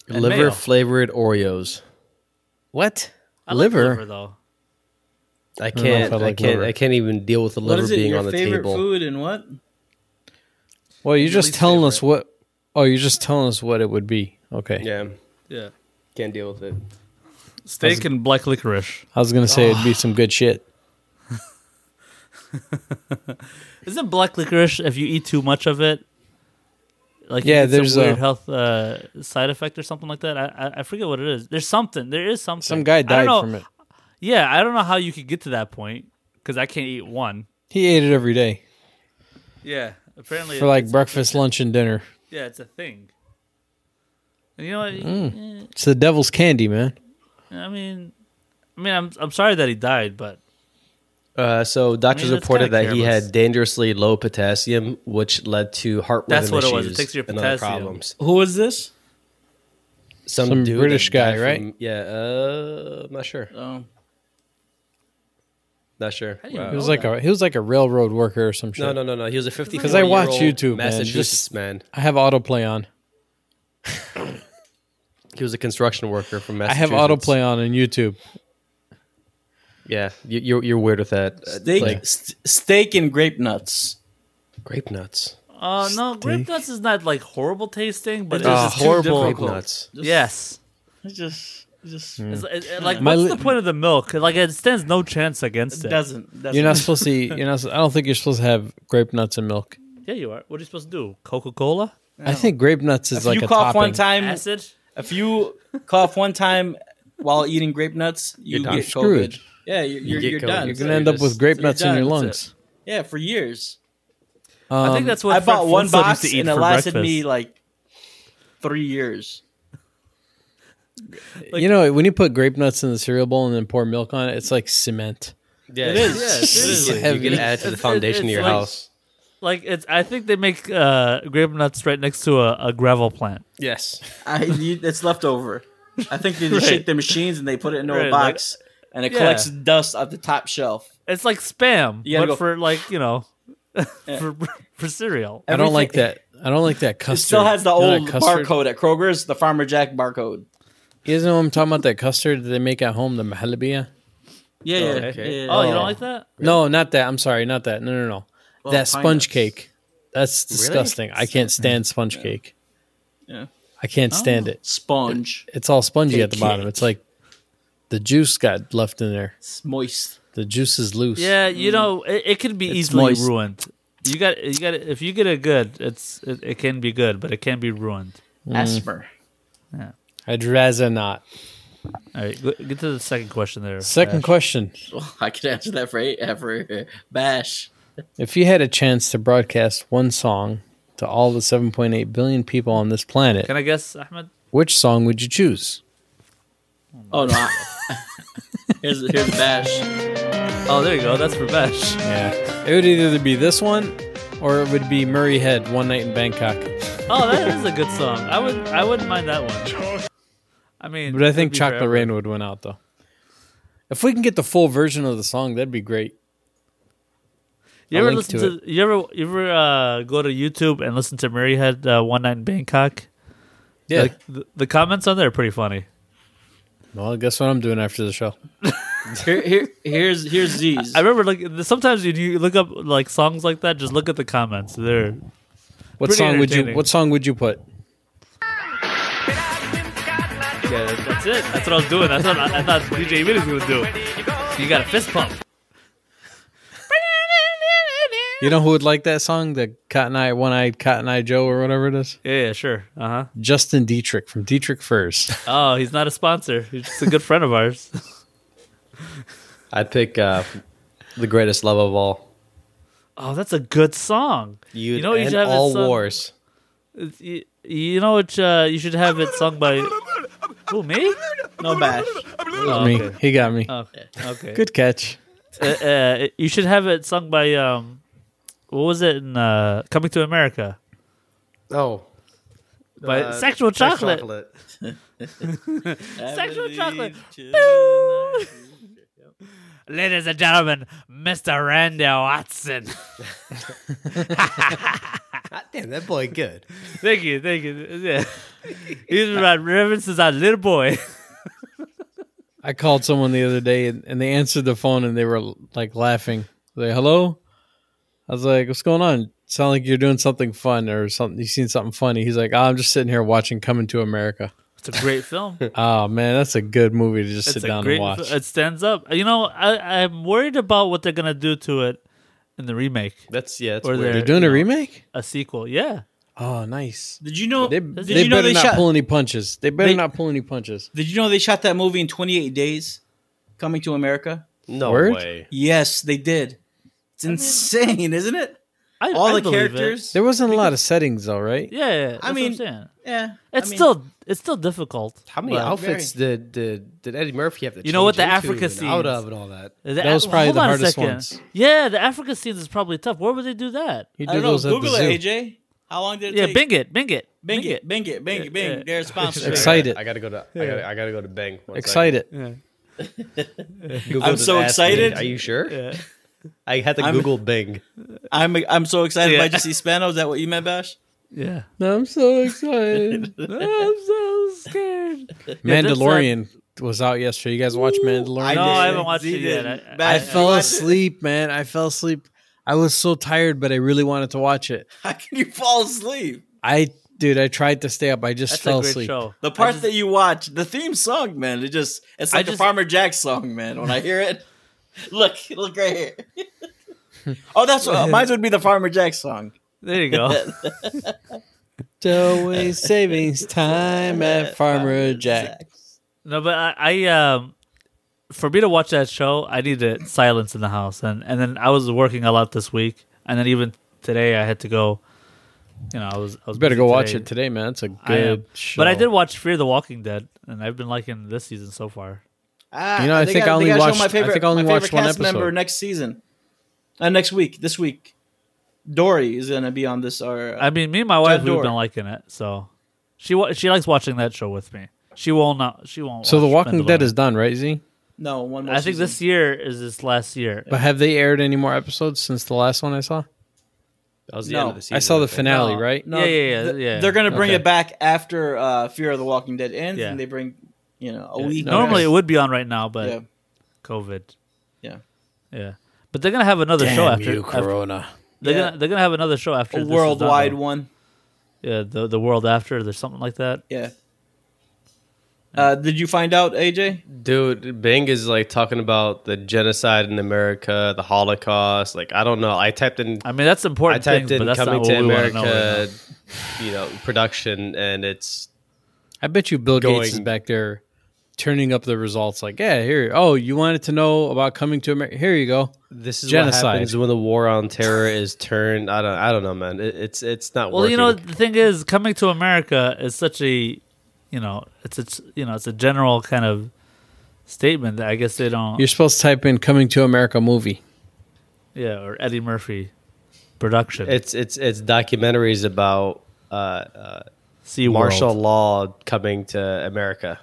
Speaker 3: Liver
Speaker 2: mayo.
Speaker 3: flavored Oreos.
Speaker 1: What
Speaker 2: I like
Speaker 1: liver?
Speaker 2: though.
Speaker 3: I
Speaker 1: don't know if
Speaker 3: can't.
Speaker 1: I
Speaker 3: I,
Speaker 1: like
Speaker 3: can't.
Speaker 1: liver.
Speaker 3: I can't even deal with the
Speaker 4: What
Speaker 3: liver
Speaker 4: is it?
Speaker 3: being
Speaker 4: Your
Speaker 3: on the
Speaker 4: favorite
Speaker 3: table.
Speaker 4: food and what?
Speaker 1: Well, you're just telling us what. Oh, you're just telling us what it would be. Okay.
Speaker 3: Yeah,
Speaker 2: Yeah.
Speaker 3: can't deal with it.
Speaker 2: Steak and black licorice.
Speaker 1: I was gonna say it'd be some good shit.
Speaker 2: Isn't black licorice if you eat too much of it? Like
Speaker 1: Yeah,
Speaker 2: yeah,
Speaker 1: there's
Speaker 2: there's some
Speaker 1: a-
Speaker 2: weird health uh, side effect or something like that. I, I I forget what it is. There's something. There is something.
Speaker 1: Some guy
Speaker 2: I don't
Speaker 1: died
Speaker 2: know-
Speaker 1: from it.
Speaker 2: Yeah, I don't know how you could get to that point because I can't eat one.
Speaker 1: He ate it every day
Speaker 2: Yeah, apparently
Speaker 1: for like breakfast, lunch, and dinner.
Speaker 2: yeah, it's a thing. And you know what?
Speaker 4: Mm.
Speaker 1: It's the devil's candy, man.
Speaker 2: I mean, I mean, I'm I'm sorry that he died, but
Speaker 3: Uh, so doctors
Speaker 2: I mean, that's
Speaker 3: reported
Speaker 2: kinda
Speaker 3: that he
Speaker 2: careless.
Speaker 3: had dangerously low potassium, which led to heart
Speaker 2: That's
Speaker 3: rhythm
Speaker 2: what it was. It
Speaker 3: issues
Speaker 2: takes your
Speaker 3: and other
Speaker 2: potassium.
Speaker 3: problems.
Speaker 4: Who is this?
Speaker 3: Some,
Speaker 1: Some
Speaker 3: dude
Speaker 1: British
Speaker 3: that died
Speaker 1: guy, right?
Speaker 3: from- yeah, uh, I'm not sure.
Speaker 4: Oh,
Speaker 3: Not sure.
Speaker 2: do you
Speaker 3: Wow.
Speaker 1: He
Speaker 2: know?
Speaker 1: was like a he was like a railroad worker or some shit.
Speaker 3: No, no, no, no. He was a 50
Speaker 1: Because I watch YouTube, man.
Speaker 3: Massachusetts
Speaker 1: Just-
Speaker 3: man.
Speaker 1: I have autoplay on.
Speaker 3: He was a construction worker from
Speaker 1: I have
Speaker 3: Massachusetts.
Speaker 1: autoplay on on YouTube.
Speaker 3: Yeah, you, you're you're weird with that. Uh,
Speaker 4: steak,
Speaker 3: like,
Speaker 4: st- steak and grape nuts.
Speaker 3: grape nuts.
Speaker 2: uh, no, grape nuts is not like horrible tasting, but it's
Speaker 4: It is.
Speaker 2: just
Speaker 4: It's too
Speaker 2: horrible.
Speaker 3: Grape
Speaker 4: difficult.
Speaker 3: nuts.
Speaker 4: Just-
Speaker 2: Yes.
Speaker 4: It's just, it's just
Speaker 1: Hmm.
Speaker 2: It's, it- it- like,
Speaker 1: My
Speaker 2: what's
Speaker 1: li-
Speaker 2: the point of the milk? Like, it stands no chance against
Speaker 4: it
Speaker 2: it.
Speaker 4: doesn't. doesn't.
Speaker 1: You're
Speaker 4: (laughs)
Speaker 1: not supposed to. Eat, you're not. I don't think you're supposed to have grape nuts and milk.
Speaker 2: Yeah, you are. What are you supposed to do? Coca Cola?
Speaker 1: I think grape nuts is
Speaker 4: If
Speaker 1: like
Speaker 4: you
Speaker 1: a
Speaker 4: cough
Speaker 1: topping.
Speaker 4: one time,
Speaker 2: Acid?
Speaker 4: if you cough one time while eating grape nuts, you
Speaker 3: You're done.
Speaker 4: get
Speaker 1: You're screwed.
Speaker 4: COVID. Yeah, you're, you're,
Speaker 3: get
Speaker 4: you're
Speaker 3: COVID.
Speaker 4: done.
Speaker 1: You're
Speaker 3: You're
Speaker 1: gonna
Speaker 3: So
Speaker 1: end
Speaker 3: you're
Speaker 1: up with
Speaker 3: just-
Speaker 1: grape
Speaker 4: so you're
Speaker 1: nuts in
Speaker 4: done.
Speaker 1: your
Speaker 4: That's
Speaker 1: lungs. Um,
Speaker 4: yeah, for years.
Speaker 2: I think that's what
Speaker 4: Um, I bought
Speaker 2: Fred
Speaker 4: one
Speaker 2: Flintstone used
Speaker 4: box
Speaker 2: to eat
Speaker 4: and it
Speaker 2: for
Speaker 4: lasted
Speaker 2: breakfast.
Speaker 4: me like three years.
Speaker 2: Like-
Speaker 1: you know, when you put grape nuts in the cereal bowl and then pour milk on it, it's like cement.
Speaker 3: Yeah,
Speaker 4: It is.
Speaker 2: Yeah, seriously.
Speaker 3: You can add to the
Speaker 2: It's-
Speaker 3: foundation
Speaker 2: it's
Speaker 3: of your
Speaker 2: like-
Speaker 3: house.
Speaker 2: Like it's, I think they make uh, grape nuts right next to a, a gravel plant.
Speaker 3: Yes.
Speaker 4: I, you, it's left over. I think (laughs) they just
Speaker 2: Right.
Speaker 4: shake the machines and they put it into
Speaker 2: Right,
Speaker 4: a box and it
Speaker 2: Yeah.
Speaker 4: collects dust at the top shelf.
Speaker 2: It's like spam,
Speaker 4: You gotta
Speaker 2: but
Speaker 4: go-
Speaker 2: for like you know, (laughs) for for cereal.
Speaker 1: I don't like
Speaker 4: Everything-
Speaker 1: that. I don't like that
Speaker 4: It
Speaker 1: custard.
Speaker 4: still has the
Speaker 1: You know that
Speaker 4: old
Speaker 1: custard?
Speaker 4: barcode at Kroger's, the Farmer Jack barcode.
Speaker 1: You guys know what I'm talking about? That custard that they make at home, the mahalabiya.
Speaker 4: Yeah, yeah,
Speaker 3: okay.
Speaker 4: yeah.
Speaker 2: Oh, you don't like that?
Speaker 1: No, not that. I'm sorry, not that. No, no, no.
Speaker 4: Well,
Speaker 1: that
Speaker 4: Oh, pine
Speaker 1: sponge
Speaker 4: nuts.
Speaker 1: cake. That's disgusting. I can't stand sponge cake.
Speaker 4: Yeah.
Speaker 1: I can't stand it.
Speaker 4: Sponge.
Speaker 1: It's all spongy at the
Speaker 4: Cake.
Speaker 1: bottom. It's like the juice got left in there.
Speaker 4: It's moist.
Speaker 1: The juice is loose.
Speaker 2: Yeah, you know, it, it can be easily
Speaker 1: Mm. moist.
Speaker 2: ruined. You got, you got. If you get it good, it's it, it can be good, but it can be ruined.
Speaker 4: Asthma.
Speaker 1: I'd rather not.
Speaker 2: All right, go, get to the second question there.
Speaker 1: Second
Speaker 2: Ash.
Speaker 1: question.
Speaker 4: I could answer that for eight ever. Bash.
Speaker 1: If you had a chance to broadcast one song to all the 7.8 billion people on this planet,
Speaker 2: Can I guess, Ahmed?
Speaker 1: which song would you choose?
Speaker 4: Oh no. I- (laughs) here's here's Bash.
Speaker 2: Oh, there you go. That's
Speaker 1: (laughs)
Speaker 2: for Bash.
Speaker 1: Yeah. It would either be this one or it would be Murray Head, One Night in Bangkok.
Speaker 2: Oh, that is a good song. I would, I wouldn't mind that one. I mean,
Speaker 1: But I
Speaker 2: it
Speaker 1: think
Speaker 2: could be
Speaker 1: Chocolate
Speaker 2: forever.
Speaker 1: Rain would win out, though. If we can get the full version of the song, that'd be great.
Speaker 2: You
Speaker 1: I'll
Speaker 2: ever
Speaker 1: link
Speaker 2: listen
Speaker 1: to
Speaker 2: to? You ever, you ever uh, go to YouTube and listen to Mary Had uh, One Night in Bangkok?
Speaker 1: Yeah.
Speaker 2: Like, the, the comments on there are pretty funny.
Speaker 1: well, guess what I'm doing after the show?
Speaker 4: Here, here here's here's Z's.
Speaker 2: I remember like sometimes you, you look up like songs like that. Just look at the comments. They're
Speaker 1: What
Speaker 2: Pretty
Speaker 1: song would you?
Speaker 2: entertaining.
Speaker 1: What song would you put?
Speaker 2: yeah, that- that's it. That's what I was doing. That's what I, I thought DJ Vinny was gonna do. You got a fist pump.
Speaker 1: You know who would like that song? The Cotton Eye, One Eyed Cotton Eye Joe, or whatever it is.
Speaker 2: Yeah, yeah, sure. Uh
Speaker 1: Justin Dietrich from Dietrich Furs.
Speaker 2: huh. Oh, he's not a sponsor. He's just a good friend of ours.
Speaker 3: I'd pick uh, (laughs) the greatest love of all.
Speaker 2: (laughs) Oh, that's a good song.
Speaker 3: You'd
Speaker 2: know what you
Speaker 3: end
Speaker 2: should have
Speaker 3: all
Speaker 2: as some-
Speaker 3: wars.
Speaker 2: It's- You, you know what? Uh, you should have it sung by. Who me?
Speaker 4: no Bash.
Speaker 2: Oh,
Speaker 1: me.
Speaker 2: okay.
Speaker 1: He got me.
Speaker 2: Okay. Okay.
Speaker 1: Good catch.
Speaker 2: Uh, uh, you should have it sung by um, what was it in uh, Coming to America?
Speaker 3: Oh,
Speaker 2: By
Speaker 3: Uh,
Speaker 2: Sexual Chocolate. Sexual chocolate. Boo! (laughs) Ladies and gentlemen, Mr. Randy Watson.
Speaker 3: Damn, that boy good.
Speaker 2: (laughs) thank you, (laughs) thank you. Yeah. He's been my references on little boy.
Speaker 1: I called someone the other day and, and they answered the phone and they were like laughing. They hello. I was like, "What's going on? Sound like you're doing something fun or something? You seen something funny?" He's like, "Ah, "I'm just sitting here watching Coming to America."
Speaker 2: (laughs) It's a great film.
Speaker 1: Oh man, that's a good movie to just
Speaker 2: it's
Speaker 1: sit
Speaker 2: a
Speaker 1: down
Speaker 2: great.
Speaker 1: and watch.
Speaker 2: It stands up. You know, I, I'm worried about what they're gonna do to it in the remake.
Speaker 3: That's yeah. It's
Speaker 2: Or
Speaker 3: weird.
Speaker 1: They're doing a
Speaker 2: you know,
Speaker 1: remake.
Speaker 2: a sequel. Yeah,
Speaker 1: Oh, nice.
Speaker 4: Did you know?
Speaker 1: They,
Speaker 4: did
Speaker 1: they
Speaker 4: you know
Speaker 1: better
Speaker 4: they
Speaker 1: not
Speaker 4: shot?
Speaker 1: pull any punches. They better
Speaker 4: They-
Speaker 1: not pull any punches.
Speaker 4: did you know they shot that movie in 28 days? Coming to America.
Speaker 3: No
Speaker 1: Word?
Speaker 3: way.
Speaker 4: Yes, they did. It's insane, isn't it?
Speaker 2: I,
Speaker 4: All
Speaker 2: I
Speaker 4: the
Speaker 2: believe it.
Speaker 4: characters.
Speaker 1: There wasn't a lot of settings though, right?
Speaker 2: Yeah, yeah, that's
Speaker 4: I
Speaker 2: what I'm
Speaker 4: mean,
Speaker 2: saying.
Speaker 4: Yeah, I
Speaker 2: it's
Speaker 4: mean,
Speaker 2: still it's still difficult.
Speaker 3: How many
Speaker 2: but-
Speaker 3: outfits did, did did Eddie Murphy have to?
Speaker 2: You know what, the
Speaker 3: change into
Speaker 2: Africa
Speaker 3: and
Speaker 2: scenes.
Speaker 3: out of and all that.
Speaker 2: The-
Speaker 1: That was probably
Speaker 2: hold
Speaker 1: the
Speaker 2: on a
Speaker 1: hardest
Speaker 2: second.
Speaker 1: ones.
Speaker 2: Yeah, the Africa scenes is probably tough. Where would they do that?
Speaker 1: You
Speaker 4: I
Speaker 1: do
Speaker 4: don't know.
Speaker 1: those at the
Speaker 4: Google
Speaker 1: zoo.
Speaker 4: it, AJ. How long did it
Speaker 2: Yeah,
Speaker 4: take?
Speaker 2: Bing it, Bing it,
Speaker 4: Bing it, Bing it, Bing
Speaker 2: Yeah,
Speaker 4: it, Bing.
Speaker 2: yeah.
Speaker 4: They're sponsored.
Speaker 1: Excited.
Speaker 3: I gotta go to. I gotta, I gotta go to Bang. one
Speaker 1: Excited.
Speaker 3: second. Google
Speaker 4: I'm
Speaker 3: just
Speaker 4: so
Speaker 3: asked me,
Speaker 4: excited.
Speaker 3: Are you sure? (laughs) I had to
Speaker 4: I'm-
Speaker 3: Google Bing.
Speaker 4: I'm I'm so excited
Speaker 2: Yeah.
Speaker 4: by Jesse Spano. Is that what you meant, Bash?
Speaker 2: Yeah,
Speaker 1: I'm so (laughs) excited.
Speaker 2: I'm so scared.
Speaker 1: Mandalorian was out yesterday. You guys watch
Speaker 2: No,
Speaker 1: Mandalorian?
Speaker 2: I
Speaker 4: did.
Speaker 2: haven't watched
Speaker 4: He
Speaker 2: it yet.
Speaker 4: did.
Speaker 2: I- I-
Speaker 4: Bash,
Speaker 1: I
Speaker 4: you
Speaker 1: fell
Speaker 4: watched it?
Speaker 1: asleep, man. I fell asleep. I was so tired, but I really wanted to watch it.
Speaker 4: (laughs) How can you fall asleep?
Speaker 1: I, dude, I tried to stay up. I just
Speaker 2: That's
Speaker 1: fell
Speaker 2: a great
Speaker 1: asleep.
Speaker 2: show.
Speaker 4: The parts that you watch, the theme song, man, it just it's
Speaker 2: I
Speaker 4: like
Speaker 2: just-
Speaker 4: a Farmer Jack song, man. When I hear it, (laughs) look, look right here. (laughs) oh, that's what mine would be the Farmer Jack song.
Speaker 2: There you go.
Speaker 1: (laughs) Delway Savings Time (laughs) at Farmer Jack.
Speaker 2: No, but I, I um, for me to watch that show, I needed silence in the house, and and then I was working a lot this week, and then even today I had to go. You know, I was. I was
Speaker 1: You better go
Speaker 2: busy
Speaker 1: watch
Speaker 2: today.
Speaker 1: it today, man. It's a good
Speaker 2: I am.
Speaker 1: show.
Speaker 2: But I did watch Fear the Walking Dead, and I've been liking this season so far.
Speaker 4: Ah,
Speaker 1: You know, I think I
Speaker 4: gotta-
Speaker 1: only
Speaker 4: gotta show
Speaker 1: watched- I think I only
Speaker 4: my favorite
Speaker 1: watched one
Speaker 4: cast member
Speaker 1: episode.
Speaker 4: next season, uh, next week, this week. Dory is gonna be on this. Or uh,
Speaker 2: I mean, me and my wife
Speaker 4: Ted
Speaker 2: we've
Speaker 4: Dore.
Speaker 2: been liking it, so she wa- she likes watching that show with me. She will not. She won't.
Speaker 1: So The
Speaker 2: watch
Speaker 1: Walking Dead
Speaker 2: Mandalorian.
Speaker 1: is done, right, Z?
Speaker 4: no one. More
Speaker 2: I think
Speaker 4: season.
Speaker 2: this year is this last year.
Speaker 1: But have they aired any more episodes since the last one I saw?
Speaker 3: That was the
Speaker 4: No.
Speaker 3: end of the season.
Speaker 1: I saw the
Speaker 3: think.
Speaker 1: finale,
Speaker 2: No.
Speaker 1: right?
Speaker 2: Yeah, yeah, yeah,
Speaker 4: th-
Speaker 2: yeah.
Speaker 4: They're gonna bring
Speaker 1: Okay.
Speaker 4: it back after uh, Fear of the Walking Dead ends,
Speaker 2: Yeah.
Speaker 4: and they bring you know a
Speaker 2: Yeah.
Speaker 4: week.
Speaker 2: Normally
Speaker 4: or-
Speaker 2: it would be on right now, but
Speaker 4: Yeah.
Speaker 2: COVID.
Speaker 4: Yeah.
Speaker 2: Yeah. But they're gonna have another show after, after-
Speaker 1: Corona.
Speaker 2: they're
Speaker 4: Yeah.
Speaker 2: gonna they're gonna have another show after
Speaker 4: a
Speaker 2: this is
Speaker 4: worldwide
Speaker 2: done.
Speaker 4: one.
Speaker 2: Yeah, the the world after there's something like that.
Speaker 4: Yeah. Uh, did you find out, AJ?
Speaker 3: Dude, Bing is like talking about the genocide in America, the Holocaust. Like, I don't know. I typed in,
Speaker 2: I mean that's
Speaker 3: I
Speaker 2: important
Speaker 3: typed
Speaker 2: things, but
Speaker 3: in
Speaker 2: that's not
Speaker 3: coming
Speaker 2: what
Speaker 3: to
Speaker 2: we want to know.
Speaker 3: America, you know, production, and it's
Speaker 1: I bet you Bill Gates is
Speaker 3: Going-
Speaker 1: back there turning up the results like, yeah, here. Oh, you wanted to know about coming to America? Here you go.
Speaker 3: this is what
Speaker 1: Genocide.
Speaker 3: happens when the war on terror is turned. I don't, I don't know, man. It, it's it's not.
Speaker 2: Well,
Speaker 3: working.
Speaker 2: you know the thing is, coming to America is such a, you know, it's it's you know it's a general kind of statement that I guess they don't.
Speaker 1: You're supposed to type in coming to America movie.
Speaker 2: yeah, or Eddie Murphy production.
Speaker 3: it's it's it's documentaries about uh, uh,
Speaker 2: Sea
Speaker 3: martial
Speaker 2: World.
Speaker 3: law coming to America.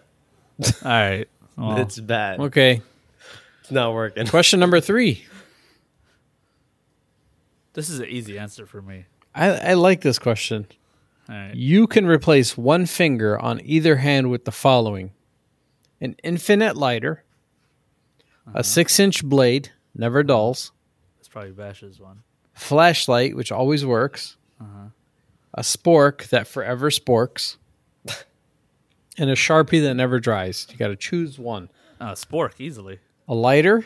Speaker 2: All right. Well,
Speaker 3: It's bad.
Speaker 1: Okay.
Speaker 3: It's
Speaker 2: (laughs)
Speaker 3: not working.
Speaker 1: Question number three.
Speaker 2: this is an easy answer for me.
Speaker 1: I, I like this question.
Speaker 2: All right.
Speaker 1: You can replace one finger on either hand with the following an infinite lighter,
Speaker 2: Uh-huh.
Speaker 1: a six inch blade, never dulls,
Speaker 2: It's probably Bash's one.
Speaker 1: flashlight, which always works, a spork that forever sporks, and a sharpie that never dries. You got to choose one
Speaker 2: Oh, Spork, easily.
Speaker 1: a lighter,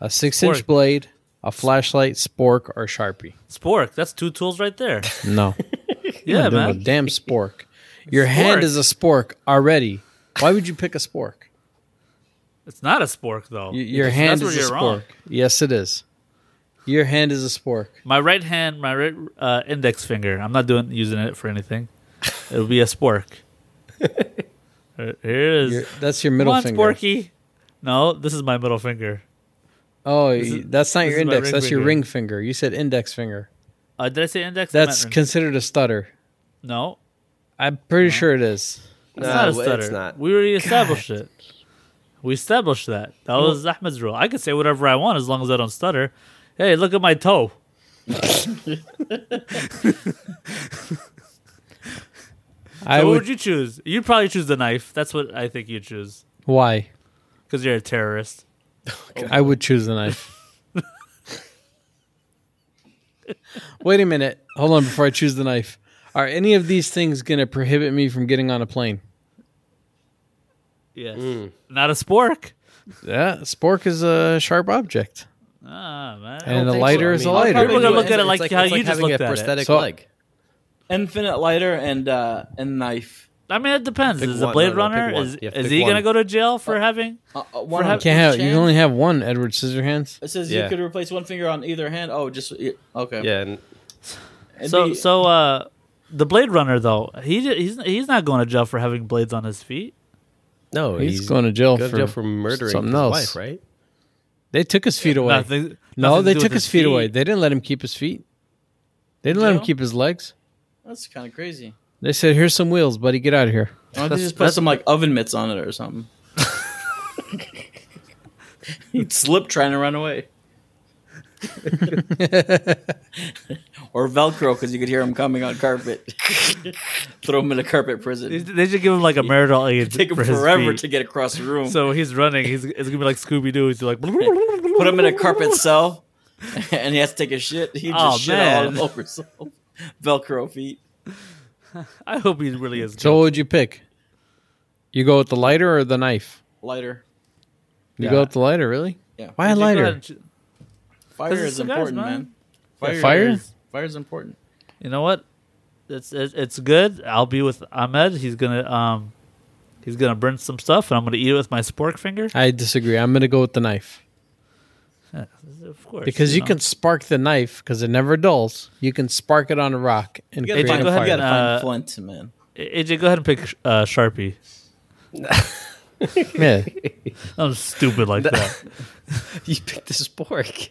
Speaker 1: a six
Speaker 2: Spork.
Speaker 1: inch blade, a flashlight, spork, or sharpie.
Speaker 2: Spork, that's two tools
Speaker 1: (laughs)
Speaker 2: right there. (laughs)
Speaker 1: No.
Speaker 2: yeah,
Speaker 1: Doing a
Speaker 2: man.
Speaker 1: damn
Speaker 2: (laughs)
Speaker 1: spork. Your hand
Speaker 2: Spork.
Speaker 1: is a spork already. Why would you pick a spork?
Speaker 2: It's not a spork, though.
Speaker 1: Y- Your
Speaker 2: That's-
Speaker 1: hand is
Speaker 2: that's where
Speaker 1: a
Speaker 2: you're
Speaker 1: spork.
Speaker 2: wrong.
Speaker 1: Yes, it is. Your hand is a spork.
Speaker 2: My right hand, my right uh, index finger. I'm not doing using it for anything. It'll be a spork.
Speaker 1: (laughs)
Speaker 2: Here it is.
Speaker 1: Your, that's your middle
Speaker 2: Come on,
Speaker 1: finger.
Speaker 2: Sporky. No, this is my middle finger.
Speaker 1: Oh,
Speaker 2: is-
Speaker 1: y- that's not
Speaker 2: this
Speaker 1: your
Speaker 2: is my
Speaker 1: index.
Speaker 2: ring
Speaker 1: That's your
Speaker 2: finger.
Speaker 1: ring finger. You said index finger.
Speaker 2: Uh, did I say index? I
Speaker 1: That's
Speaker 2: meant ring-
Speaker 1: considered a stutter.
Speaker 2: no.
Speaker 1: I'm pretty sure it is.
Speaker 2: It's
Speaker 3: No,
Speaker 2: not a
Speaker 3: it's
Speaker 2: stutter.
Speaker 3: not.
Speaker 2: We already established it. We established that. That was Ahmed's rule. I could say whatever I want as long as I don't stutter. Hey, look at my toe.
Speaker 1: I
Speaker 2: So
Speaker 1: would,
Speaker 2: what would you choose? You'd probably choose the knife. That's what I think you choose.
Speaker 1: Why?
Speaker 2: because you're a terrorist.
Speaker 1: I would choose a knife. Wait a minute. Hold on before I choose the knife. Are any of these things going to prohibit me from getting on a plane?
Speaker 2: Yes.
Speaker 4: Mm.
Speaker 2: Not a spork.
Speaker 1: Yeah, spork is a sharp object.
Speaker 2: Ah, man.
Speaker 1: And a lighter is a
Speaker 4: I'll
Speaker 1: lighter.
Speaker 4: probably
Speaker 2: People are gonna
Speaker 4: do
Speaker 2: look at it
Speaker 4: It's
Speaker 2: like, how
Speaker 3: it's
Speaker 2: you
Speaker 3: like
Speaker 2: just
Speaker 3: having a
Speaker 2: looked at
Speaker 3: prosthetic
Speaker 2: it.
Speaker 1: So-
Speaker 3: leg.
Speaker 4: Infinite lighter and uh, and knife.
Speaker 2: I mean, it depends.
Speaker 3: Pick
Speaker 2: is the
Speaker 3: one,
Speaker 2: Blade
Speaker 3: no, no, pick
Speaker 2: Runner
Speaker 3: one.
Speaker 2: is
Speaker 3: You have to
Speaker 2: is
Speaker 3: pick
Speaker 2: he gonna
Speaker 3: one.
Speaker 2: go to jail for having?
Speaker 4: Uh, uh, one
Speaker 2: For
Speaker 4: on
Speaker 2: having-
Speaker 4: each
Speaker 1: Can't have, you
Speaker 4: hand?
Speaker 1: can only have one Edward Scissorhands.
Speaker 4: It says
Speaker 3: Yeah.
Speaker 4: you could replace one finger on either hand. Oh, just okay.
Speaker 3: Yeah, and
Speaker 4: It'd
Speaker 2: So
Speaker 4: be-
Speaker 2: so uh, the Blade Runner though he j- he's he's not going to jail for having blades on his feet.
Speaker 3: no,
Speaker 1: He's going to jail
Speaker 3: go
Speaker 1: for
Speaker 3: murdering
Speaker 1: something
Speaker 3: his
Speaker 1: else.
Speaker 3: wife, right?
Speaker 1: They took his feet away.
Speaker 2: Nothing-
Speaker 1: no,
Speaker 2: nothing to
Speaker 1: they
Speaker 2: do
Speaker 1: took
Speaker 2: with
Speaker 1: his feet, away.
Speaker 2: feet.
Speaker 1: They didn't let him keep his feet. They didn't let him
Speaker 4: Jail?
Speaker 1: keep his legs.
Speaker 4: that's kind of crazy.
Speaker 1: They said, "Here's some wheels, buddy. Get out of here."
Speaker 4: Why don't
Speaker 2: That's-
Speaker 4: they just put some like oven mitts on it or (laughs) something? He'd slip trying to run away. or Velcro because you could hear him coming on carpet. Throw him in a carpet prison.
Speaker 2: They they should give him like a marital aid.
Speaker 4: (laughs) Take him
Speaker 2: for his
Speaker 4: forever
Speaker 2: feet.
Speaker 4: to get across the room.
Speaker 2: So he's running. He's it's gonna be like Scooby Doo. He's like (laughs) put
Speaker 4: put him in a carpet cell, (laughs) and he has to take a shit. He just
Speaker 2: Oh,
Speaker 4: shit
Speaker 2: man.
Speaker 4: all over himself. (laughs) Velcro feet.
Speaker 2: I hope he really is.
Speaker 1: So, what would you pick? You go with the lighter or the knife?
Speaker 4: Lighter.
Speaker 1: You
Speaker 2: Yeah.
Speaker 1: go with the lighter, really?
Speaker 4: Yeah.
Speaker 1: Why a lighter?
Speaker 4: Fire
Speaker 2: This is
Speaker 4: is
Speaker 2: the guys,
Speaker 4: important,
Speaker 2: man.
Speaker 4: man.
Speaker 1: Yeah, fire?
Speaker 4: is- Fire is important.
Speaker 2: You know what? It's it, it's good. I'll be with Ahmed. He's gonna um, he's gonna burn some stuff, and I'm gonna eat it with my spork finger.
Speaker 1: I disagree. I'm going to go with the knife
Speaker 2: Of course,
Speaker 1: because you
Speaker 2: know.
Speaker 1: can spark the knife because it never dulls. You can spark it on a rock and
Speaker 4: You gotta,
Speaker 1: create
Speaker 4: find,
Speaker 1: a
Speaker 2: go
Speaker 4: you
Speaker 2: ahead
Speaker 1: fire.
Speaker 4: gotta
Speaker 2: Uh,
Speaker 4: find Flint, man.
Speaker 2: A- AJ, go ahead and pick uh, Sharpie.
Speaker 1: Yeah.
Speaker 2: I'm stupid like that.
Speaker 3: You picked this spork.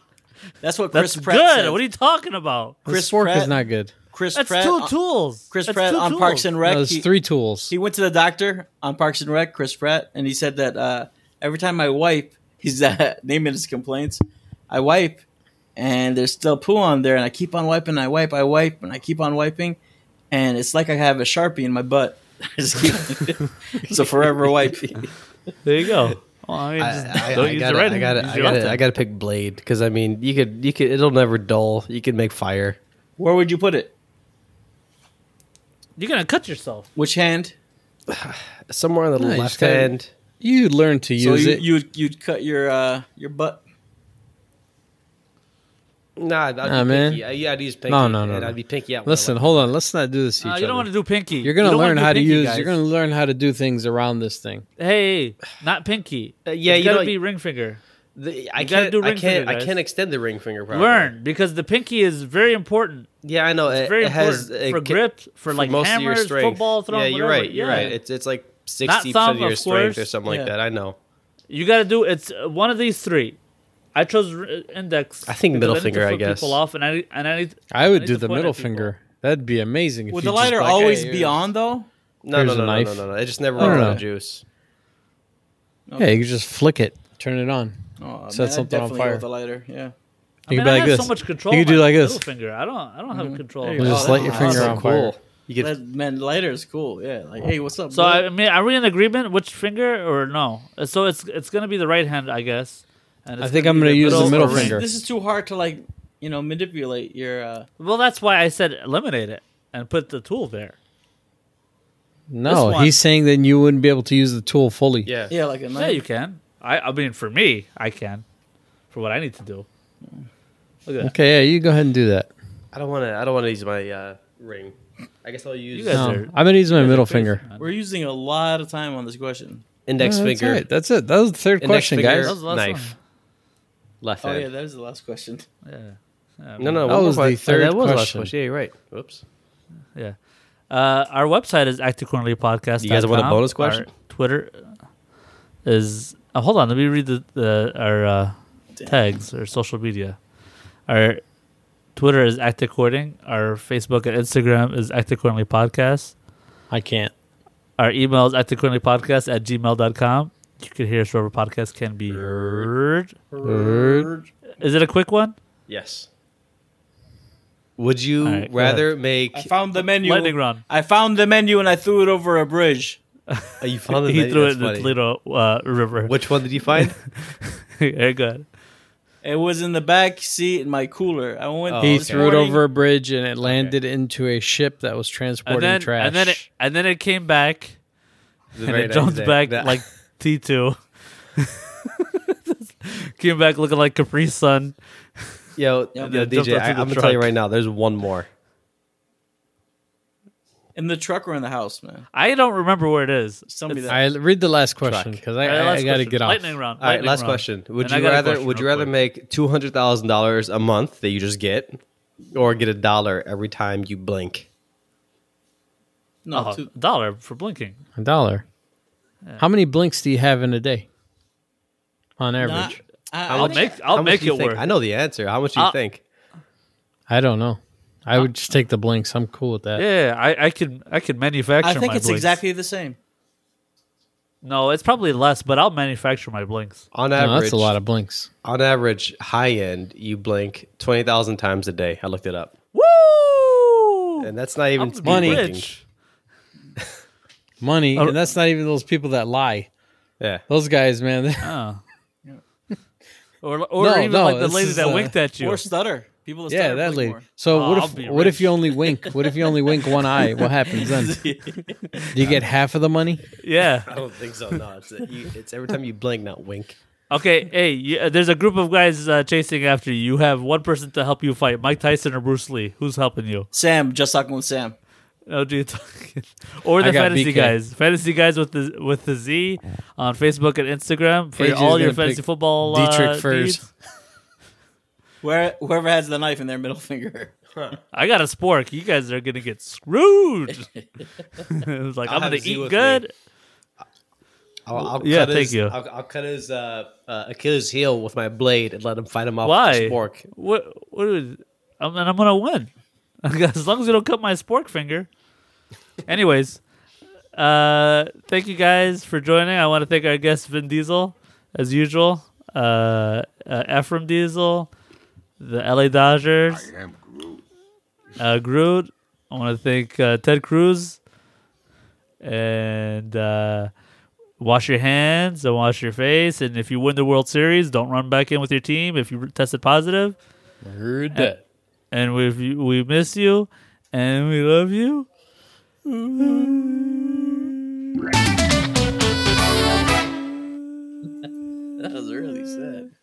Speaker 4: That's what Chris
Speaker 2: That's
Speaker 4: Pratt
Speaker 2: good.
Speaker 4: said.
Speaker 2: What are you talking about?
Speaker 1: Chris
Speaker 4: Chris
Speaker 1: fork is
Speaker 4: Pratt-
Speaker 1: not good.
Speaker 4: Chris
Speaker 2: That's
Speaker 4: Pratt.
Speaker 2: two
Speaker 4: on-
Speaker 2: tools.
Speaker 4: Chris
Speaker 2: That's
Speaker 4: Pratt
Speaker 2: two
Speaker 4: on
Speaker 2: tools.
Speaker 4: Parks and Rec.
Speaker 1: No, it's
Speaker 4: he,
Speaker 1: three tools.
Speaker 4: he went to the doctor on Parks and Rec. Chris Pratt, and he said that uh, every time I wipe, (laughs) he's uh, naming his complaints. I wipe, and there's still poo on there, and I keep on wiping. I wipe. I wipe, and I keep on wiping, and it's like I have a sharpie in my butt. (laughs) I just keep. (laughs) it's a forever wipe.
Speaker 2: There you go. Well, I mean, just
Speaker 3: I,
Speaker 2: don't
Speaker 3: I, I
Speaker 2: use
Speaker 3: gotta,
Speaker 2: the right
Speaker 3: I gotta,
Speaker 2: hand. Use
Speaker 3: I
Speaker 2: your
Speaker 3: gotta,
Speaker 2: left
Speaker 3: I
Speaker 2: hand.
Speaker 3: gotta pick blade because I mean, you could, you could, it'll never dull. You could make fire.
Speaker 4: Where would you put it?
Speaker 2: You're gonna cut yourself.
Speaker 4: Which hand?
Speaker 3: Somewhere on the
Speaker 1: No, you just
Speaker 3: left
Speaker 1: gotta
Speaker 3: hand.
Speaker 1: You learn to
Speaker 4: So
Speaker 1: use
Speaker 4: you,
Speaker 1: it.
Speaker 4: you'd you'd cut your uh, your butt.
Speaker 3: Nah, I'd
Speaker 1: Nah,
Speaker 3: be
Speaker 1: man.
Speaker 3: Pinky. I, yeah, I'd use pinky.
Speaker 1: No, no, no,
Speaker 3: And
Speaker 1: no.
Speaker 3: I'd be pinky out.
Speaker 1: Listen, hold on. Let's not do this. To each
Speaker 2: Uh, you don't
Speaker 1: other.
Speaker 2: want to do pinky.
Speaker 1: You're gonna
Speaker 2: You don't wanna
Speaker 1: learn
Speaker 2: do
Speaker 1: how to
Speaker 2: pinky,
Speaker 1: use.
Speaker 2: guys.
Speaker 1: You're gonna learn how to do things around this thing.
Speaker 2: Hey, not pinky.
Speaker 3: Uh, yeah,
Speaker 2: It's
Speaker 3: you
Speaker 2: gotta
Speaker 3: know-
Speaker 2: be ring finger.
Speaker 3: The, I
Speaker 2: You gotta
Speaker 3: can't.
Speaker 2: do
Speaker 3: I
Speaker 2: ring
Speaker 3: can't.
Speaker 2: finger,
Speaker 3: I
Speaker 2: guys.
Speaker 3: can't extend the ring finger. Properly.
Speaker 2: Learn because the pinky is very important.
Speaker 3: Yeah, I know. It,
Speaker 2: Very
Speaker 3: it has
Speaker 2: important
Speaker 3: it
Speaker 2: for
Speaker 3: ca-
Speaker 2: grip, for, like
Speaker 3: most of your
Speaker 2: hammers,
Speaker 3: strength.
Speaker 2: football throwing.
Speaker 3: Yeah, you're
Speaker 2: whatever.
Speaker 3: right. You're
Speaker 2: Yeah.
Speaker 3: right. It's it's like sixty
Speaker 2: thumb,
Speaker 3: percent of your
Speaker 2: of
Speaker 3: strength or
Speaker 2: course.
Speaker 3: something
Speaker 4: Yeah.
Speaker 3: like that. I know.
Speaker 2: You got to do it's uh, one of these three. I chose r- uh, index.
Speaker 3: I think middle
Speaker 2: because need to
Speaker 3: finger, I
Speaker 2: flip
Speaker 3: guess.
Speaker 2: People off, and I and I need
Speaker 1: I
Speaker 2: I
Speaker 1: would
Speaker 2: need
Speaker 1: do
Speaker 2: to
Speaker 1: the
Speaker 2: point
Speaker 1: middle
Speaker 2: at people.
Speaker 1: finger. That'd be amazing. If
Speaker 4: Would
Speaker 1: you
Speaker 4: the
Speaker 1: just
Speaker 4: lighter
Speaker 1: like,
Speaker 4: always
Speaker 1: hey,
Speaker 4: be on though?
Speaker 3: No,
Speaker 1: Here's
Speaker 3: no,
Speaker 1: a
Speaker 3: no, no, no,
Speaker 1: knife.
Speaker 3: no, no. It just never
Speaker 1: I don't
Speaker 3: runs out of
Speaker 1: know.
Speaker 3: juice.
Speaker 1: Yeah, you could just flick it, turn it on.
Speaker 4: Oh,
Speaker 1: Set
Speaker 4: I'd
Speaker 1: something on
Speaker 4: definitely go
Speaker 1: fire.
Speaker 4: With a lighter, yeah.
Speaker 2: I
Speaker 1: You
Speaker 2: mean,
Speaker 1: could be
Speaker 2: I
Speaker 1: like
Speaker 2: have
Speaker 1: this.
Speaker 2: so much control.
Speaker 1: You
Speaker 2: of
Speaker 1: could do
Speaker 2: my
Speaker 1: like
Speaker 2: middle
Speaker 1: this.
Speaker 2: finger. I don't. I don't
Speaker 3: Mm-hmm.
Speaker 2: have control.
Speaker 4: There
Speaker 2: of
Speaker 4: you
Speaker 1: You
Speaker 2: my-
Speaker 4: go.
Speaker 1: just
Speaker 4: Oh,
Speaker 1: light your
Speaker 4: that's
Speaker 1: finger
Speaker 4: awesome.
Speaker 1: on fire.
Speaker 3: Cool. You could
Speaker 4: That, man, lighter is cool. Yeah, like hey, what's up?
Speaker 2: So
Speaker 4: bro?
Speaker 2: I mean, are we in agreement? Which finger or no? Uh, So it's it's gonna be the right hand, I guess. And
Speaker 1: I
Speaker 2: it's
Speaker 1: think
Speaker 2: gonna
Speaker 1: I'm
Speaker 2: be
Speaker 1: gonna use the
Speaker 2: or
Speaker 1: middle
Speaker 2: ring.
Speaker 1: finger.
Speaker 4: This is too hard to like, you know, manipulate your. Uh,
Speaker 2: Well, that's why I said eliminate it and put the tool there.
Speaker 1: No,
Speaker 2: This one.
Speaker 1: he's saying that you wouldn't be able to use the tool fully.
Speaker 3: yeah.
Speaker 4: yeah, like a knife.
Speaker 2: Yeah, you can. I I mean, for me, I can. For what I need to do. Look at that.
Speaker 1: Okay, yeah, you go ahead and do that.
Speaker 3: I don't want to. I don't want to use my uh, ring. I guess I'll use
Speaker 2: guys- Yes,
Speaker 1: No,
Speaker 2: sir.
Speaker 1: I'm gonna use my middle
Speaker 2: Crazy,
Speaker 1: finger.
Speaker 2: man.
Speaker 4: We're using a lot of time on this question.
Speaker 3: index
Speaker 1: Yeah, that's
Speaker 3: finger.
Speaker 1: it. That's it. That was the third
Speaker 3: Index
Speaker 1: question,
Speaker 3: finger,
Speaker 1: guys.
Speaker 2: That was the last
Speaker 3: knife. Left
Speaker 4: Oh
Speaker 3: hand.
Speaker 4: yeah, that is the last question.
Speaker 2: Yeah. Yeah,
Speaker 3: no, no,
Speaker 1: That
Speaker 3: one
Speaker 1: was
Speaker 3: more
Speaker 1: the
Speaker 3: que-
Speaker 1: third
Speaker 3: that was the last
Speaker 1: question.
Speaker 3: Yeah, you're right. Whoops.
Speaker 2: Yeah. Uh, our website is activecornerlypodcast.
Speaker 3: You guys want a bonus question?
Speaker 2: Twitter is. Oh, hold on. Let me read the, the our uh, tags or social media. Our Twitter is activecorning. Our Facebook and Instagram is activecornerlypodcast.
Speaker 1: I can't.
Speaker 2: Our email is activecornerlypodcast at gmail.com. You can hear us wherever podcasts can be heard. Is it a quick one?
Speaker 3: Yes. Would you
Speaker 2: All right, go
Speaker 3: rather make
Speaker 4: I found the menu.
Speaker 2: Lightning round.
Speaker 4: I found the menu and I threw it over a bridge.
Speaker 2: (laughs)
Speaker 3: you found the
Speaker 2: he
Speaker 3: name?
Speaker 2: threw
Speaker 3: That's
Speaker 2: it in the
Speaker 3: funny.
Speaker 2: Toledo uh, River. (laughs)
Speaker 3: Which one did you find?
Speaker 2: Very good.
Speaker 4: It was in the back seat in my cooler. I went.
Speaker 2: Oh,
Speaker 1: he
Speaker 4: this
Speaker 1: Oh, threw it
Speaker 4: morning.
Speaker 1: over a bridge and it landed into a ship that was transporting
Speaker 2: And then,
Speaker 1: trash.
Speaker 2: and then, it, and then it came back,
Speaker 3: The
Speaker 2: and
Speaker 3: very
Speaker 2: it
Speaker 3: next
Speaker 2: jumped
Speaker 3: day.
Speaker 2: back
Speaker 3: That- (laughs)
Speaker 2: like T two. (laughs) came back looking like Capri Sun. (laughs)
Speaker 3: Yo, yo,
Speaker 2: And then jumped onto
Speaker 3: DJ, I,
Speaker 2: the
Speaker 3: I'm gonna tell you
Speaker 2: truck.
Speaker 3: right now. There's one more.
Speaker 4: in the truck or in the house, man.
Speaker 2: I don't remember where it is.
Speaker 4: Somebody
Speaker 1: All
Speaker 4: that
Speaker 1: right, read the last question
Speaker 3: Track.
Speaker 1: because I,
Speaker 2: All right,
Speaker 1: I,
Speaker 2: last
Speaker 1: I got to
Speaker 2: question.
Speaker 1: get off.
Speaker 2: Lightning round.
Speaker 3: All right,
Speaker 2: lightning
Speaker 3: last
Speaker 2: round.
Speaker 3: question. Would
Speaker 2: And I
Speaker 3: you
Speaker 2: got a
Speaker 3: rather?
Speaker 2: question
Speaker 3: would you
Speaker 2: real
Speaker 3: rather
Speaker 2: quick.
Speaker 3: make two hundred thousand dollars a month that you just get, or get a dollar every time you blink?
Speaker 4: no,
Speaker 2: Oh,
Speaker 4: two-
Speaker 2: a dollar for blinking?
Speaker 1: A dollar. How many blinks do you have in a day? On
Speaker 4: not-
Speaker 1: average,
Speaker 4: I- I
Speaker 2: I'll
Speaker 4: think-
Speaker 2: make
Speaker 3: How
Speaker 2: I'll
Speaker 3: much
Speaker 2: make
Speaker 3: do you
Speaker 2: it
Speaker 3: think?
Speaker 2: work.
Speaker 3: I know the answer. How much do you
Speaker 2: I'll-
Speaker 3: think?
Speaker 1: I don't know. I would just take the blinks. I'm cool with that.
Speaker 2: Yeah, I, I can I can manufacture.
Speaker 4: I think
Speaker 2: my
Speaker 4: it's
Speaker 2: blinks.
Speaker 4: exactly the same.
Speaker 2: No, it's probably less, but I'll manufacture my blinks.
Speaker 3: On
Speaker 1: No,
Speaker 3: average,
Speaker 1: that's a lot of blinks.
Speaker 3: on average, high end, you blink twenty thousand times a day. I looked it up,
Speaker 2: Woo!
Speaker 3: and that's not even
Speaker 2: I'm gonna be
Speaker 3: speed blinking.
Speaker 2: rich.
Speaker 1: Money,
Speaker 2: Oh.
Speaker 1: and that's not even those people that lie.
Speaker 3: Yeah,
Speaker 1: Those guys, man. (laughs) they-
Speaker 2: Oh. (laughs) Or, or
Speaker 1: No,
Speaker 2: even
Speaker 1: no,
Speaker 2: like the
Speaker 1: this
Speaker 2: lady
Speaker 1: is,
Speaker 2: that
Speaker 1: uh,
Speaker 2: winked at you.
Speaker 4: Or stutter. People that
Speaker 1: yeah,
Speaker 4: stutter
Speaker 1: that
Speaker 4: blink
Speaker 1: lady.
Speaker 4: more.
Speaker 1: So
Speaker 2: Oh,
Speaker 1: what
Speaker 2: I'll
Speaker 1: if
Speaker 2: be
Speaker 1: what if
Speaker 2: rich.
Speaker 1: you only wink? What if you only wink one eye? What happens
Speaker 2: (laughs)
Speaker 1: then? Do you get half of the money?
Speaker 2: yeah.
Speaker 3: I don't think so. No, it's, you, it's every time you blink, not wink.
Speaker 2: Okay. Hey, you, uh, there's a group of guys uh, chasing after you. You have one person to help you fight: Mike Tyson or Bruce Lee. Who's helping you?
Speaker 4: (laughs) Sam, just like with Sam.
Speaker 2: Oh, do you talking? (laughs) Or the
Speaker 1: I got
Speaker 2: fantasy
Speaker 1: BK.
Speaker 2: guys, fantasy guys with the with the Z on Facebook and Instagram for
Speaker 1: AJ 's
Speaker 2: all your
Speaker 1: gonna
Speaker 2: fantasy
Speaker 1: pick
Speaker 2: football.
Speaker 1: Dietrich
Speaker 2: uh,
Speaker 1: Furs.
Speaker 2: needs.
Speaker 4: Where whoever has the knife in their middle (laughs) finger.
Speaker 2: I got a spork. You guys are gonna get screwed.
Speaker 3: (laughs)
Speaker 2: (laughs) It's like
Speaker 3: I'll
Speaker 2: I'm
Speaker 3: have
Speaker 2: gonna
Speaker 3: Z with
Speaker 2: eat
Speaker 3: me.
Speaker 2: good.
Speaker 3: I'll, I'll
Speaker 2: Yeah,
Speaker 3: cut
Speaker 2: thank
Speaker 3: his,
Speaker 2: you.
Speaker 3: I'll, I'll cut his uh, uh, Achilles heel with my blade and let him fight him off
Speaker 2: Why?
Speaker 3: with a spork.
Speaker 2: What? What? Is, I'm, and I'm gonna win. (laughs) as long as you don't cut my spork finger. Anyways, uh, thank you guys for joining. I want to thank our guest Vin Diesel, as usual, uh, uh, Ephraim Diesel, the LA Dodgers. I am Groot. Uh, Groot. I want to thank uh, Ted Cruz. And uh, wash your hands and wash your face. And if you win the World Series, don't run back in with your team if you tested positive
Speaker 1: Heard that.
Speaker 2: and we we miss you, and we love you.
Speaker 4: That was really sad.